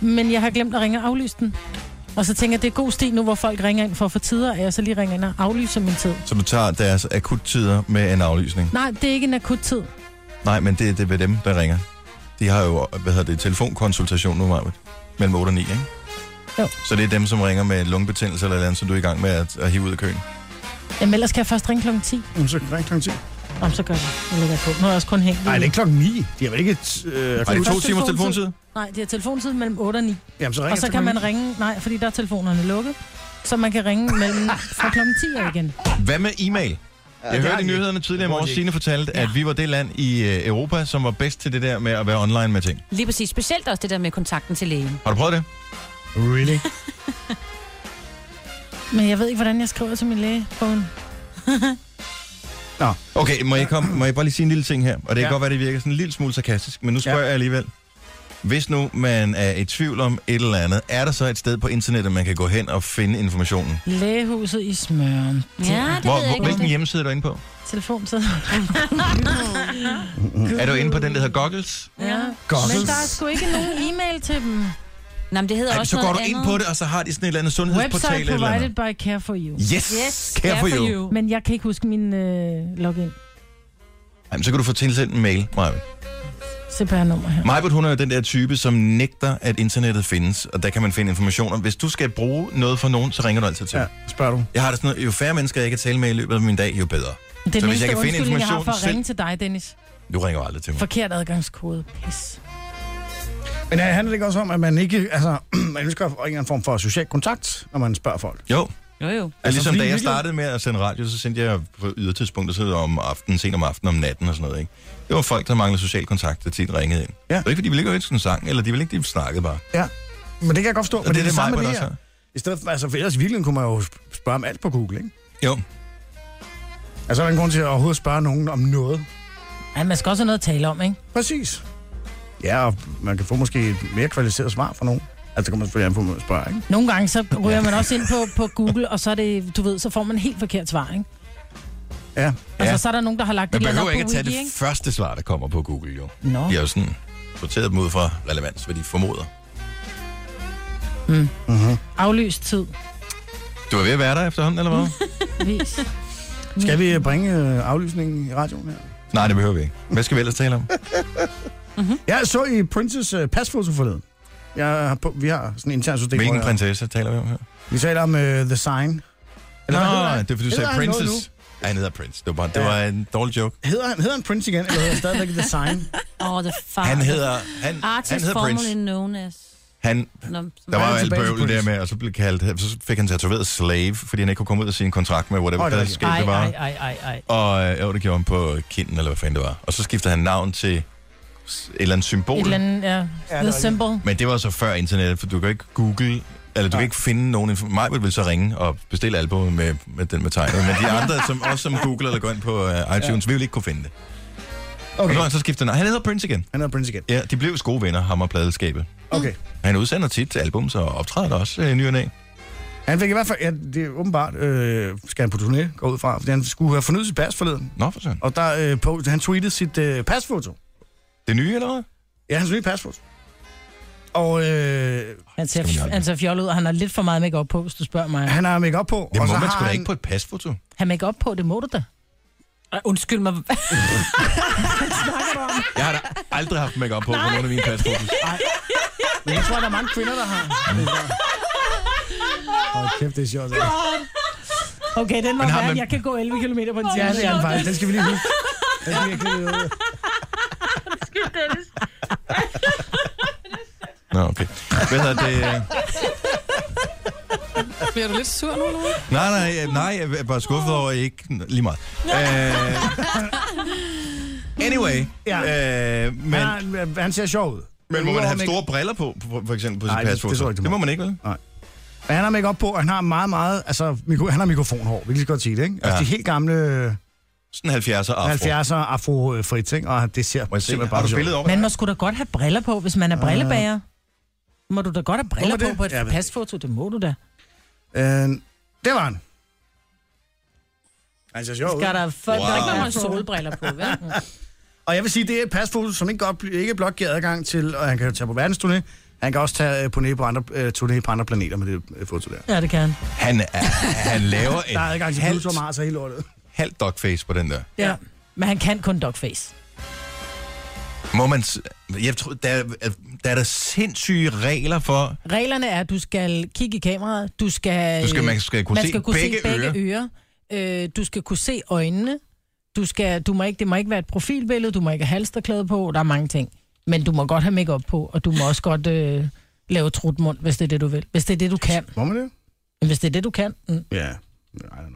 Speaker 3: men jeg har glemt at ringe og aflyse den. Og så tænker jeg, det er god sti nu, hvor folk ringer ind for at få tider, at jeg så lige ringer ind og aflyser min tid.
Speaker 1: Så du tager deres akuttider med en aflysning?
Speaker 3: Nej, det er ikke en akut tid.
Speaker 1: Nej, men det, det er ved dem, der ringer. De har jo, hvad hedder det, telefonkonsultation nu, Marvitt. Mellem 8 og 9, ikke?
Speaker 3: Jo.
Speaker 1: Så det er dem, som ringer med lungebetændelse eller et eller andet, så du er i gang med at, at hive ud af køen.
Speaker 3: Jamen, ellers kan jeg først ringe klokken 10.
Speaker 2: Jamen, så ring klokken 10.
Speaker 3: Jamen, så gør jeg. det. Nu lægger jeg på. Nu har jeg også kun hængt.
Speaker 2: Nej, det er ikke klokken 9. De har vel ikke... et, Øh,
Speaker 1: det to
Speaker 3: Først
Speaker 1: timers telefontid?
Speaker 3: Nej, det er telefontid mellem 8 og 9.
Speaker 2: Jamen, så ringer
Speaker 3: og så
Speaker 2: jeg
Speaker 3: kan
Speaker 2: til
Speaker 3: man
Speaker 2: klokken
Speaker 3: ringe, nej, fordi der er telefonerne lukket, så man kan ringe mellem fra klokken 10 af igen.
Speaker 1: Hvad med e-mail? Jeg
Speaker 3: det har
Speaker 1: hørte i
Speaker 3: de
Speaker 1: nyhederne tidligere i morges, Signe fortalte, at vi var det land i øh, Europa, som var bedst til det der med at være online med ting.
Speaker 5: Lige præcis. Specielt også det der med kontakten til lægen.
Speaker 1: Har du prøvet det?
Speaker 2: Really?
Speaker 3: Men jeg ved ikke, hvordan jeg skriver til min læge på en...
Speaker 2: Nå.
Speaker 1: Okay, må jeg, komme, må jeg bare lige sige en lille ting her? Og det kan
Speaker 2: Ja.
Speaker 1: ja. godt være, det virker sådan en lille smule sarkastisk, men nu spørger ja. jeg alligevel. Hvis nu man er i tvivl om et eller andet, er der så et sted på internettet, man kan gå hen og finde informationen?
Speaker 3: Lægehuset i Smøren.
Speaker 1: Hvor,
Speaker 5: Ja,
Speaker 1: hvor, hvilken hjemmeside er du inde på?
Speaker 3: Telefontid.
Speaker 1: Er du inde på den, der hedder Goggles?
Speaker 3: ja.
Speaker 1: Goggles.
Speaker 3: Men der er sgu ikke nogen e-mail til dem.
Speaker 5: Nå, men det hedder
Speaker 1: Ej,
Speaker 5: også
Speaker 1: så går
Speaker 5: noget
Speaker 1: du ind
Speaker 5: andet.
Speaker 1: på det, og så har de sådan et eller andet sundhedsportal
Speaker 3: Website
Speaker 1: eller et eller
Speaker 3: provided
Speaker 1: andet.
Speaker 3: by Care for You.
Speaker 1: Yes, Yes, Care Care for for You. You.
Speaker 3: Men jeg kan ikke huske min øh, login.
Speaker 1: Jamen, så kan du få tilsendt en mail, Maja.
Speaker 3: CPR-nummer her.
Speaker 1: Majbert, hun er jo den der type, som nægter, at internettet findes, og der kan man finde informationer. Hvis du skal bruge noget for nogen, så ringer du altid til. Ja,
Speaker 2: spørger du.
Speaker 1: Jeg har det sådan noget, jo færre mennesker, jeg kan tale med i løbet af min dag, jo bedre.
Speaker 3: Det
Speaker 1: så
Speaker 3: er den
Speaker 1: hvis
Speaker 3: eneste
Speaker 1: jeg kan finde
Speaker 3: undskyldning, jeg har
Speaker 1: information
Speaker 3: for at ringe
Speaker 1: selv...
Speaker 3: til dig, Dennis.
Speaker 1: Du ringer jo aldrig til mig.
Speaker 3: Forkert adgangskode. Pis.
Speaker 2: Men det handler det ikke også om, at man ikke... Altså, man ønsker en eller anden form for social kontakt, når man spørger folk?
Speaker 1: Jo.
Speaker 5: Jo, jo.
Speaker 1: Altså, ligesom
Speaker 2: fordi
Speaker 1: da jeg
Speaker 2: virkelig-
Speaker 1: startede med at sende radio, så sendte jeg på ydertidspunkter så om aftenen, sent om aftenen, om natten og sådan noget. Ikke? Det var folk, der manglede social kontakt, der tit ringede ind. Ja. Det var ikke, fordi de ville ikke ønske en sang, eller de ville ikke, de snakkede bare.
Speaker 2: Ja, men det kan jeg godt forstå. Men det,
Speaker 1: det
Speaker 2: det
Speaker 1: er
Speaker 2: er det
Speaker 1: det,
Speaker 2: samme med
Speaker 1: Maj-Brit
Speaker 2: det her.
Speaker 1: også
Speaker 2: I stedet for, altså, for ellers i virkeligheden kunne man jo spørge om alt på Google, ikke?
Speaker 1: Jo.
Speaker 2: Altså, er der en grund til at overhovedet spørge nogen om noget?
Speaker 3: Ja, man skal også have noget at tale om, ikke?
Speaker 2: Præcis. Ja, og man kan få måske et mere kvalificeret svar fra nogen. Altså, det kommer selvfølgelig an på, hvem man spørger, ikke?
Speaker 3: Nogle gange så ryger man også ind på, på Google, og så er det, du ved, så får man helt forkert svar, ikke?
Speaker 2: Ja.
Speaker 3: Altså, så er der nogen, der har lagt
Speaker 1: Man
Speaker 3: et eller andet
Speaker 1: behøver
Speaker 3: op
Speaker 1: ikke
Speaker 3: på
Speaker 1: at tage
Speaker 3: Wiki,
Speaker 1: det
Speaker 3: ikke?
Speaker 1: første svar, der kommer på Google, jo.
Speaker 3: Nå.
Speaker 1: De har jo sådan sorteret dem ud fra relevans, hvad de formoder.
Speaker 3: Mm.
Speaker 2: Mm-hmm.
Speaker 3: Aflyst tid.
Speaker 1: Du er ved at være der efterhånden, eller
Speaker 2: Mm.
Speaker 1: hvad?
Speaker 3: Vis.
Speaker 2: Skal vi øh, bringe øh, aflysningen i radioen her?
Speaker 1: Nej, det behøver vi ikke. Hvad skal vi ellers tale om?
Speaker 2: Mm-hmm. Jeg så i Princess øh, pasfoto forleden. Jeg har på, vi har sådan en intern system.
Speaker 1: Hvilken
Speaker 2: hvor jeg-
Speaker 1: prinsesse taler vi om her?
Speaker 2: Vi taler om øh, The Sign.
Speaker 1: Nå,
Speaker 2: hvad hedder han?
Speaker 1: det er fordi, du
Speaker 2: Hedder
Speaker 1: sagde
Speaker 2: han noget
Speaker 1: princess. Ej, han hedder Prince. Det var, bare, det
Speaker 2: Ja.
Speaker 1: var en dårlig joke.
Speaker 2: Hedder han, hedder han Prince igen, eller hedder han stadigvæk The Sign?
Speaker 5: Åh, oh, the far.
Speaker 1: Han hedder, han,
Speaker 5: Artist
Speaker 1: han hedder
Speaker 5: formerly
Speaker 1: Prince.
Speaker 5: known as...
Speaker 1: Han,
Speaker 5: Nå,
Speaker 1: der var
Speaker 5: han
Speaker 1: jo
Speaker 5: er
Speaker 1: alt
Speaker 5: tilbage til
Speaker 1: bøvl der
Speaker 5: Prince.
Speaker 1: med, og så, blev kaldt, så fik han tatoveret slave, fordi han ikke kunne komme ud af sin kontrakt med whatever
Speaker 2: Åh,
Speaker 1: oh,
Speaker 2: det er
Speaker 1: det,
Speaker 2: rigtigt.
Speaker 1: skete, det var.
Speaker 3: ej, ej, ej.
Speaker 1: Og øh, jo, det gjorde han på kinden, eller hvad fanden det var. Og så skiftede han navn til s- et eller andet symbol.
Speaker 3: Et eller andet, ja. The symbol.
Speaker 1: Men det var så før internettet, for du kan ikke google, eller du kan ikke finde nogen information. Mig vil så ringe og bestille albumet med, med den med tegnet, men de andre, som også som googler eller går ind på uh, iTunes, ja. vil ikke kunne finde det. Okay. Og så har han så skiftet navn. Han hedder Prince igen.
Speaker 2: Han hedder Prince igen.
Speaker 1: Ja, de blev gode venner, ham og pladeskabet.
Speaker 2: Okay.
Speaker 1: Han udsender tit til album, så optræder der også øh, ny og næ.
Speaker 2: Han fik i hvert fald, ja, det er åbenbart, øh, skal han på turné, gå ud fra, fordi han skulle have fornyet sit pas forleden.
Speaker 1: Nå, for søren.
Speaker 2: Og der, øh, på, han tweetede sit øh, pasfoto.
Speaker 1: Det nye, eller hvad?
Speaker 2: Ja, hans nye pasfoto. Og øh,
Speaker 3: Han ser,
Speaker 2: Skal vi nok-
Speaker 3: han ser fjollet ud, og han har lidt for meget make på, hvis du spørger mig.
Speaker 2: han har make på.
Speaker 1: Det
Speaker 2: og
Speaker 1: må
Speaker 2: så
Speaker 1: man
Speaker 2: har
Speaker 1: sgu da
Speaker 2: han-
Speaker 1: ikke på et pasfoto.
Speaker 3: Han make op på, det må du da.
Speaker 5: Ej, Undskyld mig.
Speaker 1: Jeg har da aldrig haft make på på nogen af mine pasfotos.
Speaker 2: Men jeg tror, der er mange kvinder, der har. Hold kæft, det er sjovt.
Speaker 3: Okay, den var
Speaker 2: Men har
Speaker 3: værd. Man...
Speaker 2: man-
Speaker 3: Jeg kan gå 11 km på en time.
Speaker 2: Ja, det er han faktisk. Den skal vi lige huske. Den skal vi lige have klippet ud.
Speaker 1: Nå, okay. Hvad hedder det? øh?
Speaker 4: Bliver du lidt sur nu, eller hvad?
Speaker 1: Nej, nej, øh, nej, jeg er bare skuffet over, at I ikke... Nå, Lige meget. Øh, anyway, ja. øh, men,
Speaker 2: Men... Han, har- han ser sjov ud.
Speaker 1: men må man
Speaker 2: Udover
Speaker 1: have
Speaker 2: make-
Speaker 1: store briller på, på- for eksempel på sit
Speaker 2: Nej, det- det
Speaker 1: pasfoto?
Speaker 2: tror jeg ikke, det må.
Speaker 1: det må man ikke, vel?
Speaker 2: Nej. Men han har make på, og han har meget, meget... Altså, mikro, han har mikrofonhår, vi kan lige så godt sige det, ikke? Ja.
Speaker 1: Ja.
Speaker 2: Altså, de helt gamle
Speaker 1: Sådan 70'er afro.
Speaker 2: 70'er afro-frit, ikke? Og det ser
Speaker 1: jeg se?
Speaker 2: simpelthen
Speaker 1: Har
Speaker 2: bare
Speaker 1: du
Speaker 2: sjovt
Speaker 1: billede
Speaker 2: ud.
Speaker 1: over?
Speaker 3: Man må sgu da godt have briller på, hvis man er brillebager. Må du da godt have briller
Speaker 2: Ah. Må man
Speaker 3: på
Speaker 2: det?
Speaker 3: på et
Speaker 2: Ja, men-
Speaker 3: pasfoto, det må du da.
Speaker 2: Øh, det var han. Han ser sjov ud.
Speaker 3: Skal der folk, wow. der ikke har solbriller på, vel?
Speaker 2: Og jeg vil sige, det er et pasfoto, som ikke, godt, bl- ikke blot giver adgang til, og han kan jo tage på verdensturné, han kan også tage øh, på, nede på andre, øh, turné på andre planeter med det øh, foto der.
Speaker 3: Ja, det kan han.
Speaker 1: Han, er, han laver
Speaker 2: Der er
Speaker 1: en
Speaker 2: adgang til
Speaker 1: halvt
Speaker 2: Pluto og Mars og hele lortet.
Speaker 1: halv dogface på den der.
Speaker 3: Ja. Men han kan kun dogface.
Speaker 1: Må man... s- Jeg tror, der, er- der er der sindssyge regler for...
Speaker 3: Reglerne er, at du skal kigge i kameraet, du skal...
Speaker 1: Du skal- man skal kunne
Speaker 3: man
Speaker 1: se
Speaker 3: skal kunne
Speaker 1: begge
Speaker 3: se begge ører. ører. Øh, du skal kunne se øjnene. Du skal, du må ikke, det må ikke være et profilbillede, du må ikke have halsterklæde på, der er mange ting. Men du må godt have makeup på, og du må også godt øh, lave trutmund, hvis det er det, du vil. Hvis det er det, du kan.
Speaker 2: Må man det?
Speaker 3: Hvis det er det, du kan. Mm.
Speaker 2: Ja, yeah.
Speaker 3: Jeg,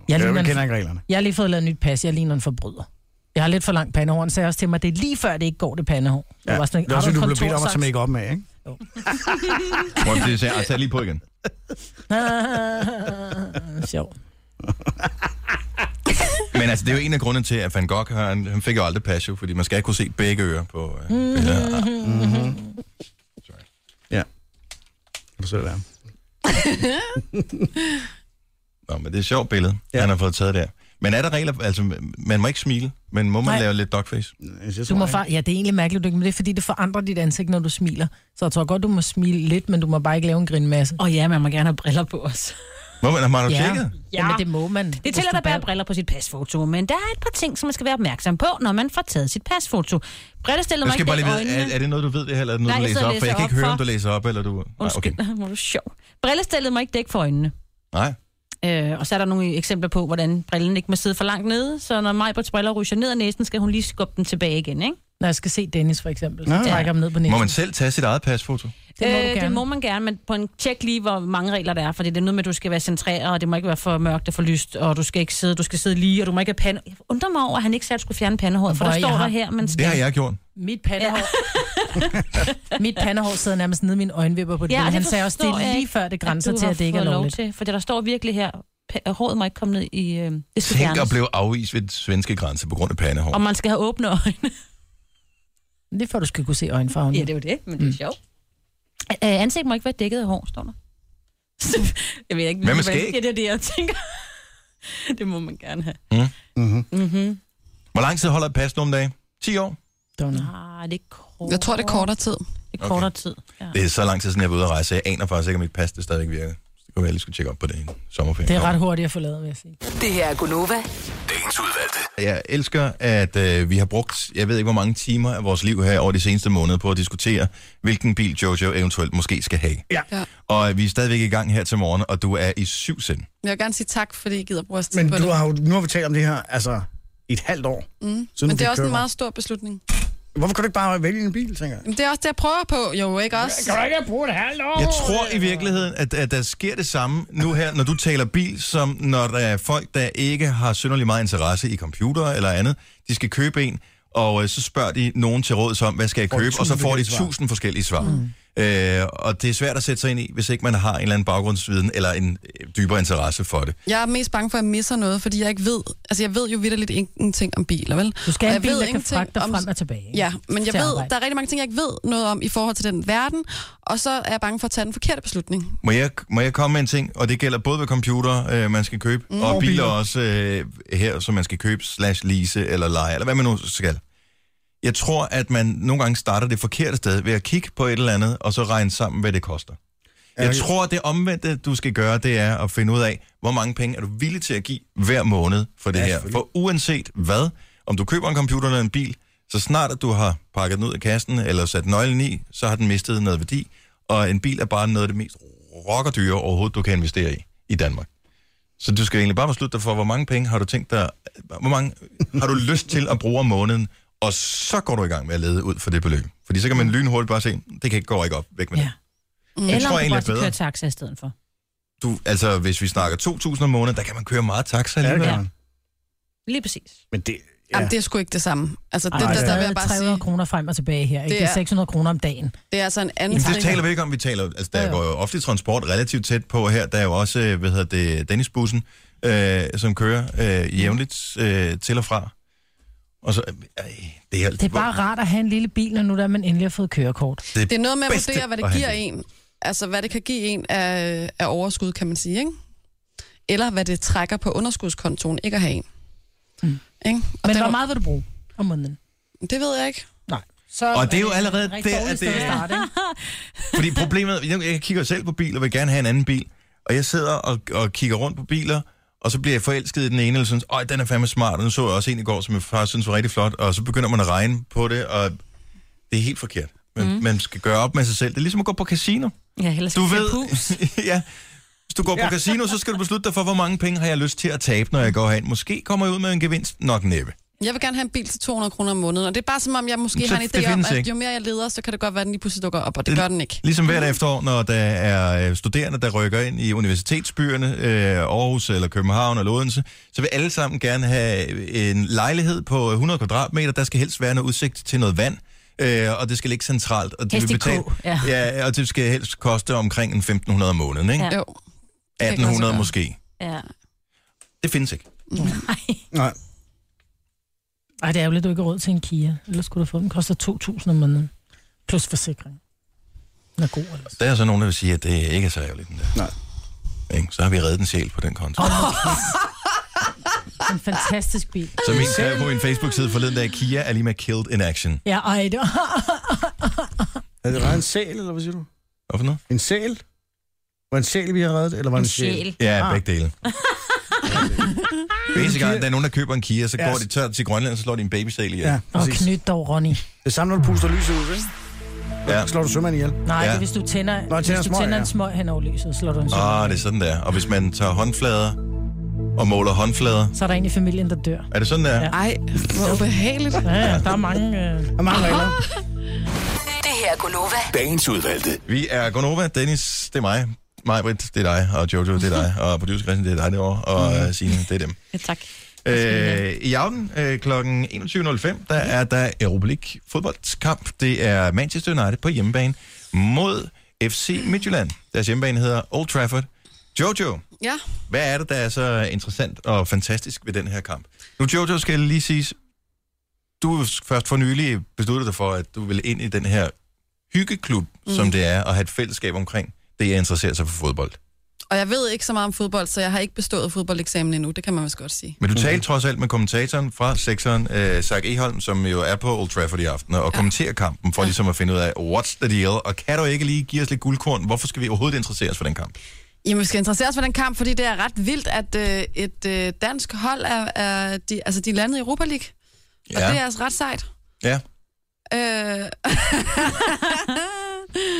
Speaker 2: jeg,
Speaker 3: ligner
Speaker 2: jeg
Speaker 3: en-
Speaker 2: kender ikke reglerne.
Speaker 3: Jeg har lige fået lavet et nyt pas, jeg ligner en forbryder. Jeg har lidt for langt pandehår, han sagde også til mig, det er lige før, det ikke går, det pandehår. Jeg
Speaker 2: Ja.
Speaker 3: var
Speaker 2: Det
Speaker 3: sådan,
Speaker 2: er også,
Speaker 3: "Har
Speaker 2: fordi du
Speaker 3: en
Speaker 2: blev bedt om at tage
Speaker 3: kontorsaks?"
Speaker 2: make op med, ikke?
Speaker 1: Må jeg lige se, og tag lige på igen.
Speaker 3: Sjov.
Speaker 1: Men altså, det er jo en af grundene til, at Van Gogh, han, han fik jo aldrig pas, jo, fordi man skal kunne se begge ører på... Øh, billeder.
Speaker 2: Ja. Kan du selv være?
Speaker 1: Nå, men det er et sjovt billede, ja. han har fået taget der. Men er der regler... Altså, man må ikke smile, men må man
Speaker 3: Nej.
Speaker 1: lave lidt dogface?
Speaker 3: Du må far... Ja, det er egentlig mærkeligt, du ikke, men det er fordi, det forandrer dit ansigt, når du smiler. Så jeg tror godt, du må smile lidt, men du må bare ikke lave en grinmasse. Og ja, man må gerne have briller på os.
Speaker 1: Må man, har du
Speaker 3: Ja.
Speaker 1: tjekket?
Speaker 5: Ja.
Speaker 3: Jamen, det må man.
Speaker 5: Det tæller, der bærer briller på sit pasfoto, men der er et par ting, som man skal være opmærksom på, når man får taget sit pasfoto. Brillestillet
Speaker 1: Jeg
Speaker 5: må
Speaker 1: skal
Speaker 5: ikke
Speaker 1: bare
Speaker 5: dække
Speaker 1: lige vide,
Speaker 5: øjnene.
Speaker 1: er, er det noget, du ved det her, eller er det noget, du
Speaker 5: Nej, jeg
Speaker 1: læser
Speaker 5: sidder
Speaker 1: op?
Speaker 5: og
Speaker 1: For jeg
Speaker 5: læser
Speaker 1: kan ikke
Speaker 5: op
Speaker 1: høre, om
Speaker 5: for-
Speaker 1: du læser op, eller du... Nej, okay.
Speaker 5: Undskyld, hvor er du sjov. Brillestillet må ikke dække for øjnene.
Speaker 1: Nej.
Speaker 5: Øh, og så er der nogle eksempler på, hvordan brillen ikke må sidde for langt nede, så når Majbrits briller ryger ned ad næsen, skal hun lige skubbe den tilbage igen, ikke?
Speaker 3: Når jeg skal se Dennis, for eksempel,
Speaker 1: Nå.
Speaker 3: så trækker jeg ham ned på næsen.
Speaker 1: Må man selv tage sit eget pasfoto?
Speaker 3: Det må du
Speaker 5: Øh, det
Speaker 3: gerne.
Speaker 5: må man gerne, men på en tjek lige, hvor mange regler der er, for det er noget med, at du skal være centreret, og det må ikke være for mørkt og for lyst, og du skal ikke sidde, du skal sidde lige, og du må ikke have pande. Jeg undrer mig over, at han ikke selv skulle fjerne pandehåret, for
Speaker 3: Hvor
Speaker 5: der
Speaker 3: jeg
Speaker 5: står der
Speaker 3: har-
Speaker 5: her, man skal...
Speaker 1: Det har jeg gjort.
Speaker 3: Mit pandehår. Mit pandehår sidder nærmest nede i mine øjenvipper på det.
Speaker 5: Ja,
Speaker 3: Ja,
Speaker 5: og
Speaker 3: han
Speaker 5: det
Speaker 3: sagde også, det
Speaker 5: forstår
Speaker 3: er
Speaker 5: jeg
Speaker 3: lige
Speaker 5: ikke,
Speaker 3: før det grænser
Speaker 5: du
Speaker 3: til,
Speaker 5: har
Speaker 3: at det ikke er
Speaker 5: fået lov
Speaker 3: lovligt.
Speaker 5: til, for der står virkelig her, pa- håret må ikke komme ned i... Øh, det skal
Speaker 1: Tænk at
Speaker 5: fjernes.
Speaker 1: blive afvist ved den svenske grænse på grund af pandehår.
Speaker 5: Og man skal have åbne øjne.
Speaker 3: Det er for, du skal kunne se øjenfarven. Mm.
Speaker 5: Ja, det er jo det, men det er sjovt. Øh, ansigt må ikke være dækket af hår, står der. jeg ved ikke,
Speaker 1: Hvad med
Speaker 5: hvordan-
Speaker 1: skæg?
Speaker 5: Ja, det er det, jeg tænker. det må man gerne have.
Speaker 1: Mm-hmm.
Speaker 5: Mm-hmm.
Speaker 1: Hvor lang tid holder et pas nogle dage? 10 år?
Speaker 5: Nej, det er kort.
Speaker 4: Jeg tror, det er kortere tid.
Speaker 5: Det er kortere tid. Ja.
Speaker 1: Det er så lang tid siden, jeg var ude at rejse, så jeg aner faktisk ikke, om mit pas det stadig virker. Så Det kunne være, jeg lige skulle tjekke op på det i sommerferien.
Speaker 3: Det er ret hurtigt at få lavet, vil jeg sige.
Speaker 6: Det her er Gunova.
Speaker 1: Dagens udvalgte. Jeg elsker, at øh, vi har brugt, jeg ved ikke hvor mange timer af vores liv her over de seneste måneder på at diskutere, hvilken bil Jojo eventuelt måske skal have.
Speaker 2: Ja.
Speaker 4: Ja.
Speaker 1: Og øh, vi er stadigvæk i gang her til morgen, og du er i syv sind.
Speaker 4: Jeg vil gerne sige tak, fordi I gider bruge os tid
Speaker 2: Men
Speaker 4: på
Speaker 2: du
Speaker 4: det.
Speaker 2: har jo, nu har vi talt om det her, altså, i et halvt år.
Speaker 4: Mm.
Speaker 2: Siden
Speaker 4: Men
Speaker 2: vi
Speaker 4: det er også
Speaker 2: køber.
Speaker 4: en meget stor beslutning.
Speaker 2: Hvorfor kan du ikke bare vælge en bil, tænker jeg?
Speaker 4: Men det er også det, jeg prøver på, jo, ikke også?
Speaker 2: Kan du ikke bruge et halvt år?
Speaker 1: Jeg tror i virkeligheden, at, at der sker det samme nu her, når du taler bil, som når der er folk, der ikke har synderlig meget interesse i computer eller andet. De skal købe en, og øh, så spørger de nogen til råd om, hvad skal jeg
Speaker 2: Får de
Speaker 1: købe? Og så
Speaker 2: tusind
Speaker 1: får de
Speaker 2: forskellige svar.
Speaker 1: tusind forskellige svar. Mm. Øh, og det er svært at sætte sig ind i, hvis ikke man har en eller anden baggrundsviden eller en øh, dybere interesse for det.
Speaker 4: Jeg er mest bange for, at jeg misser noget, fordi jeg ikke ved... Altså, jeg ved jo vidderligt ingenting om biler, vel?
Speaker 3: Du skal
Speaker 4: Og
Speaker 3: have
Speaker 4: jeg
Speaker 3: en bil,
Speaker 4: ved
Speaker 3: der kan
Speaker 4: ingenting
Speaker 3: fragte dig
Speaker 4: om-
Speaker 3: frem og tilbage. ikke?
Speaker 4: Ja, men jeg
Speaker 3: Til
Speaker 4: ved,
Speaker 3: arbejde.
Speaker 4: der er rigtig mange ting, jeg ikke ved noget om i forhold til den verden, og så er jeg bange for at tage den forkerte beslutning.
Speaker 1: Må jeg, må jeg komme med en ting? Og det gælder både ved computer, øh, man skal købe, mm. og
Speaker 4: Og
Speaker 1: biler,
Speaker 4: biler.
Speaker 1: også øh, her, som man skal købe, slash lease eller lege, eller hvad man nu skal. Jeg tror, at man nogle gange starter det forkerte sted ved at kigge på et eller andet, og så regne sammen, hvad det koster. Jeg
Speaker 2: det-
Speaker 1: tror, det omvendte, du skal gøre, det er at finde ud af, hvor mange penge er du villig til at give hver måned for det
Speaker 2: Ja,
Speaker 1: her.
Speaker 2: selvfølgelig.
Speaker 1: For uanset hvad, om du køber en computer eller en bil, så snart at du har pakket den ud af kassen eller sat nøglen i, så har den mistet noget værdi. Og en bil er bare noget af det mest rockerdyre overhovedet, du kan investere i i Danmark. Så du skal egentlig bare beslutte dig for, hvor mange penge har du tænkt dig, hvor mange har du lyst til at bruge om måneden, og så går du i gang med at lede ud for det beløb. Fordi så kan man lynhurtigt bare se, det kan går ikke op, væk med ja. det.
Speaker 5: Mm.
Speaker 1: Jeg
Speaker 5: Eller
Speaker 1: tror
Speaker 5: om du
Speaker 1: egentlig, det
Speaker 5: bare
Speaker 1: er
Speaker 5: skal
Speaker 1: bedre.
Speaker 5: køre taxa i stedet for.
Speaker 1: Du, altså, hvis vi snakker 2.000 om måneden, der kan man køre meget taxa alligevel.
Speaker 5: Ja. Lige præcis.
Speaker 2: Men det...
Speaker 4: Ja. Jamen, det er sgu ikke det samme. Altså, det,
Speaker 3: Ej,
Speaker 4: der,
Speaker 3: det
Speaker 4: der vil
Speaker 3: er
Speaker 4: jeg bare
Speaker 3: 300
Speaker 4: sige,
Speaker 3: kroner frem og tilbage her. Ikke?
Speaker 4: Det
Speaker 3: Det er
Speaker 4: er-
Speaker 3: 600 kroner om dagen.
Speaker 4: det er altså en anden
Speaker 1: Jamen, det
Speaker 4: ting.
Speaker 1: taler vi ikke om, vi taler, altså der
Speaker 3: Jo, jo.
Speaker 1: går jo ofte transport relativt tæt på her, der er jo også, øh, hvad hedder det, Dennisbussen, øh, som kører øh, jævnligt øh, til og fra. Og så, øh, det er,
Speaker 3: Det er bare rart at have en lille bil, når nu der man endelig har fået kørekort.
Speaker 4: Det er noget med at
Speaker 1: bedste
Speaker 4: vurdere, hvad det
Speaker 1: at have
Speaker 4: giver en. Altså, hvad det kan give en af, af overskud, kan man sige, ikke? Eller hvad det trækker på underskudskontoen, ikke at have en. Mm. Ikke?
Speaker 3: Men
Speaker 4: den
Speaker 3: hvor
Speaker 4: var-
Speaker 3: meget vil du bruge om måneden?
Speaker 4: Det ved jeg ikke.
Speaker 3: Nej. Så
Speaker 1: Og det er jo
Speaker 3: det
Speaker 1: allerede
Speaker 3: et rigtig
Speaker 1: der,
Speaker 3: dårligt
Speaker 1: at
Speaker 3: sted
Speaker 1: det-
Speaker 3: at starte, ikke?
Speaker 1: Fordi problemet, jeg jeg kigger selv på biler og vil gerne have en anden bil, og jeg sidder og, og kigger rundt på biler, og så bliver jeg forelsket i den ene, eller synes, øj, den er fandme smart, og nu så jeg også en i går, som jeg faktisk synes var rigtig flot, og så begynder man at regne på det, og det er helt forkert. Man, mm. man skal gøre op med sig selv. Det er ligesom at gå på casino.
Speaker 5: Ja, ellers
Speaker 4: Altså,
Speaker 1: Du
Speaker 5: skal
Speaker 1: ved,
Speaker 5: jeg pus.
Speaker 1: ja, hvis du går på
Speaker 5: Ja.
Speaker 1: casino, så skal du beslutte dig for, hvor mange penge har jeg lyst til at tabe, når jeg går herind. Måske kommer jeg ud med en gevinst, nok næppe.
Speaker 4: Jeg vil gerne have en bil til 200 kroner om måneden, og det er bare som om, jeg måske
Speaker 1: Så
Speaker 4: har en
Speaker 1: det
Speaker 4: idé om,
Speaker 1: findes
Speaker 4: at
Speaker 1: ikke.
Speaker 4: jo mere jeg leder, så kan det godt være, at den lige pludselig dukker op, og det gør den ikke.
Speaker 1: Ligesom hvert efterår, når der er øh, studerende, der rykker ind i universitetsbyerne, øh, Aarhus eller København eller Odense, så vil alle sammen gerne have en lejlighed på 100 kvadratmeter. Der skal helst være noget udsigt til noget vand, øh, og det skal ligge centralt. Og
Speaker 5: Helst i kog,
Speaker 1: ja.
Speaker 5: ja.
Speaker 1: ja. og det skal helst koste omkring en 1.500 om måneden, ikke?
Speaker 5: Ja. Jo,
Speaker 4: kan ikke lade sig
Speaker 1: 1.800
Speaker 4: gøre.
Speaker 1: måske.
Speaker 5: Ja.
Speaker 1: Det findes ikke.
Speaker 2: Nej.
Speaker 4: Mm.
Speaker 3: Ej, det er ærgerligt, du ikke har råd til en Kia. Ellers skulle du få den. den. koster 2.000 om måneden. Plus forsikring. Den er god, eller?
Speaker 1: Der er så nogen, der vil sige, at det ikke er så ærgerligt. Den der. Nej. Ikke? Så har vi reddet en sjæl på den konto. Oh.
Speaker 3: En fantastisk bil.
Speaker 1: Så min skrev på min Facebook-side forleden dag, Kia er lige med Killed in Action.
Speaker 3: Ja, ej, det var...
Speaker 2: Er det bare en sæl, eller hvad siger du?
Speaker 1: Hvorfor noget?
Speaker 2: En sæl? Var en sæl, vi har reddet, eller var
Speaker 1: En
Speaker 2: en, en sjæl? Ah.
Speaker 1: sjæl. Ja, begge dele. Hver eneste gang, der er nogen, der køber en Kia, så
Speaker 2: Ja.
Speaker 1: går de tørt til Grønland, og så slår de en babysæl ihjel.
Speaker 2: Ja,
Speaker 3: Og
Speaker 2: præcis.
Speaker 3: knyt dog, Ronny.
Speaker 2: Det samme, når du puster lyset ud, ikke?
Speaker 1: Ja.
Speaker 2: Så slår du sømanden ihjel.
Speaker 3: Nej,
Speaker 1: Ja. Ah,
Speaker 3: ja. det er, hvis du tænder,
Speaker 2: Nå, jeg
Speaker 3: Nå,
Speaker 2: tænder
Speaker 3: hvis du
Speaker 2: smøg,
Speaker 3: tænder
Speaker 2: ja.
Speaker 3: en smøg hen over lyset, så slår du en smøg.
Speaker 1: Åh, det er sådan der. Og hvis man tager håndflader og måler håndflader,
Speaker 3: Så er der en i familien, der dør.
Speaker 1: er det sådan der?
Speaker 4: Ej, hvor ubehageligt.
Speaker 3: Ja, ja, der er mange... Øh... Der
Speaker 2: er mange regler.
Speaker 6: Det her er Gunova.
Speaker 1: Dagens udvalgte. Vi er Gonova, Dennis, det er mig, Majbrit, det er dig, og Jojo, det er dig, og producer Christian, det er dig derovre, og mm. Signe, det er dem.
Speaker 5: Ja, tak.
Speaker 1: Øh, I aften øh, kl. 21.05, der er der Europa League fodboldkamp. Det er Manchester United på hjemmebane mod FC Midtjylland. Deres hjemmebane hedder Old Trafford. Jojo,
Speaker 4: Ja.
Speaker 1: hvad er det, der er så interessant og fantastisk ved den her kamp? Nu, Jojo, skal jeg lige sige, du først for nylig besluttede dig for, at du vil ind i den her hyggeklub, mm. som det er, og have et fællesskab omkring det, jeg interesserer sig for fodbold.
Speaker 4: Og jeg ved ikke så meget om fodbold, så jeg har ikke bestået fodboldeksamen endnu, det kan man vist godt sige.
Speaker 1: Men du talte trods alt med kommentatoren fra sekseren, øh, Zach Eholm, som jo er på Old Trafford i aften, og kommenterer kampen for ligesom at finde ud af, what's the deal, og kan du ikke lige give os lidt guldkorn? Hvorfor skal vi overhovedet interessere os for den kamp?
Speaker 4: Jamen, vi skal interessere os for den kamp, fordi det er ret vildt, at øh, et øh, dansk hold er, er de, altså, de er landet i Europa League. Og
Speaker 1: Ja.
Speaker 4: det er altså ret sejt.
Speaker 1: Ja.
Speaker 4: Øh,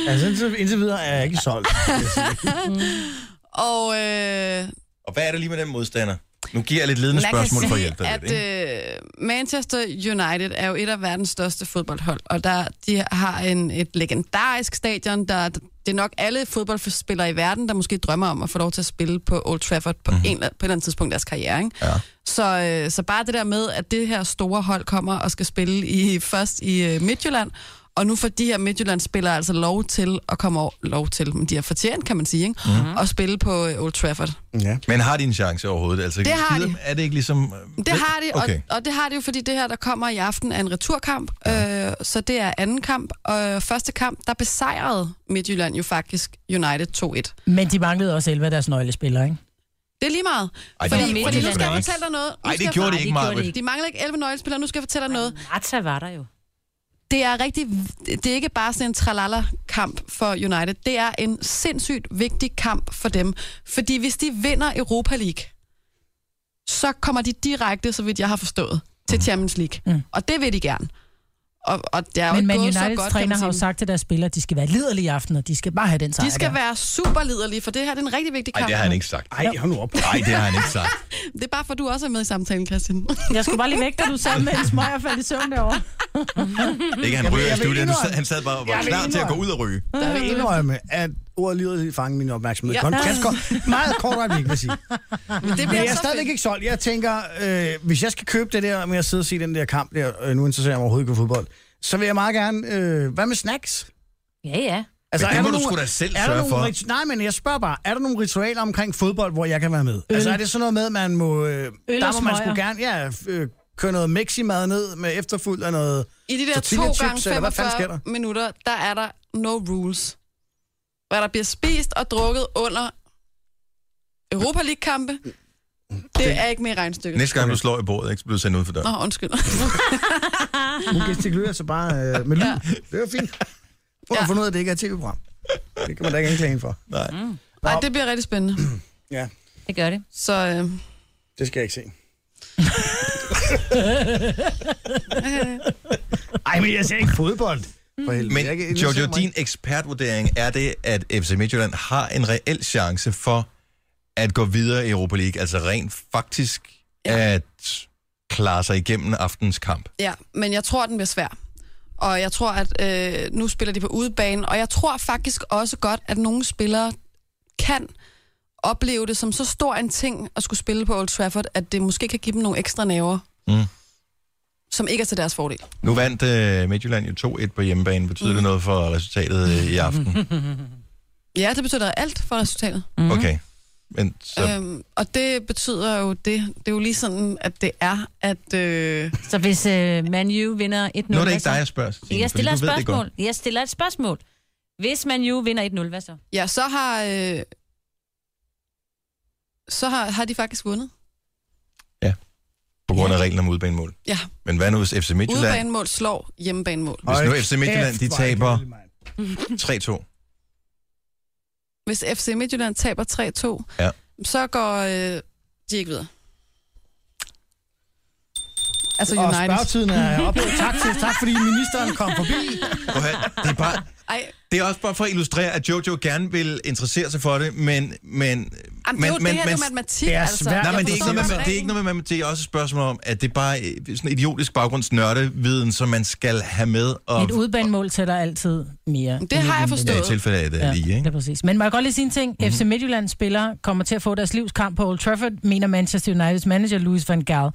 Speaker 2: Altså, indtil, indtil videre er jeg ikke solgt.
Speaker 4: og øh,
Speaker 1: Og hvad er det lige med den modstander? Nu giver jeg lidt ledende
Speaker 4: Man kan
Speaker 1: spørgsmål for at
Speaker 4: sige,
Speaker 1: hjælpe dig
Speaker 4: at
Speaker 1: lidt, ikke?
Speaker 4: øh, Manchester United er jo et af verdens største fodboldhold, og der, de har en, et legendarisk stadion, der det er nok alle fodboldspillere i verden, der måske drømmer om at få lov til at spille på Old Trafford på, mm-hmm. en, eller- på et eller andet tidspunkt i deres karriere. Ikke?
Speaker 1: Mhm. Ja.
Speaker 4: Så, øh, så bare det der med, at det her store hold kommer og skal spille i, først i øh, Midtjylland, og nu får de her Midtjylland-spillere altså lov til at komme over, lov til, men de har fortjent, kan man sige, ikke?
Speaker 1: Mhm.
Speaker 4: Mm-hmm. at spille på øh, Old Trafford.
Speaker 2: Ja.
Speaker 1: Men har de en chance overhovedet? Altså,
Speaker 4: Det har
Speaker 1: gider-
Speaker 4: de.
Speaker 1: Er det ikke ligesom...
Speaker 4: Det har de, og,
Speaker 1: Okay.
Speaker 4: og det har de jo, fordi det her, der kommer i aften, er en returkamp. Ja. Øh, så det er anden kamp. Og første kamp, der besejrede Midtjylland jo faktisk United 2-1.
Speaker 3: Men de manglede også 11 af deres nøglespillere, ikke?
Speaker 4: Det er lige meget. Ej,
Speaker 3: Ej, det
Speaker 4: fordi,
Speaker 3: var
Speaker 4: fordi,
Speaker 3: Midtjylland.
Speaker 4: nu skal jeg
Speaker 3: Ikke.
Speaker 4: fortælle dig noget. Nu
Speaker 3: Ej, det
Speaker 4: skal jeg
Speaker 3: gjorde
Speaker 4: for-
Speaker 3: de ikke,
Speaker 4: Nej,
Speaker 3: Maj-Brit.
Speaker 4: De mangler ikke 11 nøglespillere, nu skal jeg fortælle dig noget.
Speaker 5: Marta var der jo.
Speaker 4: Det er rigtig, det er ikke bare sådan en tralala-kamp for United. Det er en sindssygt vigtig kamp for dem. Fordi hvis de vinder Europa League, så kommer de direkte, så vidt jeg har forstået, til Champions League. Mm. Og det vil de gerne. Og, og det er jo
Speaker 3: Men
Speaker 4: ikke
Speaker 3: Man
Speaker 4: gået så godt,
Speaker 3: Uniteds
Speaker 4: kan man
Speaker 3: træner har jo
Speaker 4: sige.
Speaker 3: sagt til deres spillere, at de skal være liderlige i aften, og de skal bare have den sejr
Speaker 4: De skal
Speaker 3: der.
Speaker 4: være super liderlige, for det her det er en rigtig vigtig kamp.
Speaker 1: Ej, det har han ikke sagt.
Speaker 2: Ej, hold nu op.
Speaker 1: Nej, det har han ikke sagt.
Speaker 4: Det er bare for, at du også er med i samtalen, Christian.
Speaker 3: Jeg skulle bare lige væk, da du sad med en smøg og faldt i søvn derovre.
Speaker 4: Mm-hmm.
Speaker 1: Ikke, han
Speaker 2: Jamen,
Speaker 1: ryger i
Speaker 2: jeg vil
Speaker 1: studiet. Du sad-
Speaker 2: indrømme-
Speaker 1: Han sad bare og
Speaker 2: Jeg
Speaker 1: var
Speaker 2: vil
Speaker 1: klar til at gå
Speaker 2: indrømme-
Speaker 1: ud og ryge.
Speaker 2: Jeg vil indrømme, at ordet livet fanger min opmærksomhed.
Speaker 4: Ja.
Speaker 2: Ja. Ganske kort, meget kort øjeblik, vil jeg sige.
Speaker 4: Men det
Speaker 2: Men
Speaker 4: bliver
Speaker 2: jeg er
Speaker 4: så
Speaker 2: stadigvæk
Speaker 4: fedt.
Speaker 2: ikke solgt. Jeg tænker, øh, hvis jeg skal købe det der med at sidde og se den der kamp der, øh, nu interesserer jeg mig overhovedet ikke for fodbold, så vil jeg meget gerne... Øh, hvad med snacks? Altså,
Speaker 5: Ja, ja.
Speaker 1: Men det
Speaker 2: er
Speaker 1: må
Speaker 2: der
Speaker 1: du
Speaker 2: nogle-
Speaker 1: sgu da selv
Speaker 2: er der
Speaker 1: sørge
Speaker 2: nogle
Speaker 1: for.
Speaker 2: Rit- nej, men jeg spørger bare, er der nogle ritualer omkring fodbold, hvor jeg kan være med? Altså er det sådan noget med, at man må... Øh,
Speaker 4: Øl
Speaker 2: der
Speaker 4: og
Speaker 2: må man
Speaker 4: smøger.
Speaker 2: sgu gerne ja, f- øh, køre noget meximad ned med efterfuld af noget...
Speaker 4: I de der
Speaker 2: tortilla
Speaker 4: to
Speaker 2: chips,
Speaker 4: gange
Speaker 2: eller hvad fanden sker der?
Speaker 4: 45 minutter, der er der no rules. Hvad der bliver spist og drukket under Europa League-kampe, Det er ikke med i regnstykket.
Speaker 1: Næste gang, du slår i bordet, ikke, så bliver du sendt ud for døren.
Speaker 4: Nå, undskyld.
Speaker 2: Hun gestikulerer så bare øh, med lyd. Det var fint. Hun har fundet ud af, at det ikke er et tv-program. Det kan man da ikke anklage hende for.
Speaker 1: Nej.
Speaker 4: Mm. Nej, det bliver rigtig spændende.
Speaker 2: Ja,
Speaker 5: Det gør det.
Speaker 4: Så øh,
Speaker 2: det skal jeg ikke se. Ej, men jeg ser ikke fodbold. For helvede.
Speaker 1: Men
Speaker 2: Jeg er ikke- jeg ser
Speaker 1: Jojo,
Speaker 2: mig
Speaker 1: din
Speaker 2: ikke.
Speaker 1: ekspertvurdering, er det, at FC Midtjylland har en reel chance for at gå videre i Europa League? Altså rent faktisk at klare sig igennem aftens kamp?
Speaker 4: ja, men jeg tror, den bliver svær. Og jeg tror, at øh, nu spiller de på udebane. Og jeg tror faktisk også godt, at nogle spillere kan opleve det som så stor en ting at skulle spille på Old Trafford, at det måske kan give dem nogle ekstra naver,
Speaker 1: Mm.
Speaker 4: som ikke er til deres fordel.
Speaker 1: Nu vandt øh, Midtjylland jo 2-1 på hjemmebane. Betyder
Speaker 4: Mm.
Speaker 1: det noget for resultatet øh,
Speaker 4: Mm-hmm.
Speaker 1: i aften?
Speaker 4: Ja, det betyder alt for resultatet.
Speaker 1: Okay. Men så,
Speaker 4: Øhm, og det betyder jo det. Det er jo lige sådan, at det er, at... Øh...
Speaker 5: Så hvis øh, Man U vinder 1-0...
Speaker 1: nu er det
Speaker 5: hvad
Speaker 1: ikke
Speaker 5: så?
Speaker 1: dig, jeg spørger. Signe,
Speaker 5: Jeg
Speaker 1: fordi
Speaker 5: stiller
Speaker 1: du
Speaker 5: et
Speaker 1: ved det godt.
Speaker 5: spørgsmål. Jeg stiller et spørgsmål. Hvis Man U vinder 1-0, hvad så?
Speaker 4: Ja, så har... Øh... Så har, har de faktisk vundet.
Speaker 1: På grund af reglen om udbanemål.
Speaker 4: Ja.
Speaker 1: Men hvad nu, hvis FC Midtjylland...
Speaker 4: Udebanemål slår hjemmebanemål.
Speaker 1: Hvis nu FC Midtjylland, de
Speaker 2: Kæft, hvor er det
Speaker 1: taber
Speaker 2: kedeligt,
Speaker 1: 3-2.
Speaker 4: Hvis FC Midtjylland taber 3-2,
Speaker 1: Ja.
Speaker 4: så går øh, de ikke videre. Altså
Speaker 2: Og
Speaker 4: United.
Speaker 2: spørgetiden er oppe. Tak, til, tak fordi ministeren kom forbi.
Speaker 1: Prøv at høre, Det er bare...
Speaker 4: Ej.
Speaker 1: Det er også bare for at illustrere, at Jojo gerne vil interessere sig for det, men... men Jamen,
Speaker 4: Jamen, det er jo, det her det er jo matematik, altså.
Speaker 1: Nej, men
Speaker 4: Jeg
Speaker 1: det er, ikke
Speaker 4: forstår
Speaker 1: noget med,
Speaker 4: det
Speaker 1: det er ikke noget med matematik. Det er også et spørgsmål om, at det er bare øh, sådan en idiotisk baggrundsnørdeviden, som man skal have med. Og,
Speaker 3: Et udbanemål tæller altid mere.
Speaker 4: Det har jeg
Speaker 1: ja, i tilfælde af det ja. lige,
Speaker 3: Det
Speaker 1: ikke?
Speaker 3: er præcis. Men må jeg godt lige sige en ting? Mm-hmm. FC Midtjyllands spillere kommer til at få deres livskamp på Old Trafford, mener Manchester Uniteds manager Louis van Gaal.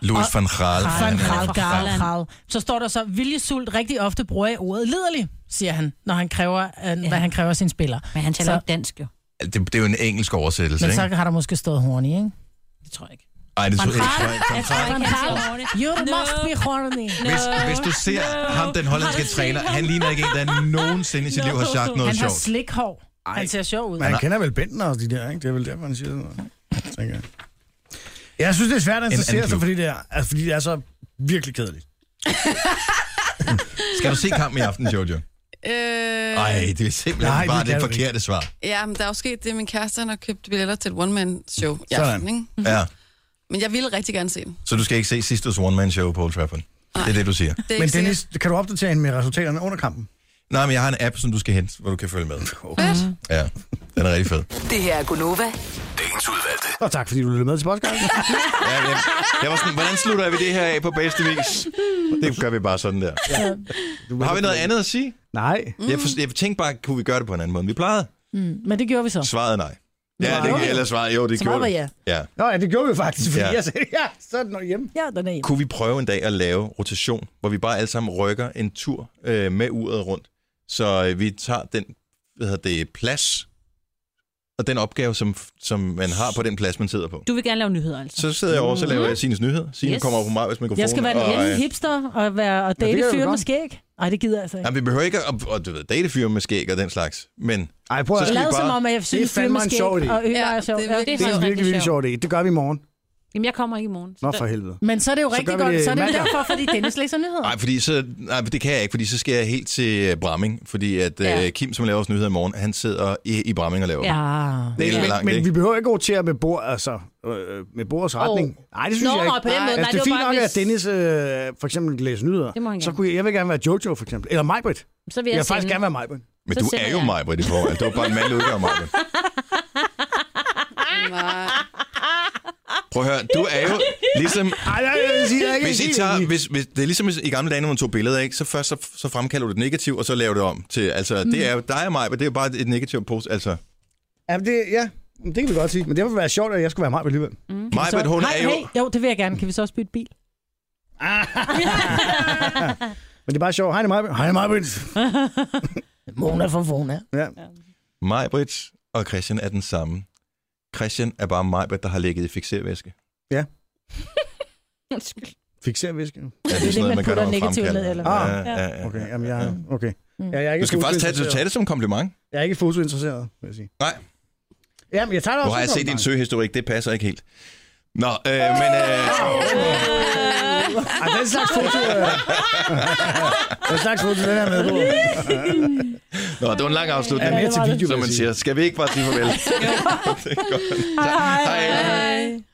Speaker 1: Louis
Speaker 3: Og-
Speaker 1: van Gaal.
Speaker 3: Van Gaal,
Speaker 1: Ja.
Speaker 3: Gaal, Gaal. Så står der så, viljesult rigtig ofte bruger jeg ordet liderlig, siger han, når han kræver, øh, ja. hvad han kræver af sine spillere.
Speaker 5: Men han taler
Speaker 3: så,
Speaker 5: ikke dansk, jo.
Speaker 1: Det, det er jo en engelsk oversættelse,
Speaker 3: Men
Speaker 1: ikke?
Speaker 3: så har der måske stået horny, ikke?
Speaker 5: Det tror jeg ikke.
Speaker 1: Ej, det tror
Speaker 5: Van
Speaker 1: jeg
Speaker 5: Gaal.
Speaker 1: ikke. Van
Speaker 5: Jeg tror
Speaker 1: Gaal.
Speaker 5: ikke, han taler ordentligt.
Speaker 3: You must be horny.
Speaker 1: Hvis, hvis du ser ham, den hollandske træner, han ligner ikke en, der nogensinde i sit liv har sagt noget
Speaker 3: han har
Speaker 1: sjovt.
Speaker 3: slikhår. Han ser sjov ud.
Speaker 2: Men han kender vel Bentner og de der, ikke? Det er vel derfor, han siger sådan noget, tænker jeg. Jeg synes, det er svært at interessere sig,
Speaker 1: anklub.
Speaker 2: fordi det er, altså, fordi det er så virkelig kedeligt.
Speaker 1: Skal du se kampen i aften, Jojo?
Speaker 4: Øh,
Speaker 1: Nej, det er simpelthen
Speaker 2: Nej,
Speaker 1: Nej,
Speaker 2: det
Speaker 1: bare
Speaker 2: kan
Speaker 1: det
Speaker 2: du ikke.
Speaker 1: forkerte svar.
Speaker 4: Ja, men der er jo sket det, min kæreste han har købt billetter til et one-man-show i
Speaker 1: Sådan.
Speaker 4: aften, ikke?
Speaker 1: Ja,
Speaker 4: Men jeg ville rigtig gerne se den.
Speaker 1: så du skal ikke se sidste one-man-show på Old Trafford. Det er det, du siger.
Speaker 4: Det er
Speaker 2: Men
Speaker 4: ikke
Speaker 2: Dennis, kan du opdatere hende med resultaterne under kampen?
Speaker 1: Nej, men jeg har en app, som du skal hente, hvor du kan følge med.
Speaker 3: Mhm.
Speaker 4: Fedt.
Speaker 1: Ja, den er rigtig fed.
Speaker 6: Det her er Gunova.
Speaker 9: Dagens udvalgte.
Speaker 2: Og tak, fordi du lyttede med til podcasten.
Speaker 1: Ja, jeg, jeg var sådan, hvordan slutter vi det her af på bedste vis? Det gør vi bare sådan der.
Speaker 3: Ja.
Speaker 1: Har vi noget andet at sige?
Speaker 2: Nej.
Speaker 1: Jeg, for, jeg tænkte bare, kunne vi gøre det på en anden måde, end vi plejede?
Speaker 3: Mm, men det gjorde vi så.
Speaker 1: Svaret er nej. Ja,
Speaker 3: Nej.
Speaker 1: det, eller svaret, jo, det
Speaker 3: Så
Speaker 1: gjorde
Speaker 3: meget
Speaker 1: vi.
Speaker 3: var
Speaker 1: Ja.
Speaker 2: Nå, ja, det gjorde vi faktisk, fordi
Speaker 1: Ja.
Speaker 2: jeg sagde, ja, så er den nok hjemme.
Speaker 3: Ja, den er hjemme.
Speaker 1: Kunne vi prøve en dag at lave rotation, hvor vi bare alle sammen rykker en tur øh, med uret rundt? Så øh, vi tager den, hvad hedder det, plads, og den opgave, som, som man har på den plads, man sidder på.
Speaker 5: Du vil gerne lave nyheder, altså.
Speaker 1: Så sidder jeg over, så laver jeg Sines nyhed. Sine
Speaker 5: Yes.
Speaker 1: yes. kommer over på mig, hvis mikrofon.
Speaker 3: Mm-hmm. Jeg skal være den
Speaker 1: og,
Speaker 3: anden
Speaker 1: øh,
Speaker 3: hipster og, være, og
Speaker 2: det
Speaker 3: date
Speaker 2: kan jeg jo
Speaker 3: fyre med
Speaker 2: godt.
Speaker 3: skæg. Nej, det gider jeg altså ikke.
Speaker 1: Jamen, vi behøver ikke at, at, at date fyre med skæg og den slags, men
Speaker 2: Ej, prøv
Speaker 1: Så
Speaker 2: at
Speaker 1: skal vi
Speaker 3: Lad
Speaker 1: bare-
Speaker 3: som om, at jeg
Speaker 2: Det er
Speaker 3: synes, fyre
Speaker 2: fandme
Speaker 3: med
Speaker 2: en
Speaker 3: skæg
Speaker 2: sjov idé.
Speaker 3: og øl
Speaker 4: Ja,
Speaker 3: er sjov.
Speaker 4: det er
Speaker 3: Ja,
Speaker 4: virkelig
Speaker 2: Det er en
Speaker 5: Rigtig
Speaker 2: virkelig, virkelig
Speaker 5: sjov.
Speaker 2: sjov idé. Det gør vi i morgen.
Speaker 5: Jamen, jeg kommer ikke i morgen.
Speaker 2: Nå, for helvede.
Speaker 3: Men så er det jo
Speaker 2: Så
Speaker 3: rigtig
Speaker 2: gør vi
Speaker 3: godt.
Speaker 2: det
Speaker 3: Så er det jo
Speaker 2: mandag.
Speaker 3: derfor, fordi Dennis læser nyheder.
Speaker 1: Nej, fordi så, nej, det kan jeg ikke, fordi så skal jeg helt til øh, Bramming, fordi at ja.
Speaker 5: Ja.
Speaker 1: øh, Kim, som laver vores nyheder i morgen, han sidder i, i Bramming og laver
Speaker 5: Ja.
Speaker 1: dem. Det er
Speaker 2: Men,
Speaker 1: lidt langt,
Speaker 2: men
Speaker 1: ikke?
Speaker 2: vi behøver ikke rotere med, bord, altså, øh, med bordets retning. Nej, det synes
Speaker 5: Nå,
Speaker 2: jeg ikke.
Speaker 5: på den måde. Nej,
Speaker 2: altså, det er
Speaker 5: det var
Speaker 2: fint nok,
Speaker 5: bare,
Speaker 2: at Dennis øh, for eksempel kan læse nyheder.
Speaker 5: Det må han
Speaker 2: Så
Speaker 5: gerne.
Speaker 2: kunne jeg, jeg vil gerne være Jojo, for eksempel. Eller Majbrit.
Speaker 5: hvis- Så vil
Speaker 2: Jeg
Speaker 5: jeg,
Speaker 2: vil faktisk
Speaker 5: sende-
Speaker 2: gerne være Majbrit.
Speaker 1: Men
Speaker 5: så
Speaker 1: du
Speaker 5: sender
Speaker 1: er jo
Speaker 5: jeg.
Speaker 1: mig, Britt, i forhold. Det var bare en mandlig udgave af mig. Britt.
Speaker 4: Nej.
Speaker 1: Prøv at høre, du er jo ligesom...
Speaker 2: Ej, nej, jeg vil sige, jeg er ikke
Speaker 1: Hvis I tager, hvis, hvis, det er ligesom i gamle dage, når man tog billeder, ikke? så først så, så fremkalder du det negativ, og så laver du det om til... Altså,
Speaker 3: Mm.
Speaker 1: det er jo dig og mig, men det er jo bare et negativt post. Altså,
Speaker 2: Jamen, det, ja, det kan vi godt sige. Men det ville være sjovt, at jeg skulle være Majbrit alligevel.
Speaker 5: Mm.
Speaker 1: mig, men hun
Speaker 3: Hej,
Speaker 1: er jo...
Speaker 3: hey, jo, det vil jeg gerne. Kan vi så også bytte bil?
Speaker 2: Men det er bare sjovt. Hej, det er Majbrit. Hej, det er Majbrit.
Speaker 3: Mona for Vona.
Speaker 2: Ja.
Speaker 1: Mig, Britt og Christian er den samme. Christian er bare mig, Britt, der har ligget i fixervæske.
Speaker 2: Fixer visken.
Speaker 1: Ja,
Speaker 3: det, man putter
Speaker 1: man
Speaker 3: negativt
Speaker 1: fremkalder
Speaker 3: ned, eller Mm.
Speaker 1: det.
Speaker 2: hvad?
Speaker 1: Ja, ja, ja.
Speaker 2: Okay, jamen, jeg, okay. Ja, jeg er ikke
Speaker 1: Du skal faktisk tage, det-
Speaker 2: fotointeresseret.
Speaker 1: tage det som en kompliment.
Speaker 2: Jeg er ikke fotointeresseret, vil jeg sige.
Speaker 1: Nej.
Speaker 2: Jamen, jeg tager
Speaker 1: Nu
Speaker 2: det også
Speaker 1: har jeg
Speaker 2: som
Speaker 1: set din
Speaker 2: kompliment. Ah!
Speaker 1: søgehistorik, det passer ikke helt. Nå, øh, men... Øh,
Speaker 2: Ej, den slags foto... øh, Den slags foto, den er med på.
Speaker 1: nå, det var en lang afslutning.
Speaker 2: Ja, mere til video,
Speaker 1: Som man siger, skal vi ikke bare sige farvel?
Speaker 2: Hej.
Speaker 1: Hej.
Speaker 2: Hej.